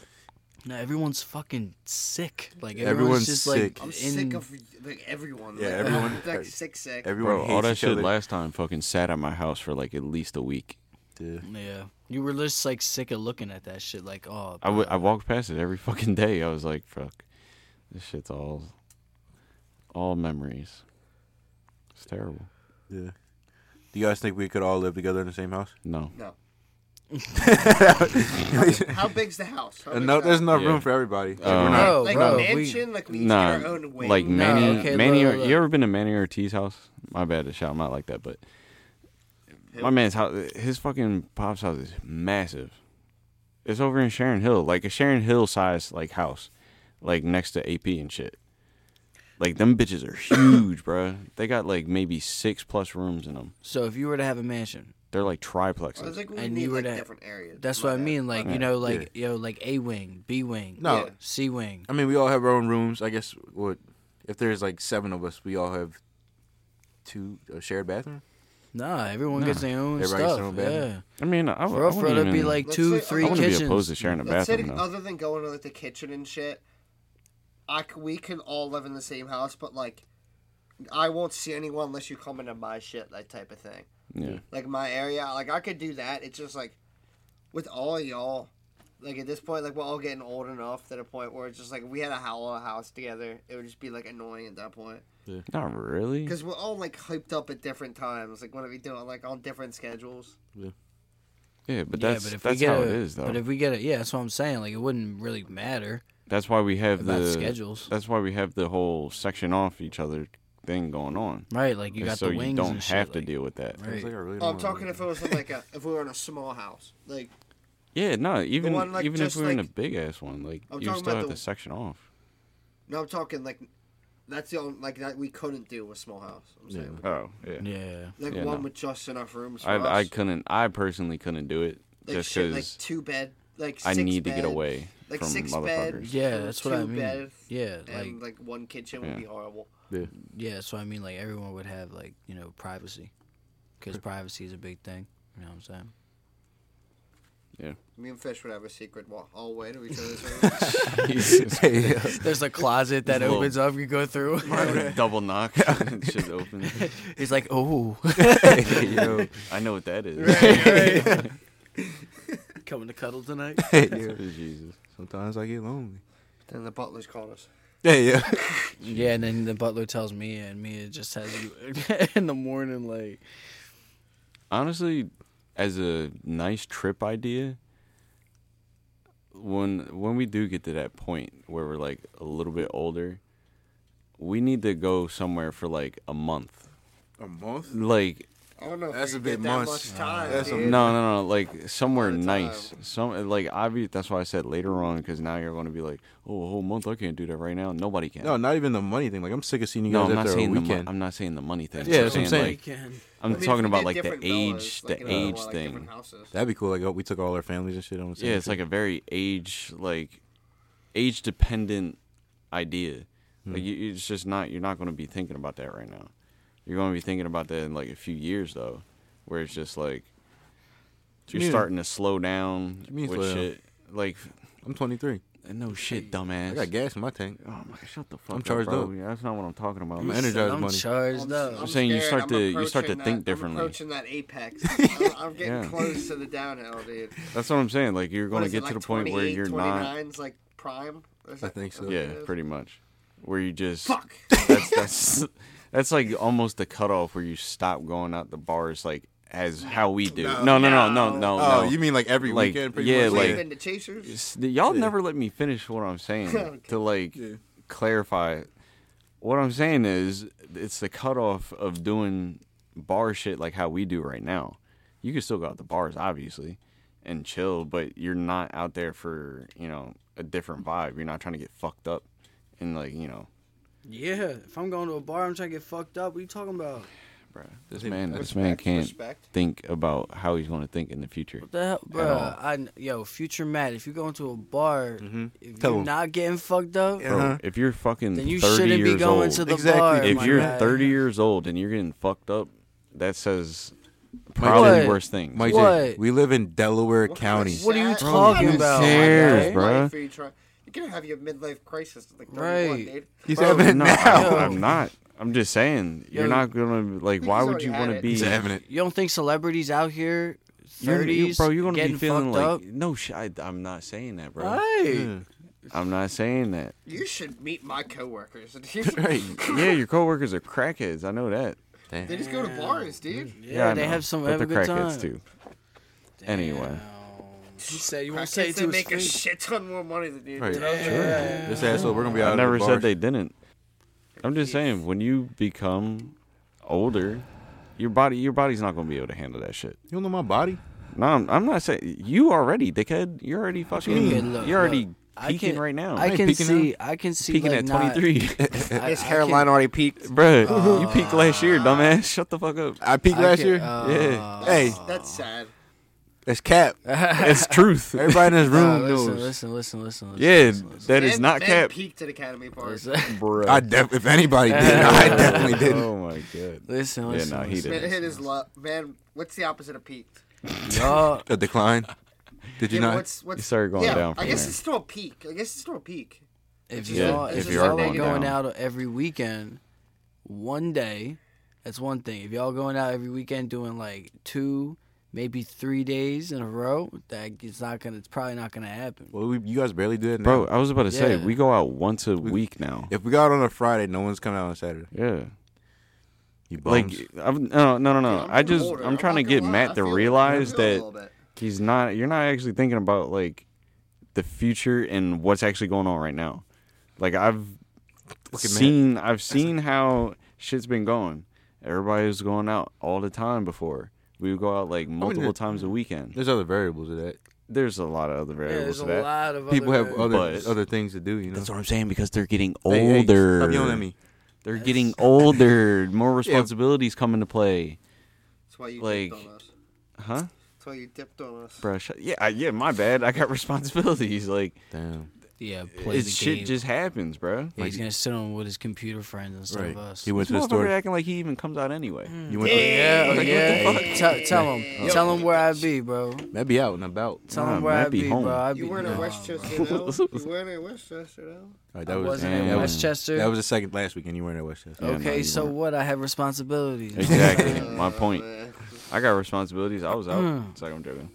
Speaker 3: No, everyone's fucking sick. Like
Speaker 4: Everyone's
Speaker 3: everyone's, just
Speaker 4: sick.
Speaker 3: like
Speaker 2: I'm
Speaker 3: in,
Speaker 2: sick of like everyone.
Speaker 4: Yeah,
Speaker 2: like,
Speaker 4: everyone-
Speaker 2: like sick sick.
Speaker 4: Everyone
Speaker 1: Bro,
Speaker 4: hates
Speaker 1: all that
Speaker 4: each
Speaker 1: shit
Speaker 4: other.
Speaker 1: last time fucking sat at my house for like at least a week.
Speaker 4: Yeah.
Speaker 3: Yeah, you were just like sick of looking at that shit. Like, oh,
Speaker 1: I, w- I walked past it every fucking day. I was like, fuck, this shit's all, all memories. It's terrible.
Speaker 4: Yeah. Do you guys think we could all live together in the same house?
Speaker 1: No,
Speaker 2: no. How big's the house? How big's
Speaker 4: no,
Speaker 2: the
Speaker 4: there's
Speaker 2: house?
Speaker 4: enough
Speaker 1: Yeah.
Speaker 4: room for everybody.
Speaker 1: Uh,
Speaker 4: We're not-
Speaker 3: No,
Speaker 2: like
Speaker 3: bro,
Speaker 2: a
Speaker 3: we-
Speaker 2: mansion. like we each
Speaker 1: nah,
Speaker 2: get our own wing.
Speaker 1: like
Speaker 3: No,
Speaker 1: Manny,
Speaker 3: okay,
Speaker 1: Manny,
Speaker 3: look, look.
Speaker 1: you ever been to Manny Ortiz's house? My bad to shout him out like that, but my man's house, his fucking pop's house is massive. It's over in Sharon Hill, like a Sharon Hill size like house, like next to AP and shit. Like them bitches are huge, bruh. They got like maybe six plus rooms in them.
Speaker 3: so if you were to have a mansion,
Speaker 1: They're like
Speaker 2: I
Speaker 1: triplexes.
Speaker 2: think we
Speaker 3: And
Speaker 2: need
Speaker 3: you were
Speaker 2: like
Speaker 3: that-
Speaker 2: different areas.
Speaker 3: that's
Speaker 2: My
Speaker 3: what I
Speaker 2: bad.
Speaker 3: mean. Like,
Speaker 1: Yeah,
Speaker 3: you know, like yo, like A wing, B wing,
Speaker 4: No.
Speaker 2: Yeah.
Speaker 3: C wing.
Speaker 4: I mean, we all have our own rooms. I guess what if there's like seven of us, we all have two a shared bathroom.
Speaker 3: Nah, everyone
Speaker 1: Nah.
Speaker 3: gets their own
Speaker 4: Everybody gets
Speaker 3: stuff.
Speaker 4: their own bathroom.
Speaker 1: I
Speaker 3: yeah,
Speaker 1: mean, I, would
Speaker 3: for for it'd be like
Speaker 2: Let's
Speaker 3: two,
Speaker 2: say-
Speaker 1: I
Speaker 3: three
Speaker 1: wouldn't be opposed
Speaker 3: kitchens.
Speaker 1: to sharing a
Speaker 2: Let's say
Speaker 1: bathroom though.
Speaker 2: other than going to like the kitchen and shit, I c- we can all live in the same house, but like, I won't see anyone unless you come into my shit, like type of thing.
Speaker 1: Yeah,
Speaker 2: Like my area, like I could do that. It's just like, with all y'all, like at this point, like we're all getting old enough to the point where it's just like if we had a hollow house together, it would just be like annoying at that point.
Speaker 1: not really.
Speaker 2: Because we're all like hyped up at different times, like what are we doing, like on different schedules.
Speaker 1: Yeah, but that's
Speaker 3: yeah, but if
Speaker 1: that's
Speaker 3: we get
Speaker 1: how
Speaker 3: a,
Speaker 1: it is though.
Speaker 3: But if we get it, yeah, that's what I'm saying. Like, it wouldn't really matter.
Speaker 1: that's why we have
Speaker 3: about
Speaker 1: the
Speaker 3: schedules.
Speaker 1: That's why we have the whole section off each other thing going on.
Speaker 3: Right, like you
Speaker 1: And
Speaker 3: got
Speaker 1: so
Speaker 3: the wings
Speaker 1: you don't
Speaker 3: and shit,
Speaker 1: have to
Speaker 3: like-
Speaker 1: deal with that.
Speaker 4: I was like, I really
Speaker 2: Oh, I'm
Speaker 4: don't
Speaker 2: talking
Speaker 4: wanna-
Speaker 2: if it was in, like a if we were in a small house, like
Speaker 1: Yeah, no, even
Speaker 2: one, like,
Speaker 1: even if
Speaker 2: just
Speaker 1: we were in a
Speaker 2: like-
Speaker 1: big ass one, like
Speaker 2: I'm
Speaker 1: you
Speaker 2: talking
Speaker 1: still
Speaker 2: about
Speaker 1: have
Speaker 2: the-
Speaker 1: the section off.
Speaker 2: No, I'm talking like That's the only like that we couldn't do with small house. I'm
Speaker 4: Yeah.
Speaker 2: saying
Speaker 1: Oh yeah.
Speaker 3: Yeah.
Speaker 2: like
Speaker 1: Yeah,
Speaker 2: one
Speaker 1: no.
Speaker 2: with just enough rooms. For us.
Speaker 1: I I couldn't. I personally couldn't do it
Speaker 2: like
Speaker 1: just
Speaker 2: shit, like
Speaker 1: because
Speaker 2: two bed, like six
Speaker 1: I need to get
Speaker 2: bed-
Speaker 1: away
Speaker 2: like
Speaker 1: from
Speaker 2: six
Speaker 1: motherfuckers.
Speaker 2: bed.
Speaker 3: Yeah,
Speaker 2: or
Speaker 3: that's what I
Speaker 2: two
Speaker 3: mean.
Speaker 2: beds
Speaker 3: Yeah, like
Speaker 2: and like one kitchen
Speaker 1: Yeah.
Speaker 2: would be horrible.
Speaker 3: yeah, so I mean like everyone would have like, you know, privacy. Cuz privacy is a big thing, you know what I'm saying?
Speaker 2: Me and Fish would have a secret walk all the way to each other's room.
Speaker 1: Jesus.
Speaker 4: Hey,
Speaker 3: There's a closet that
Speaker 1: Little-
Speaker 3: opens up you go through.
Speaker 1: Double knock. and Shit open.
Speaker 3: He's like, "Oh,
Speaker 4: yo,
Speaker 1: I know what that is.
Speaker 3: coming to cuddle tonight?"
Speaker 4: hey, yo.
Speaker 1: Jesus.
Speaker 4: Sometimes I get lonely.
Speaker 2: then the butlers called us.
Speaker 4: Hey, yo.
Speaker 3: Yeah, and then the butler tells Mia, and Mia just has you in the morning, like,
Speaker 1: Honestly, as a nice trip idea, when when we do get to that point where we're like a little bit older, we need to go somewhere for like a month.
Speaker 4: A month?
Speaker 1: Like
Speaker 2: I don't know. If
Speaker 4: That's
Speaker 2: we
Speaker 4: a
Speaker 2: could
Speaker 4: bit
Speaker 2: get that
Speaker 4: much.
Speaker 2: much time.
Speaker 4: That's a-
Speaker 2: dude.
Speaker 1: no, no, no, like somewhere
Speaker 2: Lot of
Speaker 1: nice.
Speaker 2: time.
Speaker 1: Some like obvious. That's why I said later on because now you're going to be like, oh, a whole month. I can't do that right now. Nobody can.
Speaker 4: No, not even the money thing. Like I'm sick of seeing you
Speaker 1: No,
Speaker 4: guys
Speaker 1: I'm
Speaker 4: out
Speaker 1: not
Speaker 4: there a
Speaker 1: saying the mo-
Speaker 4: weekend.
Speaker 1: I'm not saying the money thing.
Speaker 4: Yeah, that's what I'm saying.
Speaker 3: weekend.
Speaker 1: I'm
Speaker 2: I mean, if
Speaker 1: talking
Speaker 2: we
Speaker 1: about
Speaker 2: did
Speaker 1: like the
Speaker 2: different
Speaker 1: age,
Speaker 2: villas, like,
Speaker 1: the
Speaker 2: in a-
Speaker 1: age
Speaker 2: like,
Speaker 1: thing.
Speaker 2: different houses.
Speaker 4: That'd be cool. Like oh, we took all our families and shit on. the same
Speaker 1: yeah, it's
Speaker 4: trip.
Speaker 1: like a very age like age dependent idea.
Speaker 4: Hmm.
Speaker 1: Like you, you- it's just not you're not going to be thinking about that right now. You're going to be thinking about that in like a few years though, where it's just like
Speaker 4: you
Speaker 1: you're
Speaker 4: mean-
Speaker 1: starting to slow down
Speaker 4: you mean
Speaker 1: with
Speaker 4: slow down?
Speaker 1: shit. Like
Speaker 4: I'm 23.
Speaker 1: no shit,
Speaker 4: I
Speaker 1: dumbass.
Speaker 4: got gas in my tank.
Speaker 1: oh my, shut the fuck up,
Speaker 4: charged
Speaker 1: bro.
Speaker 4: up.
Speaker 1: Yeah, that's not what I'm talking about.
Speaker 4: I'm energized
Speaker 3: I'm
Speaker 4: money.
Speaker 3: charged up.
Speaker 1: I'm saying you
Speaker 2: scared.
Speaker 1: start
Speaker 2: I'm
Speaker 1: to- you start to
Speaker 2: approaching
Speaker 1: think
Speaker 2: that-
Speaker 1: differently.
Speaker 2: I'm approaching that apex. I'm, I'm getting
Speaker 1: Yeah.
Speaker 2: close to the downhill, dude.
Speaker 1: That's what I'm saying. Like you're
Speaker 2: What
Speaker 1: going to
Speaker 2: is it,
Speaker 1: get
Speaker 2: like
Speaker 1: to the point where
Speaker 2: 28,
Speaker 1: you're not.
Speaker 2: 29's like prime. Is
Speaker 4: I
Speaker 2: that-
Speaker 4: think
Speaker 2: is
Speaker 4: so.
Speaker 2: that what
Speaker 1: Yeah,
Speaker 2: it is?
Speaker 1: pretty much. Where you just
Speaker 2: Fuck.
Speaker 1: that's that's that's like almost the cutoff where you stop going out the bars like as how we do.
Speaker 4: No.
Speaker 1: No, no, no, no, no,
Speaker 2: No.
Speaker 1: no.
Speaker 4: Oh, you mean like every
Speaker 1: Like,
Speaker 4: weekend? Pretty
Speaker 1: yeah,
Speaker 4: much?
Speaker 1: like-
Speaker 2: We've been to Chasers.
Speaker 1: It's- y'all never let me finish what I'm saying
Speaker 2: Okay.
Speaker 1: to like
Speaker 4: Yeah.
Speaker 1: clarify. What I'm saying is it's the cutoff of doing bar shit like how we do right now. You can still go out the bars obviously and chill, but you're not out there for, you know, a different vibe. You're not trying to get fucked up and like, you know,
Speaker 3: Yeah, if I'm going to a bar, I'm trying to get fucked up. What are you talking about?
Speaker 1: bruh, this man this man can't
Speaker 2: Respect.
Speaker 1: think about how he's going to think in the future.
Speaker 3: What the hell, bro?
Speaker 1: all.
Speaker 3: I kn- yo, future Matt, if you go into a bar,
Speaker 1: Mm-hmm.
Speaker 3: if
Speaker 4: Tell
Speaker 3: you're
Speaker 4: him.
Speaker 3: not getting fucked up,
Speaker 4: Yeah.
Speaker 1: Bro,
Speaker 4: Uh-huh.
Speaker 1: if you're fucking
Speaker 3: then you
Speaker 1: 30
Speaker 3: shouldn't
Speaker 1: years
Speaker 3: be going
Speaker 1: old,
Speaker 3: to the
Speaker 4: Exactly.
Speaker 3: bar.
Speaker 1: if
Speaker 3: my
Speaker 1: you're
Speaker 3: guy.
Speaker 1: 30 years old and you're getting fucked up, that says
Speaker 4: Mike
Speaker 1: probably
Speaker 3: What?
Speaker 1: worse things.
Speaker 4: Mike J,
Speaker 3: What?
Speaker 4: we live in Delaware
Speaker 2: What kind of
Speaker 4: County.
Speaker 3: What are you
Speaker 2: sad-
Speaker 3: talking
Speaker 2: kind of
Speaker 3: about,
Speaker 1: Serious,
Speaker 2: sad
Speaker 1: bro.
Speaker 2: life are you trying- You're gonna have your midlife crisis at like 31,
Speaker 3: Right.
Speaker 2: dude.
Speaker 4: He's
Speaker 1: Bro,
Speaker 4: having it
Speaker 1: no,
Speaker 4: now.
Speaker 1: I, am not. I'm just saying you're
Speaker 3: Yo,
Speaker 1: not gonna like.
Speaker 2: we
Speaker 1: Why
Speaker 2: just
Speaker 1: would you
Speaker 2: already
Speaker 1: want
Speaker 2: had
Speaker 1: to
Speaker 2: it.
Speaker 1: be?
Speaker 4: He's having it.
Speaker 3: you don't think celebrities out here,
Speaker 1: You're,
Speaker 3: 30s,
Speaker 1: you- bro, you're gonna
Speaker 3: getting
Speaker 1: be feeling
Speaker 3: fucked
Speaker 1: like
Speaker 3: up?
Speaker 1: no shit. I, I'm not saying that, bro.
Speaker 3: Right.
Speaker 1: I'm not saying that.
Speaker 2: You should meet my coworkers.
Speaker 4: Right.
Speaker 1: Yeah, your coworkers are crackheads. I know that.
Speaker 4: Damn.
Speaker 2: They just go to bars, dude.
Speaker 3: Yeah,
Speaker 1: I
Speaker 3: they
Speaker 1: know,
Speaker 3: have some
Speaker 1: but
Speaker 3: have a
Speaker 1: they're
Speaker 3: good
Speaker 1: crackheads
Speaker 3: time.
Speaker 1: too. Anyway,
Speaker 3: He said you won't
Speaker 2: Crackheads,
Speaker 3: say it
Speaker 2: they
Speaker 3: to his
Speaker 2: make a
Speaker 3: face.
Speaker 2: shit ton more money than you. do.
Speaker 4: Right.
Speaker 3: Yeah.
Speaker 4: This asshole, we're gonna be
Speaker 1: I
Speaker 4: out. at the
Speaker 1: never
Speaker 4: bars.
Speaker 1: said they didn't. I'm just saying when you become older, your body your body's not gonna be able to handle that shit.
Speaker 4: You don't know my body.
Speaker 1: No, I'm, I'm not saying you already, dickhead. You're already fucking.
Speaker 3: Okay, look,
Speaker 1: you're already
Speaker 3: look, I
Speaker 1: peaking
Speaker 3: can-
Speaker 1: right now.
Speaker 3: I
Speaker 4: ain't
Speaker 3: can
Speaker 4: peeking
Speaker 3: see. I can see.
Speaker 1: peaking
Speaker 3: like,
Speaker 1: at
Speaker 3: not-
Speaker 1: 23,
Speaker 3: I- I can-
Speaker 4: already peaked.
Speaker 1: bro. you peaked last year, dumbass. Shut the fuck up.
Speaker 4: I peaked
Speaker 3: I
Speaker 4: last
Speaker 3: can-
Speaker 4: year.
Speaker 3: uh,
Speaker 4: yeah. Hey,
Speaker 2: That's, that's sad.
Speaker 4: that's cap.
Speaker 1: It's truth.
Speaker 4: Everybody in this
Speaker 3: Nah,
Speaker 4: room knows.
Speaker 3: listen, listen, listen, listen, listen.
Speaker 1: Yeah, that is
Speaker 2: Ben-
Speaker 1: not
Speaker 2: ben
Speaker 1: cap,
Speaker 2: peaked at Academy Park.
Speaker 3: Listen,
Speaker 1: bro.
Speaker 4: I def- if anybody did, I definitely didn't.
Speaker 1: Oh my god.
Speaker 3: listen.
Speaker 1: Yeah,
Speaker 3: listen,
Speaker 1: nah, he
Speaker 3: listen.
Speaker 1: didn't.
Speaker 2: Man, hit his lo- man. What's the opposite of peaked?
Speaker 3: Y'all,
Speaker 4: A decline. Did you
Speaker 2: Yeah, but
Speaker 4: not?
Speaker 2: What's, what's,
Speaker 1: You started going
Speaker 2: yeah,
Speaker 1: down from
Speaker 2: I guess
Speaker 1: there.
Speaker 2: it's still a peak. I guess it's still a peak.
Speaker 3: if
Speaker 2: Yeah,
Speaker 3: you all
Speaker 2: if
Speaker 3: if,
Speaker 2: you
Speaker 3: you
Speaker 2: are
Speaker 3: all
Speaker 2: going
Speaker 3: going,
Speaker 1: down.
Speaker 3: out every weekend, one day, that's one thing. If y'all going out every weekend doing like two, maybe three days in a row, that it's not gonna. It's probably not gonna happen.
Speaker 4: Well, we, you guys barely do it now.
Speaker 1: Bro, I was about to say
Speaker 3: Yeah.
Speaker 1: we go out once a week now.
Speaker 4: if we got out on a Friday, no one's coming out on Saturday.
Speaker 1: Yeah.
Speaker 4: You
Speaker 1: Like,
Speaker 4: bums.
Speaker 1: I'm, no, no, no, no.
Speaker 2: Dude,
Speaker 1: I
Speaker 2: getting
Speaker 1: just,
Speaker 2: older.
Speaker 1: I'm trying to
Speaker 2: not
Speaker 1: get
Speaker 2: gonna lie. I
Speaker 1: Matt to
Speaker 2: feel it. I
Speaker 1: realize
Speaker 2: feel it a
Speaker 1: that
Speaker 2: little bit.
Speaker 1: he's not you're not actually thinking about like the future and what's actually going on right now like i've
Speaker 4: Look at Matt.
Speaker 1: seen i've seen how shit's been going everybody was going out all the time before we would go out like multiple
Speaker 4: there-
Speaker 1: times a weekend
Speaker 4: There's other variables to that.
Speaker 1: there's a lot of other
Speaker 3: Yeah,
Speaker 1: variables
Speaker 3: there's a
Speaker 1: to that
Speaker 3: lot of
Speaker 4: People
Speaker 3: other
Speaker 4: have
Speaker 3: things.
Speaker 4: other
Speaker 1: But-
Speaker 4: other things to do. You know.
Speaker 1: that's what i'm saying because they're getting
Speaker 4: Hey, hey,
Speaker 1: older
Speaker 4: stop yelling at me.
Speaker 1: They're getting older. More responsibilities come into play.
Speaker 2: That's why you
Speaker 1: Like-
Speaker 2: dipped on us.
Speaker 1: Huh?
Speaker 2: That's why you dipped on us.
Speaker 1: Bruh, shut- yeah, I- yeah, my bad. I got responsibilities. Like,
Speaker 4: Damn.
Speaker 3: Yeah, play
Speaker 1: it,
Speaker 3: the
Speaker 1: shit
Speaker 3: game.
Speaker 1: just happens, bro.
Speaker 3: Yeah,
Speaker 1: Like,
Speaker 3: he's gonna sit on with his computer friends instead
Speaker 4: Right.
Speaker 3: of Mm. us.
Speaker 4: He went
Speaker 1: this
Speaker 4: to the
Speaker 1: motherfucker
Speaker 4: store.
Speaker 1: acting like he even comes out anyway.
Speaker 4: You went to,
Speaker 3: yeah,
Speaker 1: Like, what the
Speaker 3: yeah.
Speaker 1: fuck?
Speaker 3: Tell, tell him, tell him where I be, bro.
Speaker 4: maybe out and about.
Speaker 3: Tell
Speaker 1: Nah,
Speaker 3: him where
Speaker 1: man,
Speaker 3: I
Speaker 1: be
Speaker 3: be,
Speaker 1: home.
Speaker 3: bro. I be,
Speaker 2: You weren't in
Speaker 3: Nah,
Speaker 2: Westchester, though. You weren't in Westchester, though.
Speaker 4: All right,
Speaker 3: I
Speaker 4: that was
Speaker 3: wasn't
Speaker 1: Damn,
Speaker 3: in
Speaker 1: that was-
Speaker 3: Westchester.
Speaker 4: that was the second last weekend you weren't at Westchester.
Speaker 1: Yeah, no,
Speaker 3: okay,
Speaker 1: you
Speaker 3: so
Speaker 1: weren't.
Speaker 3: what? I have responsibilities.
Speaker 1: Exactly. My point.
Speaker 2: Man.
Speaker 1: I got responsibilities. I was out. It's like I'm joking.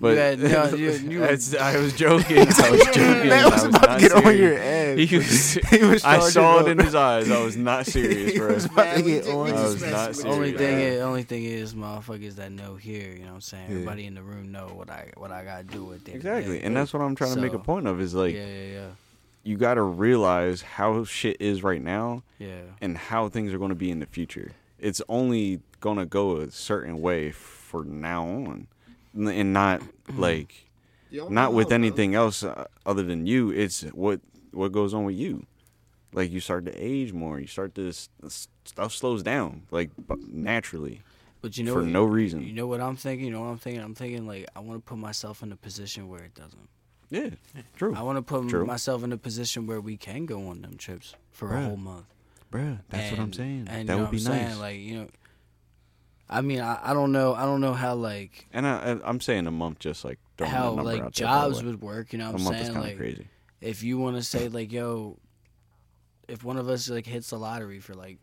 Speaker 1: But
Speaker 3: You had- no, you- Mm. you-
Speaker 1: That's- I was joking. I was joking. I was not serious.
Speaker 4: ass.
Speaker 1: He was,
Speaker 4: He was
Speaker 1: I saw it
Speaker 4: charging
Speaker 1: in
Speaker 4: up.
Speaker 1: his eyes. I was not serious, bro.
Speaker 4: about to
Speaker 2: Man, we
Speaker 4: get
Speaker 2: ju- we
Speaker 4: on.
Speaker 2: just
Speaker 1: I was
Speaker 2: messing
Speaker 1: not
Speaker 2: with you,
Speaker 3: Only
Speaker 2: man.
Speaker 3: thing, is, only thing is, motherfuckers that know here, you know what I'm saying.
Speaker 4: Yeah.
Speaker 3: Everybody in the room know what I what I gotta do with it.
Speaker 1: Exactly. And that's what I'm trying to make a
Speaker 3: So-
Speaker 1: point of is
Speaker 3: yeah,
Speaker 1: like,
Speaker 3: yeah,
Speaker 1: you got to realize how shit is right now
Speaker 3: yeah, yeah.
Speaker 1: and how things are going to be in the future. It's only going to go a certain way for now on N- and not like
Speaker 2: You don't
Speaker 1: not
Speaker 2: know,
Speaker 1: with
Speaker 2: bro.
Speaker 1: anything else uh, other than you. It's what what goes on with you. Like you start to age more. You start to s- s- stuff slows down like b- naturally
Speaker 3: But you know,
Speaker 1: for
Speaker 3: what-
Speaker 1: no reason.
Speaker 3: You know what I'm thinking? You know what I'm thinking? I'm thinking like I want to put myself in a position where it doesn't.
Speaker 1: yeah, true,
Speaker 3: I want to put
Speaker 1: True.
Speaker 3: myself in a position where we can go on them trips for
Speaker 1: Right.
Speaker 3: a whole month.
Speaker 1: Bruh, That's what I'm
Speaker 3: And-
Speaker 1: saying.
Speaker 3: and
Speaker 1: that
Speaker 3: you know
Speaker 1: would
Speaker 3: what I'm
Speaker 1: be
Speaker 3: saying?
Speaker 1: nice.
Speaker 3: Like you know, I mean, I, I don't know, I don't know how like
Speaker 1: and I, I, I'm saying a month just like throwing that
Speaker 3: how
Speaker 1: number
Speaker 3: like
Speaker 1: out there, by the
Speaker 3: jobs
Speaker 1: way.
Speaker 3: would work. You know
Speaker 1: a
Speaker 3: what I'm
Speaker 1: month is
Speaker 3: saying?
Speaker 1: kind of
Speaker 3: Like
Speaker 1: crazy.
Speaker 3: if you want to say like yo, if one of us like hits the lottery for like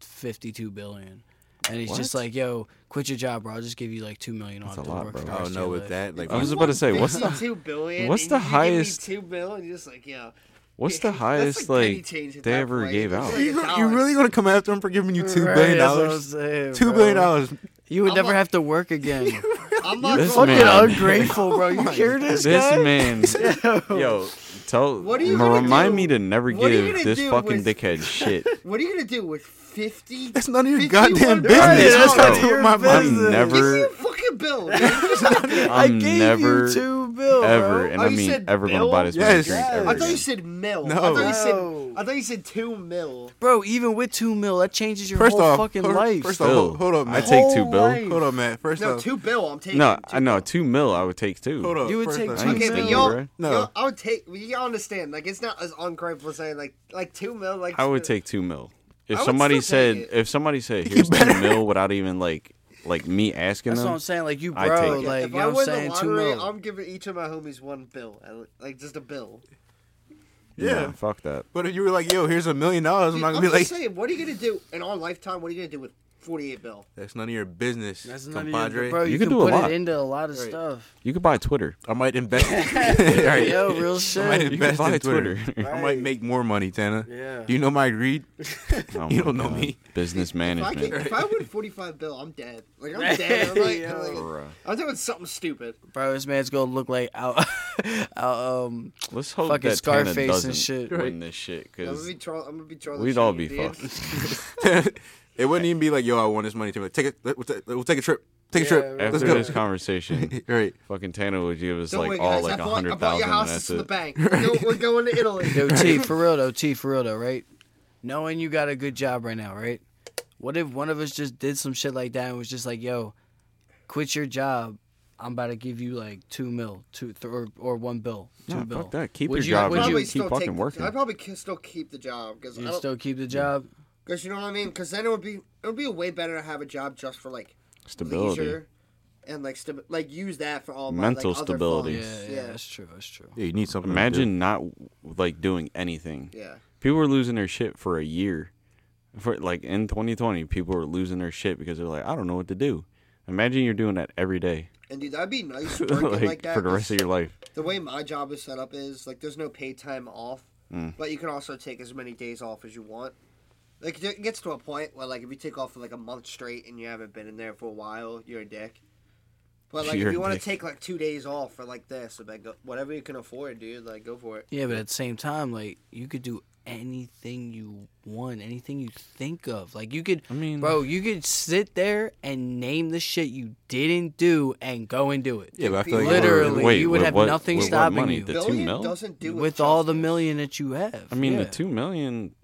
Speaker 3: fifty two billion. And he's just
Speaker 1: What?
Speaker 3: like, "Yo, quit your job, bro. I'll just give you like two million
Speaker 1: That's
Speaker 3: off
Speaker 1: a
Speaker 3: to
Speaker 1: lot,
Speaker 3: work
Speaker 1: bro.
Speaker 3: for the
Speaker 4: I
Speaker 1: Oh,
Speaker 4: don't
Speaker 3: rest of
Speaker 4: know
Speaker 3: your
Speaker 4: with
Speaker 3: life."
Speaker 4: that. Like,
Speaker 1: I was about to say, what's the-
Speaker 2: two billion?
Speaker 1: what's
Speaker 2: and
Speaker 1: the
Speaker 2: you give me
Speaker 1: highest-
Speaker 2: two billion? You're just like yo.
Speaker 1: What's the
Speaker 2: that's
Speaker 1: highest
Speaker 2: like penny
Speaker 1: like
Speaker 2: change at
Speaker 1: they
Speaker 2: that
Speaker 1: ever
Speaker 2: point.
Speaker 1: gave out?
Speaker 4: you, you really gonna come after him for giving you two
Speaker 3: Right,
Speaker 4: billion
Speaker 3: that's what I'm
Speaker 4: dollars?
Speaker 3: saying,
Speaker 4: Two
Speaker 3: bro.
Speaker 4: billion dollars.
Speaker 3: You would
Speaker 2: I'm
Speaker 3: never
Speaker 2: like-
Speaker 3: have to work again.
Speaker 2: I'm not
Speaker 1: This
Speaker 2: going
Speaker 1: man-
Speaker 3: Fucking ungrateful, bro. You hear this,
Speaker 1: This
Speaker 3: guy?
Speaker 1: man, yo, tell
Speaker 2: What are you
Speaker 1: m-
Speaker 2: gonna
Speaker 1: remind
Speaker 2: do-
Speaker 1: me to never
Speaker 2: what are you
Speaker 1: give
Speaker 2: gonna
Speaker 1: this
Speaker 2: do
Speaker 1: fucking
Speaker 2: with-
Speaker 1: dickhead shit.
Speaker 2: What are you gonna do with fifty?
Speaker 4: That's none of your
Speaker 2: 51
Speaker 4: goddamn
Speaker 2: billion
Speaker 1: Right,
Speaker 4: business.
Speaker 1: that's
Speaker 4: That's not
Speaker 1: none of
Speaker 4: doing my
Speaker 3: your
Speaker 4: business.
Speaker 3: business.
Speaker 1: I'm
Speaker 2: Give me
Speaker 1: never,
Speaker 2: a fucking bill. man.
Speaker 3: I
Speaker 1: I'm
Speaker 3: gave
Speaker 1: never,
Speaker 3: you two bill,
Speaker 1: ever,
Speaker 3: bro.
Speaker 1: and
Speaker 2: Oh,
Speaker 1: I
Speaker 2: you
Speaker 1: mean
Speaker 2: said
Speaker 1: ever gonna buy this
Speaker 4: bill?
Speaker 1: man a
Speaker 4: Yes.
Speaker 1: drink
Speaker 4: Yes.
Speaker 1: ever
Speaker 2: I thought
Speaker 1: again.
Speaker 2: you said mil.
Speaker 4: No.
Speaker 2: I thought you
Speaker 3: No.
Speaker 2: said. I thought you said two mil.
Speaker 3: Bro, even with two mil, that changes your
Speaker 4: First
Speaker 3: whole
Speaker 4: off,
Speaker 3: fucking
Speaker 4: hold-
Speaker 3: life.
Speaker 4: first off,
Speaker 1: Bill,
Speaker 4: hold up,
Speaker 1: I
Speaker 4: man.
Speaker 1: take two
Speaker 3: Whole
Speaker 1: bill.
Speaker 3: life.
Speaker 4: Hold on, man. First
Speaker 2: No,
Speaker 4: off,
Speaker 2: two bill. I'm taking.
Speaker 1: No,
Speaker 2: two
Speaker 1: I no
Speaker 2: bill.
Speaker 1: two mil. I would take two.
Speaker 4: hold up.
Speaker 3: You would
Speaker 4: first
Speaker 3: take
Speaker 4: off.
Speaker 3: two
Speaker 1: I ain't
Speaker 2: Okay,
Speaker 1: saying
Speaker 2: but
Speaker 1: you,
Speaker 2: y'all,
Speaker 1: bro.
Speaker 4: No.
Speaker 2: y'all, I would take. Y'all understand? Like it's not as ungrateful saying like like two mil. Like
Speaker 1: I would take two mil. If
Speaker 2: I would
Speaker 1: somebody
Speaker 2: still
Speaker 1: said,
Speaker 2: take it.
Speaker 1: if somebody said, here's two mil without even like, like me asking
Speaker 3: That's what
Speaker 1: them,
Speaker 3: I'm saying. Like you,
Speaker 1: I
Speaker 3: bro.
Speaker 1: take it.
Speaker 3: Like
Speaker 2: if
Speaker 3: you
Speaker 2: I
Speaker 3: know what
Speaker 2: win
Speaker 3: I'm saying.
Speaker 2: the
Speaker 3: Two
Speaker 2: lottery,
Speaker 3: mil.
Speaker 2: I'm giving each of my homies one bill, I- like just a bill.
Speaker 1: yeah,
Speaker 4: Yeah.
Speaker 1: fuck that.
Speaker 4: But if you were like, yo, here's a million dollars, I'm
Speaker 2: Dude,
Speaker 4: not
Speaker 2: I'm
Speaker 4: gonna be like,
Speaker 2: just saying, what are you gonna do in our lifetime? What are you gonna do with 48 bill?
Speaker 4: that's none of your business, compadre.
Speaker 3: Bro, you,
Speaker 1: You
Speaker 3: can,
Speaker 1: could do a
Speaker 3: put
Speaker 1: lot.
Speaker 3: it into a lot of
Speaker 4: Right.
Speaker 3: stuff.
Speaker 1: You could buy Twitter.
Speaker 4: I might invest. All right.
Speaker 3: Yo,
Speaker 4: I
Speaker 3: real
Speaker 4: might
Speaker 3: shit.
Speaker 1: could
Speaker 4: invest
Speaker 1: buy
Speaker 4: in Twitter.
Speaker 1: Twitter.
Speaker 4: I might make more money, Tana.
Speaker 3: Yeah.
Speaker 4: Do you know my greed?
Speaker 1: Oh
Speaker 4: You
Speaker 1: my
Speaker 4: don't know me.
Speaker 1: Business
Speaker 2: If I,
Speaker 1: management.
Speaker 2: can, if I win 45 bill, I'm dead. Like I'm dead. I'm, like, I'm, like,
Speaker 1: Bruh.
Speaker 2: I'm doing something stupid.
Speaker 3: Bro, this man's gonna look like out, out um,
Speaker 1: Let's hope
Speaker 3: Fucking
Speaker 1: that
Speaker 3: Scarface
Speaker 1: Tana
Speaker 3: and
Speaker 1: doesn't
Speaker 3: shit.
Speaker 1: win this shit
Speaker 2: I'm gonna
Speaker 1: because
Speaker 2: be Charles. I'm gonna be Charles.
Speaker 1: we'd all be
Speaker 2: Sheen, dude.
Speaker 1: fucked.
Speaker 4: it wouldn't even be like, yo, I want this money too. Like, take it. We'll take, we'll take a trip. Take a trip.
Speaker 3: right.
Speaker 1: After
Speaker 4: Let's
Speaker 1: this
Speaker 4: go.
Speaker 1: conversation,
Speaker 4: right.
Speaker 1: fucking Tana would give us
Speaker 2: Don't
Speaker 1: like
Speaker 2: worry,
Speaker 1: all
Speaker 2: guys.
Speaker 1: like
Speaker 2: I
Speaker 1: a
Speaker 2: bought, I
Speaker 1: hundred
Speaker 2: bought your
Speaker 1: thousand, and
Speaker 2: houses
Speaker 1: that's
Speaker 2: from the
Speaker 1: it.
Speaker 2: bank. We're going- We're going to Italy.
Speaker 3: Yo, T, for real though, T, for real though, right? Knowing you got a good job right now, right? What if one of us just did some shit like that and was just like, "Yo, quit your job. I'm about to give you like two mil, two th- or or one bill, two
Speaker 1: Nah,
Speaker 3: bill."
Speaker 1: fuck that. Keep your
Speaker 3: Would you-
Speaker 1: job
Speaker 3: would
Speaker 1: and
Speaker 3: you-
Speaker 2: Probably
Speaker 1: just keep
Speaker 2: still take
Speaker 1: fucking
Speaker 2: the-
Speaker 1: working.
Speaker 2: I probably can still keep the job because I
Speaker 3: You
Speaker 2: don't,
Speaker 3: still keep the job.
Speaker 2: Because you know what I mean? Because then it would be it would be way better to have a job just for like
Speaker 1: Stability.
Speaker 2: leisure and like stabi- like use that for all my
Speaker 1: Mental
Speaker 2: like, other
Speaker 1: stability.
Speaker 3: Yeah,
Speaker 2: funds.
Speaker 3: yeah,
Speaker 2: yeah,
Speaker 3: that's true. That's true.
Speaker 4: Yeah, you need something. to do.
Speaker 1: Imagine not like doing anything.
Speaker 2: yeah.
Speaker 1: People were losing their shit for a year. For like in 2020, people were losing their shit because they're like, I don't know what to do. Imagine you're doing that every day,
Speaker 2: And dude, that'd be nice working
Speaker 1: like,
Speaker 2: like, that.
Speaker 1: for the
Speaker 2: 'cause
Speaker 1: rest of your life.
Speaker 2: the way my job is set up is like there's no paid time off,
Speaker 1: Hmm.
Speaker 2: but you can also take as many days off as you want. Like it gets to a point where like if you take off for like a month straight and you haven't been in there for a while, you're a dick. But like
Speaker 1: You're
Speaker 2: if
Speaker 1: a
Speaker 2: you want to
Speaker 1: dick.
Speaker 2: take like two days off for like this, like go- whatever you can afford, dude, like go for it.
Speaker 3: Yeah, but at the same time, like you could do anything you want, anything you think of. Like you could,
Speaker 1: I mean-
Speaker 3: bro, you could sit there and name the shit you didn't do and go and do it.
Speaker 4: Yeah, but I feel like
Speaker 3: Literally,
Speaker 1: Wait,
Speaker 3: you would
Speaker 1: with
Speaker 3: have
Speaker 1: what-
Speaker 3: nothing
Speaker 1: with what
Speaker 3: stopping
Speaker 1: money?
Speaker 3: you.
Speaker 1: The two
Speaker 2: Billion
Speaker 1: mil?
Speaker 2: doesn't do it
Speaker 3: with all the
Speaker 2: justice.
Speaker 3: million that you have.
Speaker 1: I mean,
Speaker 3: yeah.
Speaker 1: the two million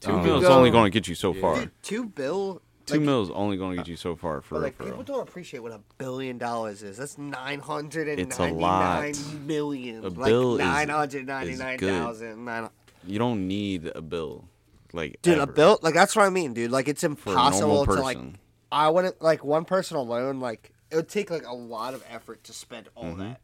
Speaker 1: Two
Speaker 4: Um,
Speaker 1: mil's
Speaker 2: go-
Speaker 1: only going to get you so far.
Speaker 2: Dude, two bill.
Speaker 1: Two mil's only going to get you so far for
Speaker 2: But
Speaker 1: real,
Speaker 2: like
Speaker 1: for
Speaker 2: people
Speaker 1: real.
Speaker 2: don't appreciate what a billion dollars is. That's nine hundred and
Speaker 1: It's a lot.
Speaker 2: ninety-nine million.
Speaker 1: A
Speaker 2: like
Speaker 1: bill is-
Speaker 2: nine hundred ninety-nine thousand.
Speaker 1: You don't need a bill, like
Speaker 2: Dude,
Speaker 1: ever.
Speaker 2: a bill like that's what I mean, dude. Like it's
Speaker 1: for a normal
Speaker 2: impossible to
Speaker 1: person.
Speaker 2: like. I wouldn't like one person alone. Like it would take like a lot of effort to spend all
Speaker 1: Mm-hmm.
Speaker 2: that.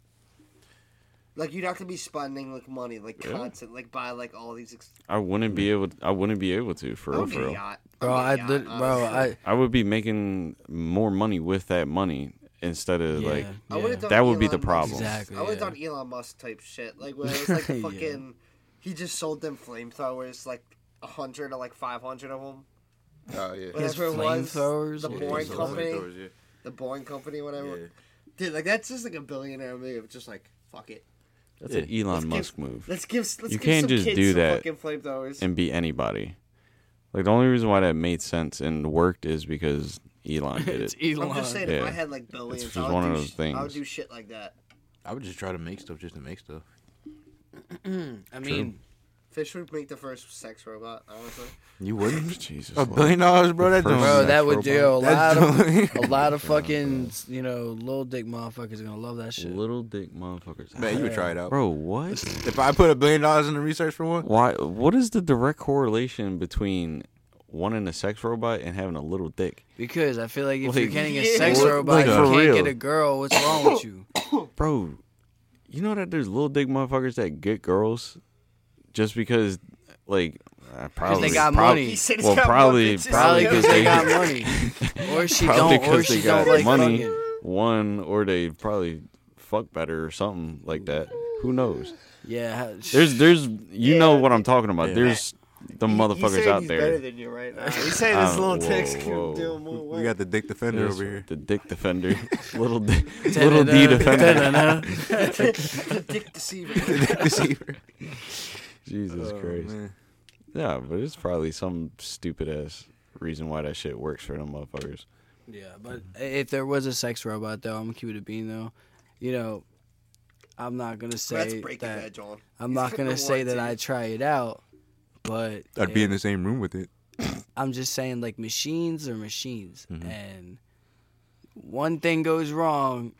Speaker 2: Like you'd have to be spending like money, like constant, like buy like all these. Ex- oh,
Speaker 1: I wouldn't
Speaker 2: Mm.
Speaker 1: be able. I wouldn't be able to for
Speaker 2: I
Speaker 1: real, for
Speaker 2: would get a
Speaker 1: real.
Speaker 2: yacht. I'd
Speaker 3: Bro,
Speaker 2: get a
Speaker 3: I
Speaker 2: yacht,
Speaker 3: lit- bro,
Speaker 2: honestly.
Speaker 3: I
Speaker 1: I would be making more money with that money instead of
Speaker 3: yeah,
Speaker 1: like
Speaker 2: I would've
Speaker 3: yeah.
Speaker 2: done
Speaker 1: That would be the
Speaker 2: Elon Musk-
Speaker 1: problem.
Speaker 3: Exactly,
Speaker 2: I would
Speaker 3: yeah.
Speaker 2: have done Elon Musk type shit, like where it's like the
Speaker 3: Yeah.
Speaker 2: fucking. He just sold them flamethrowers, like a hundred or like five hundred of them.
Speaker 4: Oh yeah.
Speaker 3: His
Speaker 2: Whatever it was,
Speaker 3: flamethrowers?
Speaker 2: the
Speaker 3: Yeah,
Speaker 2: Boring
Speaker 3: he's a
Speaker 2: Company,
Speaker 4: Yeah.
Speaker 2: the Boring Company, whatever.
Speaker 4: Yeah.
Speaker 2: Dude, like that's just like a billionaire move. Just like fuck it.
Speaker 1: that's an Elon
Speaker 2: Let's give-
Speaker 1: Musk move
Speaker 2: Let's give. Let's
Speaker 1: You
Speaker 2: give
Speaker 1: can't
Speaker 2: some
Speaker 1: just
Speaker 2: kids
Speaker 1: do
Speaker 2: some
Speaker 1: that
Speaker 2: Fucking flamethrowers.
Speaker 1: and be anybody. Like the only reason why that made sense and worked is because Elon did
Speaker 3: It's
Speaker 1: it.
Speaker 3: Elon.
Speaker 2: I'm just saying, if I
Speaker 1: Yeah.
Speaker 2: had like billions,
Speaker 1: just
Speaker 2: I would
Speaker 1: one
Speaker 2: do
Speaker 1: of those
Speaker 2: sh- I would
Speaker 1: things.
Speaker 2: do shit like that.
Speaker 4: I would just try to make stuff just to make stuff.
Speaker 3: I mean,
Speaker 2: Fish would make the first sex robot, honestly.
Speaker 4: You wouldn't?
Speaker 1: Jesus,
Speaker 4: A
Speaker 1: Lord.
Speaker 4: billion dollars, bro. That
Speaker 1: Bro,
Speaker 4: don't.
Speaker 3: bro, that would
Speaker 1: Robot.
Speaker 3: do a lot
Speaker 4: That's
Speaker 3: of
Speaker 4: doing-
Speaker 3: a lot of fucking you know little dick motherfuckers gonna love that shit.
Speaker 1: little dick motherfuckers.
Speaker 4: Man, you would try it out,
Speaker 1: Bro,
Speaker 4: bro.
Speaker 1: what?
Speaker 4: If I put a billion dollars in the research for one,
Speaker 1: Why? What is the direct correlation between wanting a sex robot and having a little dick,
Speaker 3: Because I feel like if you're
Speaker 1: Like,
Speaker 3: getting a
Speaker 2: yeah.
Speaker 3: sex
Speaker 4: What-
Speaker 3: robot,
Speaker 4: like,
Speaker 3: you
Speaker 4: for
Speaker 3: can't
Speaker 4: real.
Speaker 3: get a girl. What's wrong with you?
Speaker 1: bro? You know that there's little dick motherfuckers that get girls just because, like, I probably
Speaker 3: they got
Speaker 1: prob-
Speaker 3: money. He
Speaker 2: said he's
Speaker 1: Well,
Speaker 2: got more
Speaker 1: probably,
Speaker 2: bitches
Speaker 1: probably
Speaker 2: than
Speaker 3: Probably
Speaker 1: because
Speaker 3: because
Speaker 2: him.
Speaker 1: they
Speaker 3: they got money, or she
Speaker 1: probably
Speaker 3: don't, or
Speaker 1: 'cause
Speaker 3: she
Speaker 1: they got
Speaker 3: don't like
Speaker 1: money.
Speaker 3: fucking.
Speaker 1: One or they probably fuck better or something like that. Who knows?
Speaker 3: Yeah, ha- sh-
Speaker 1: There's, there's, you know what I'm talking about.
Speaker 4: Yeah.
Speaker 1: There's the
Speaker 2: He- he's
Speaker 1: motherfuckers
Speaker 2: saying
Speaker 1: out
Speaker 2: he's
Speaker 1: there.
Speaker 2: Better than you right now. He's saying his
Speaker 1: Um,
Speaker 2: little
Speaker 1: whoa,
Speaker 2: dicks can
Speaker 1: whoa.
Speaker 2: do more work.
Speaker 4: we got the dick defender
Speaker 1: Yes,
Speaker 4: over here.
Speaker 1: The dick defender, little di- little D defender.
Speaker 2: the dick deceiver.
Speaker 4: Dick deceiver.
Speaker 1: Jesus
Speaker 4: Oh,
Speaker 1: Christ.
Speaker 4: man.
Speaker 1: Yeah, but it's probably some stupid ass reason why that shit works for them motherfuckers.
Speaker 3: Yeah, but if there was a sex robot, though, I'm gonna keep it a bean, though. You know, I'm not gonna
Speaker 2: That's
Speaker 3: say
Speaker 2: breaking
Speaker 3: that.
Speaker 2: that, John.
Speaker 3: I'm not gonna say that I
Speaker 2: warranty.
Speaker 3: try it out, but
Speaker 4: I'd be
Speaker 3: it-
Speaker 4: in the same room with it.
Speaker 3: I'm just saying, like machines are machines,
Speaker 1: Mm-hmm.
Speaker 3: and one thing goes wrong.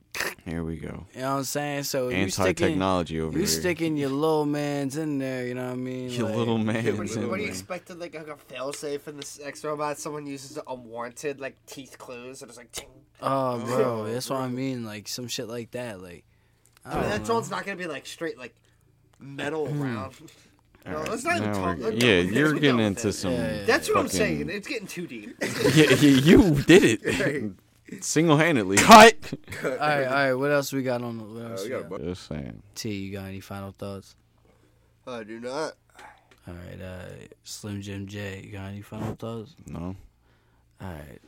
Speaker 1: Here we go.
Speaker 3: You know what I'm saying? So Oh, you
Speaker 1: Anti
Speaker 3: sticking,
Speaker 1: technology over
Speaker 3: you
Speaker 1: here.
Speaker 3: sticking your little man's in there. You know what I mean?
Speaker 1: your
Speaker 3: Like,
Speaker 1: little
Speaker 2: What
Speaker 1: man.
Speaker 2: do you, what do you expect? Like like a failsafe in the sex robot, someone uses an unwarranted like teeth clues, and it's like. Ting.
Speaker 3: Oh, bro, that's what I mean. Like some shit like that. Like, I
Speaker 2: I mean,
Speaker 3: don't
Speaker 2: that
Speaker 3: know.
Speaker 2: John's not gonna be like straight like metal round. No, let's not even
Speaker 1: Now
Speaker 2: talk.
Speaker 1: we're-
Speaker 2: let's-
Speaker 1: yeah,
Speaker 2: let's-
Speaker 1: you're
Speaker 2: we're
Speaker 1: getting
Speaker 2: done with
Speaker 1: into
Speaker 2: this.
Speaker 1: some.
Speaker 3: Yeah, yeah.
Speaker 2: That's what I'm
Speaker 1: fucking-
Speaker 2: saying. It's getting too deep.
Speaker 1: Yeah, yeah, you did it single handedly. Cut.
Speaker 3: all right, all right. What else we got on? the- What else Uh, we got?
Speaker 1: Just saying.
Speaker 3: T, you got any final thoughts?
Speaker 2: I do not.
Speaker 3: All right, uh, Slim Jim J, you got any final thoughts?
Speaker 1: No.
Speaker 3: All right,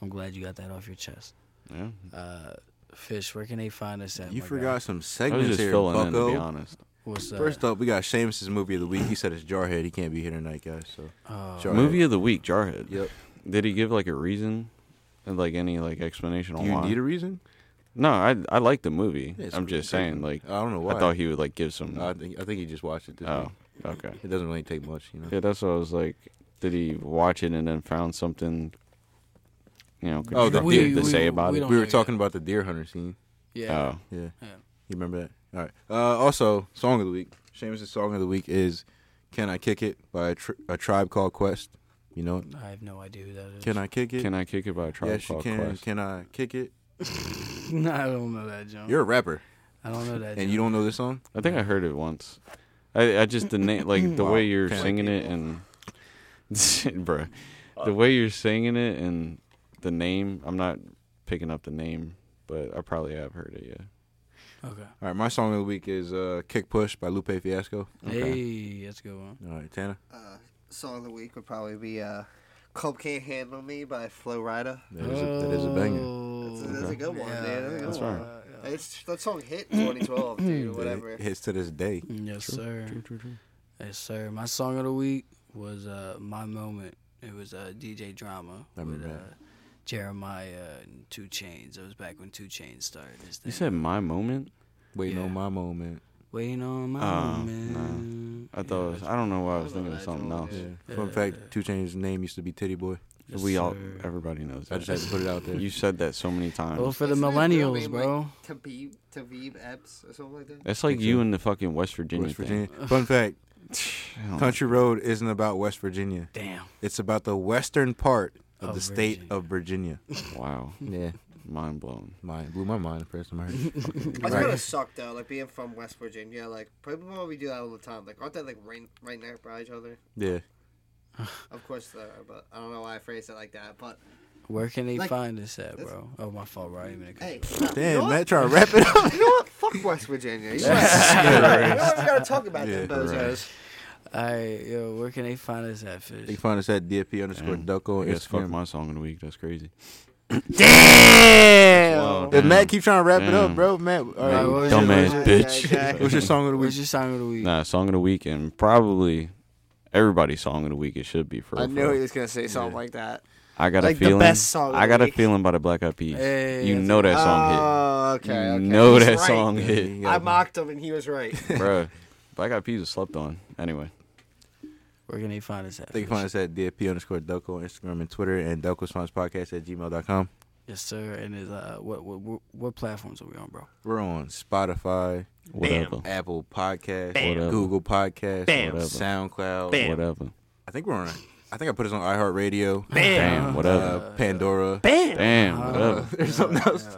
Speaker 3: I'm glad you got that off your chest.
Speaker 1: Yeah.
Speaker 3: Uh, Fish, where can they find us at?
Speaker 4: You
Speaker 3: my
Speaker 4: forgot
Speaker 1: Oh I
Speaker 4: some
Speaker 1: was
Speaker 4: segments
Speaker 1: just
Speaker 4: here,
Speaker 1: filling in to be
Speaker 4: Bucko.
Speaker 1: honest.
Speaker 3: guy? What's up?
Speaker 4: First up, we got Seamus' movie of the week. He said it's Jarhead. He can't be here tonight, guys. So
Speaker 3: Oh,
Speaker 4: Jarhead.
Speaker 1: Movie of the week, Jarhead.
Speaker 4: Yep.
Speaker 1: Did he give like a reason? And, Like any like explanation
Speaker 4: Do
Speaker 1: on
Speaker 4: you
Speaker 1: why?
Speaker 4: need a reason?
Speaker 1: No, I I like the movie.
Speaker 4: Yeah, it's
Speaker 1: I'm just
Speaker 4: pretty
Speaker 1: saying,
Speaker 4: good.
Speaker 1: like
Speaker 4: I don't know why.
Speaker 1: I thought he would like give some.
Speaker 4: I think I think he just watched it. This
Speaker 1: oh,
Speaker 4: week.
Speaker 1: okay.
Speaker 4: It doesn't really take much, you know.
Speaker 1: Yeah, that's what I was like. Did he watch it and then found something, you know,
Speaker 4: Oh, the
Speaker 1: constructive
Speaker 4: deer-
Speaker 1: to
Speaker 4: we-
Speaker 1: say about
Speaker 3: we
Speaker 1: it?
Speaker 3: don't
Speaker 4: We
Speaker 3: know
Speaker 4: were
Speaker 3: yet.
Speaker 4: talking about the deer hunter scene.
Speaker 3: yeah.
Speaker 1: Oh,
Speaker 4: Yeah.
Speaker 3: Yeah.
Speaker 4: You remember that? All right. Uh, also, song of the week. Seamus' song of the week is "Can I Kick It" by a, tri- a tribe called Quest. You know, it?
Speaker 3: I have no idea who that is.
Speaker 4: "Can I Kick It"?
Speaker 1: can I kick it by a tribe
Speaker 4: yes, you
Speaker 1: called
Speaker 4: can.
Speaker 1: Quest?
Speaker 4: Can I kick it?
Speaker 3: I don't know that, John.
Speaker 4: You're a rapper,
Speaker 3: I don't know that.
Speaker 4: and you
Speaker 3: John.
Speaker 4: don't know this song.
Speaker 1: I think I heard it once. I I just the name like the way you're
Speaker 4: Can I
Speaker 1: singing it and, bruh, the way you're singing it and the name. I'm not picking up the name, but I probably have heard it. Yeah.
Speaker 3: Okay.
Speaker 4: All right, my song of the week is uh, "Kick Push" by Lupe Fiasco.
Speaker 3: Hey, that's a good one.
Speaker 4: All right, Tana.
Speaker 2: Uh, song of the week would probably be uh, "Club Can't Handle Me" by Flo Rida.
Speaker 4: That is a, that is a
Speaker 3: Oh,
Speaker 4: banger.
Speaker 2: That's a, that's a good one,
Speaker 3: Yeah,
Speaker 2: dude. That's a
Speaker 3: Oh, yeah,
Speaker 2: good
Speaker 1: That's
Speaker 2: one.
Speaker 1: right.
Speaker 2: It's, that song hit in 2012, dude, or whatever.
Speaker 4: It hits to this day.
Speaker 3: Yes, sir. Yes, sir. My song of the week was uh, "My Moment." It was uh, DJ Drama
Speaker 4: I remember
Speaker 3: with uh,
Speaker 4: that.
Speaker 3: Jeremiah and Two Chains. It was back when Two Chains started. His
Speaker 1: You
Speaker 3: thing.
Speaker 1: said my moment.
Speaker 4: Waiting
Speaker 3: Yeah.
Speaker 4: on my moment.
Speaker 3: "Waiting on my
Speaker 1: Oh,
Speaker 3: moment."
Speaker 1: no. I thought it was, I don't know why I was thinking of
Speaker 2: Legend,
Speaker 1: something else.
Speaker 2: dude.
Speaker 4: Yeah. Fun fact: Two Chain's name used to be Titty Boy.
Speaker 3: Yes,
Speaker 1: we all
Speaker 3: sir.
Speaker 1: everybody knows.
Speaker 4: I
Speaker 1: That.
Speaker 4: just had to Oh, put it out there.
Speaker 1: you said that so many times.
Speaker 3: Well, for the
Speaker 2: Isn't his real
Speaker 3: millennials,
Speaker 2: name,
Speaker 3: bro.
Speaker 2: Like, Tabib, Tabib Epps or something like that.
Speaker 1: That's like you and the fucking West Virginia
Speaker 4: West
Speaker 1: thing.
Speaker 4: Virginia. Oh. Fun fact:
Speaker 1: I don't-
Speaker 4: Country Road isn't about West Virginia.
Speaker 3: Damn.
Speaker 4: It's about the western part of
Speaker 3: Of
Speaker 4: the state
Speaker 3: Virginia.
Speaker 4: of Virginia.
Speaker 1: Wow,
Speaker 4: Yeah,
Speaker 1: mind blown.
Speaker 4: mine blew my mind. First time I heard. it.
Speaker 2: That's
Speaker 4: Right.
Speaker 2: gonna suck though, like being from West Virginia, like people probably do that all the time. Like aren't they like right, right next by each other?
Speaker 4: Yeah,
Speaker 2: Of course they are, but I don't know why I phrased it like that. But
Speaker 3: Where can they
Speaker 2: Like-
Speaker 3: find us at, bro? Oh, my fault, bro. I didn't mean to cut
Speaker 2: hey,
Speaker 3: you.
Speaker 4: damn,
Speaker 2: you know
Speaker 4: Matt, trying to wrap it up.
Speaker 2: what? You know what? Fuck West Virginia. You know what? You know what? We gotta talk about
Speaker 4: Yeah,
Speaker 2: them bozos.
Speaker 3: All right, yo, where can they find us at, Fish?
Speaker 4: You can find us at DFP underscore
Speaker 1: Damn.
Speaker 4: Ducko on
Speaker 1: Yes, fuck
Speaker 4: Instagram.
Speaker 1: my song of the week. That's crazy.
Speaker 3: Damn!
Speaker 1: Wow,
Speaker 4: Oh, If
Speaker 1: damn.
Speaker 4: Matt keep trying to wrap it up,
Speaker 1: Damn.
Speaker 4: bro, Matt. All right,
Speaker 3: Matt, what was your-
Speaker 1: dumbass
Speaker 3: what was
Speaker 2: your-
Speaker 1: bitch.
Speaker 2: Yeah, exactly.
Speaker 4: what's your song of the week?
Speaker 3: What's your song of the week?
Speaker 1: Nah, song of the week and probably everybody's song of the week. It should be for.
Speaker 2: I
Speaker 1: for-
Speaker 2: knew he was gonna say something like that.
Speaker 1: I got
Speaker 2: like
Speaker 1: a
Speaker 2: the
Speaker 1: feeling.
Speaker 2: best song of
Speaker 1: I
Speaker 2: the
Speaker 1: got a
Speaker 2: week.
Speaker 1: feeling by the Black Eyed Peas.
Speaker 3: Hey,
Speaker 1: you
Speaker 3: that's
Speaker 1: know that song
Speaker 2: Oh,
Speaker 1: hit.
Speaker 2: okay. okay.
Speaker 1: You know
Speaker 2: He's
Speaker 1: that
Speaker 2: right.
Speaker 1: song hit,
Speaker 4: Yeah,
Speaker 2: I mocked him and he was right.
Speaker 1: bro. Black Eyed Peas was slept on. Anyway,
Speaker 3: Where can they find us at?
Speaker 4: They can
Speaker 3: Fish?
Speaker 4: find us at DFP underscore Delco on Instagram and Twitter and Podcast at gmail.com.
Speaker 3: Yes, sir. And is uh, what what what- what platforms are we on, bro?
Speaker 4: We're on Spotify,
Speaker 1: whatever,
Speaker 4: Apple Podcasts,
Speaker 1: Whatever.
Speaker 4: Google Podcasts,
Speaker 5: Bam.
Speaker 1: Whatever.
Speaker 4: SoundCloud.
Speaker 1: whatever.
Speaker 4: I think we're on. I think I put us on iHeartRadio,
Speaker 1: Damn, whatever.
Speaker 4: uh, Pandora.
Speaker 1: Damn,
Speaker 3: Uh,
Speaker 1: whatever.
Speaker 4: There's something else.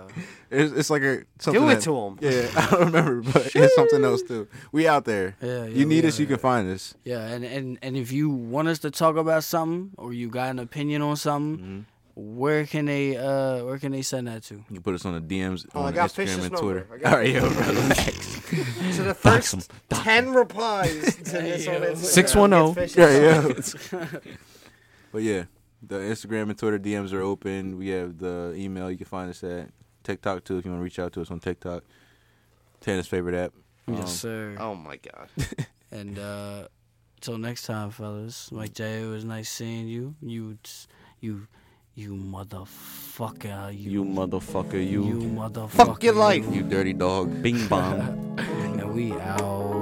Speaker 4: It's, it's like a something
Speaker 2: Do it
Speaker 4: that-
Speaker 2: to him.
Speaker 4: Yeah, I don't remember, but it's something else too. We out there.
Speaker 3: Yeah, yeah,
Speaker 4: you need
Speaker 3: we
Speaker 4: us,
Speaker 3: out
Speaker 4: you can find us.
Speaker 3: Yeah, and, and, and if you want us to talk about something or you got an opinion on something, where can they uh where can they send that to?
Speaker 4: You can put us on the DMs
Speaker 2: Oh, I
Speaker 4: on
Speaker 2: got Fish's
Speaker 4: Instagram and
Speaker 2: number.
Speaker 4: Twitter.
Speaker 2: I
Speaker 4: All
Speaker 2: got-
Speaker 4: right, yo, bro, relax.
Speaker 2: So the first ten replies to this on Instagram.
Speaker 1: 610.
Speaker 2: Get Fish's
Speaker 4: Yeah,
Speaker 2: song.
Speaker 4: yeah. but yeah, the Instagram and Twitter DMs are open. We have the email. You can find us at TikTok too if you want to reach out to us on TikTok. Tana's favorite app. Um,
Speaker 3: yes, sir.
Speaker 2: Oh my god.
Speaker 3: And uh till next time, fellas. Mike J, it was nice seeing you. You t- you you motherfucker. You
Speaker 1: You motherfucker,
Speaker 3: you,
Speaker 1: you
Speaker 3: motherfucker.
Speaker 2: Fuck your life.
Speaker 4: You dirty dog.
Speaker 1: bing bong.
Speaker 3: And we out.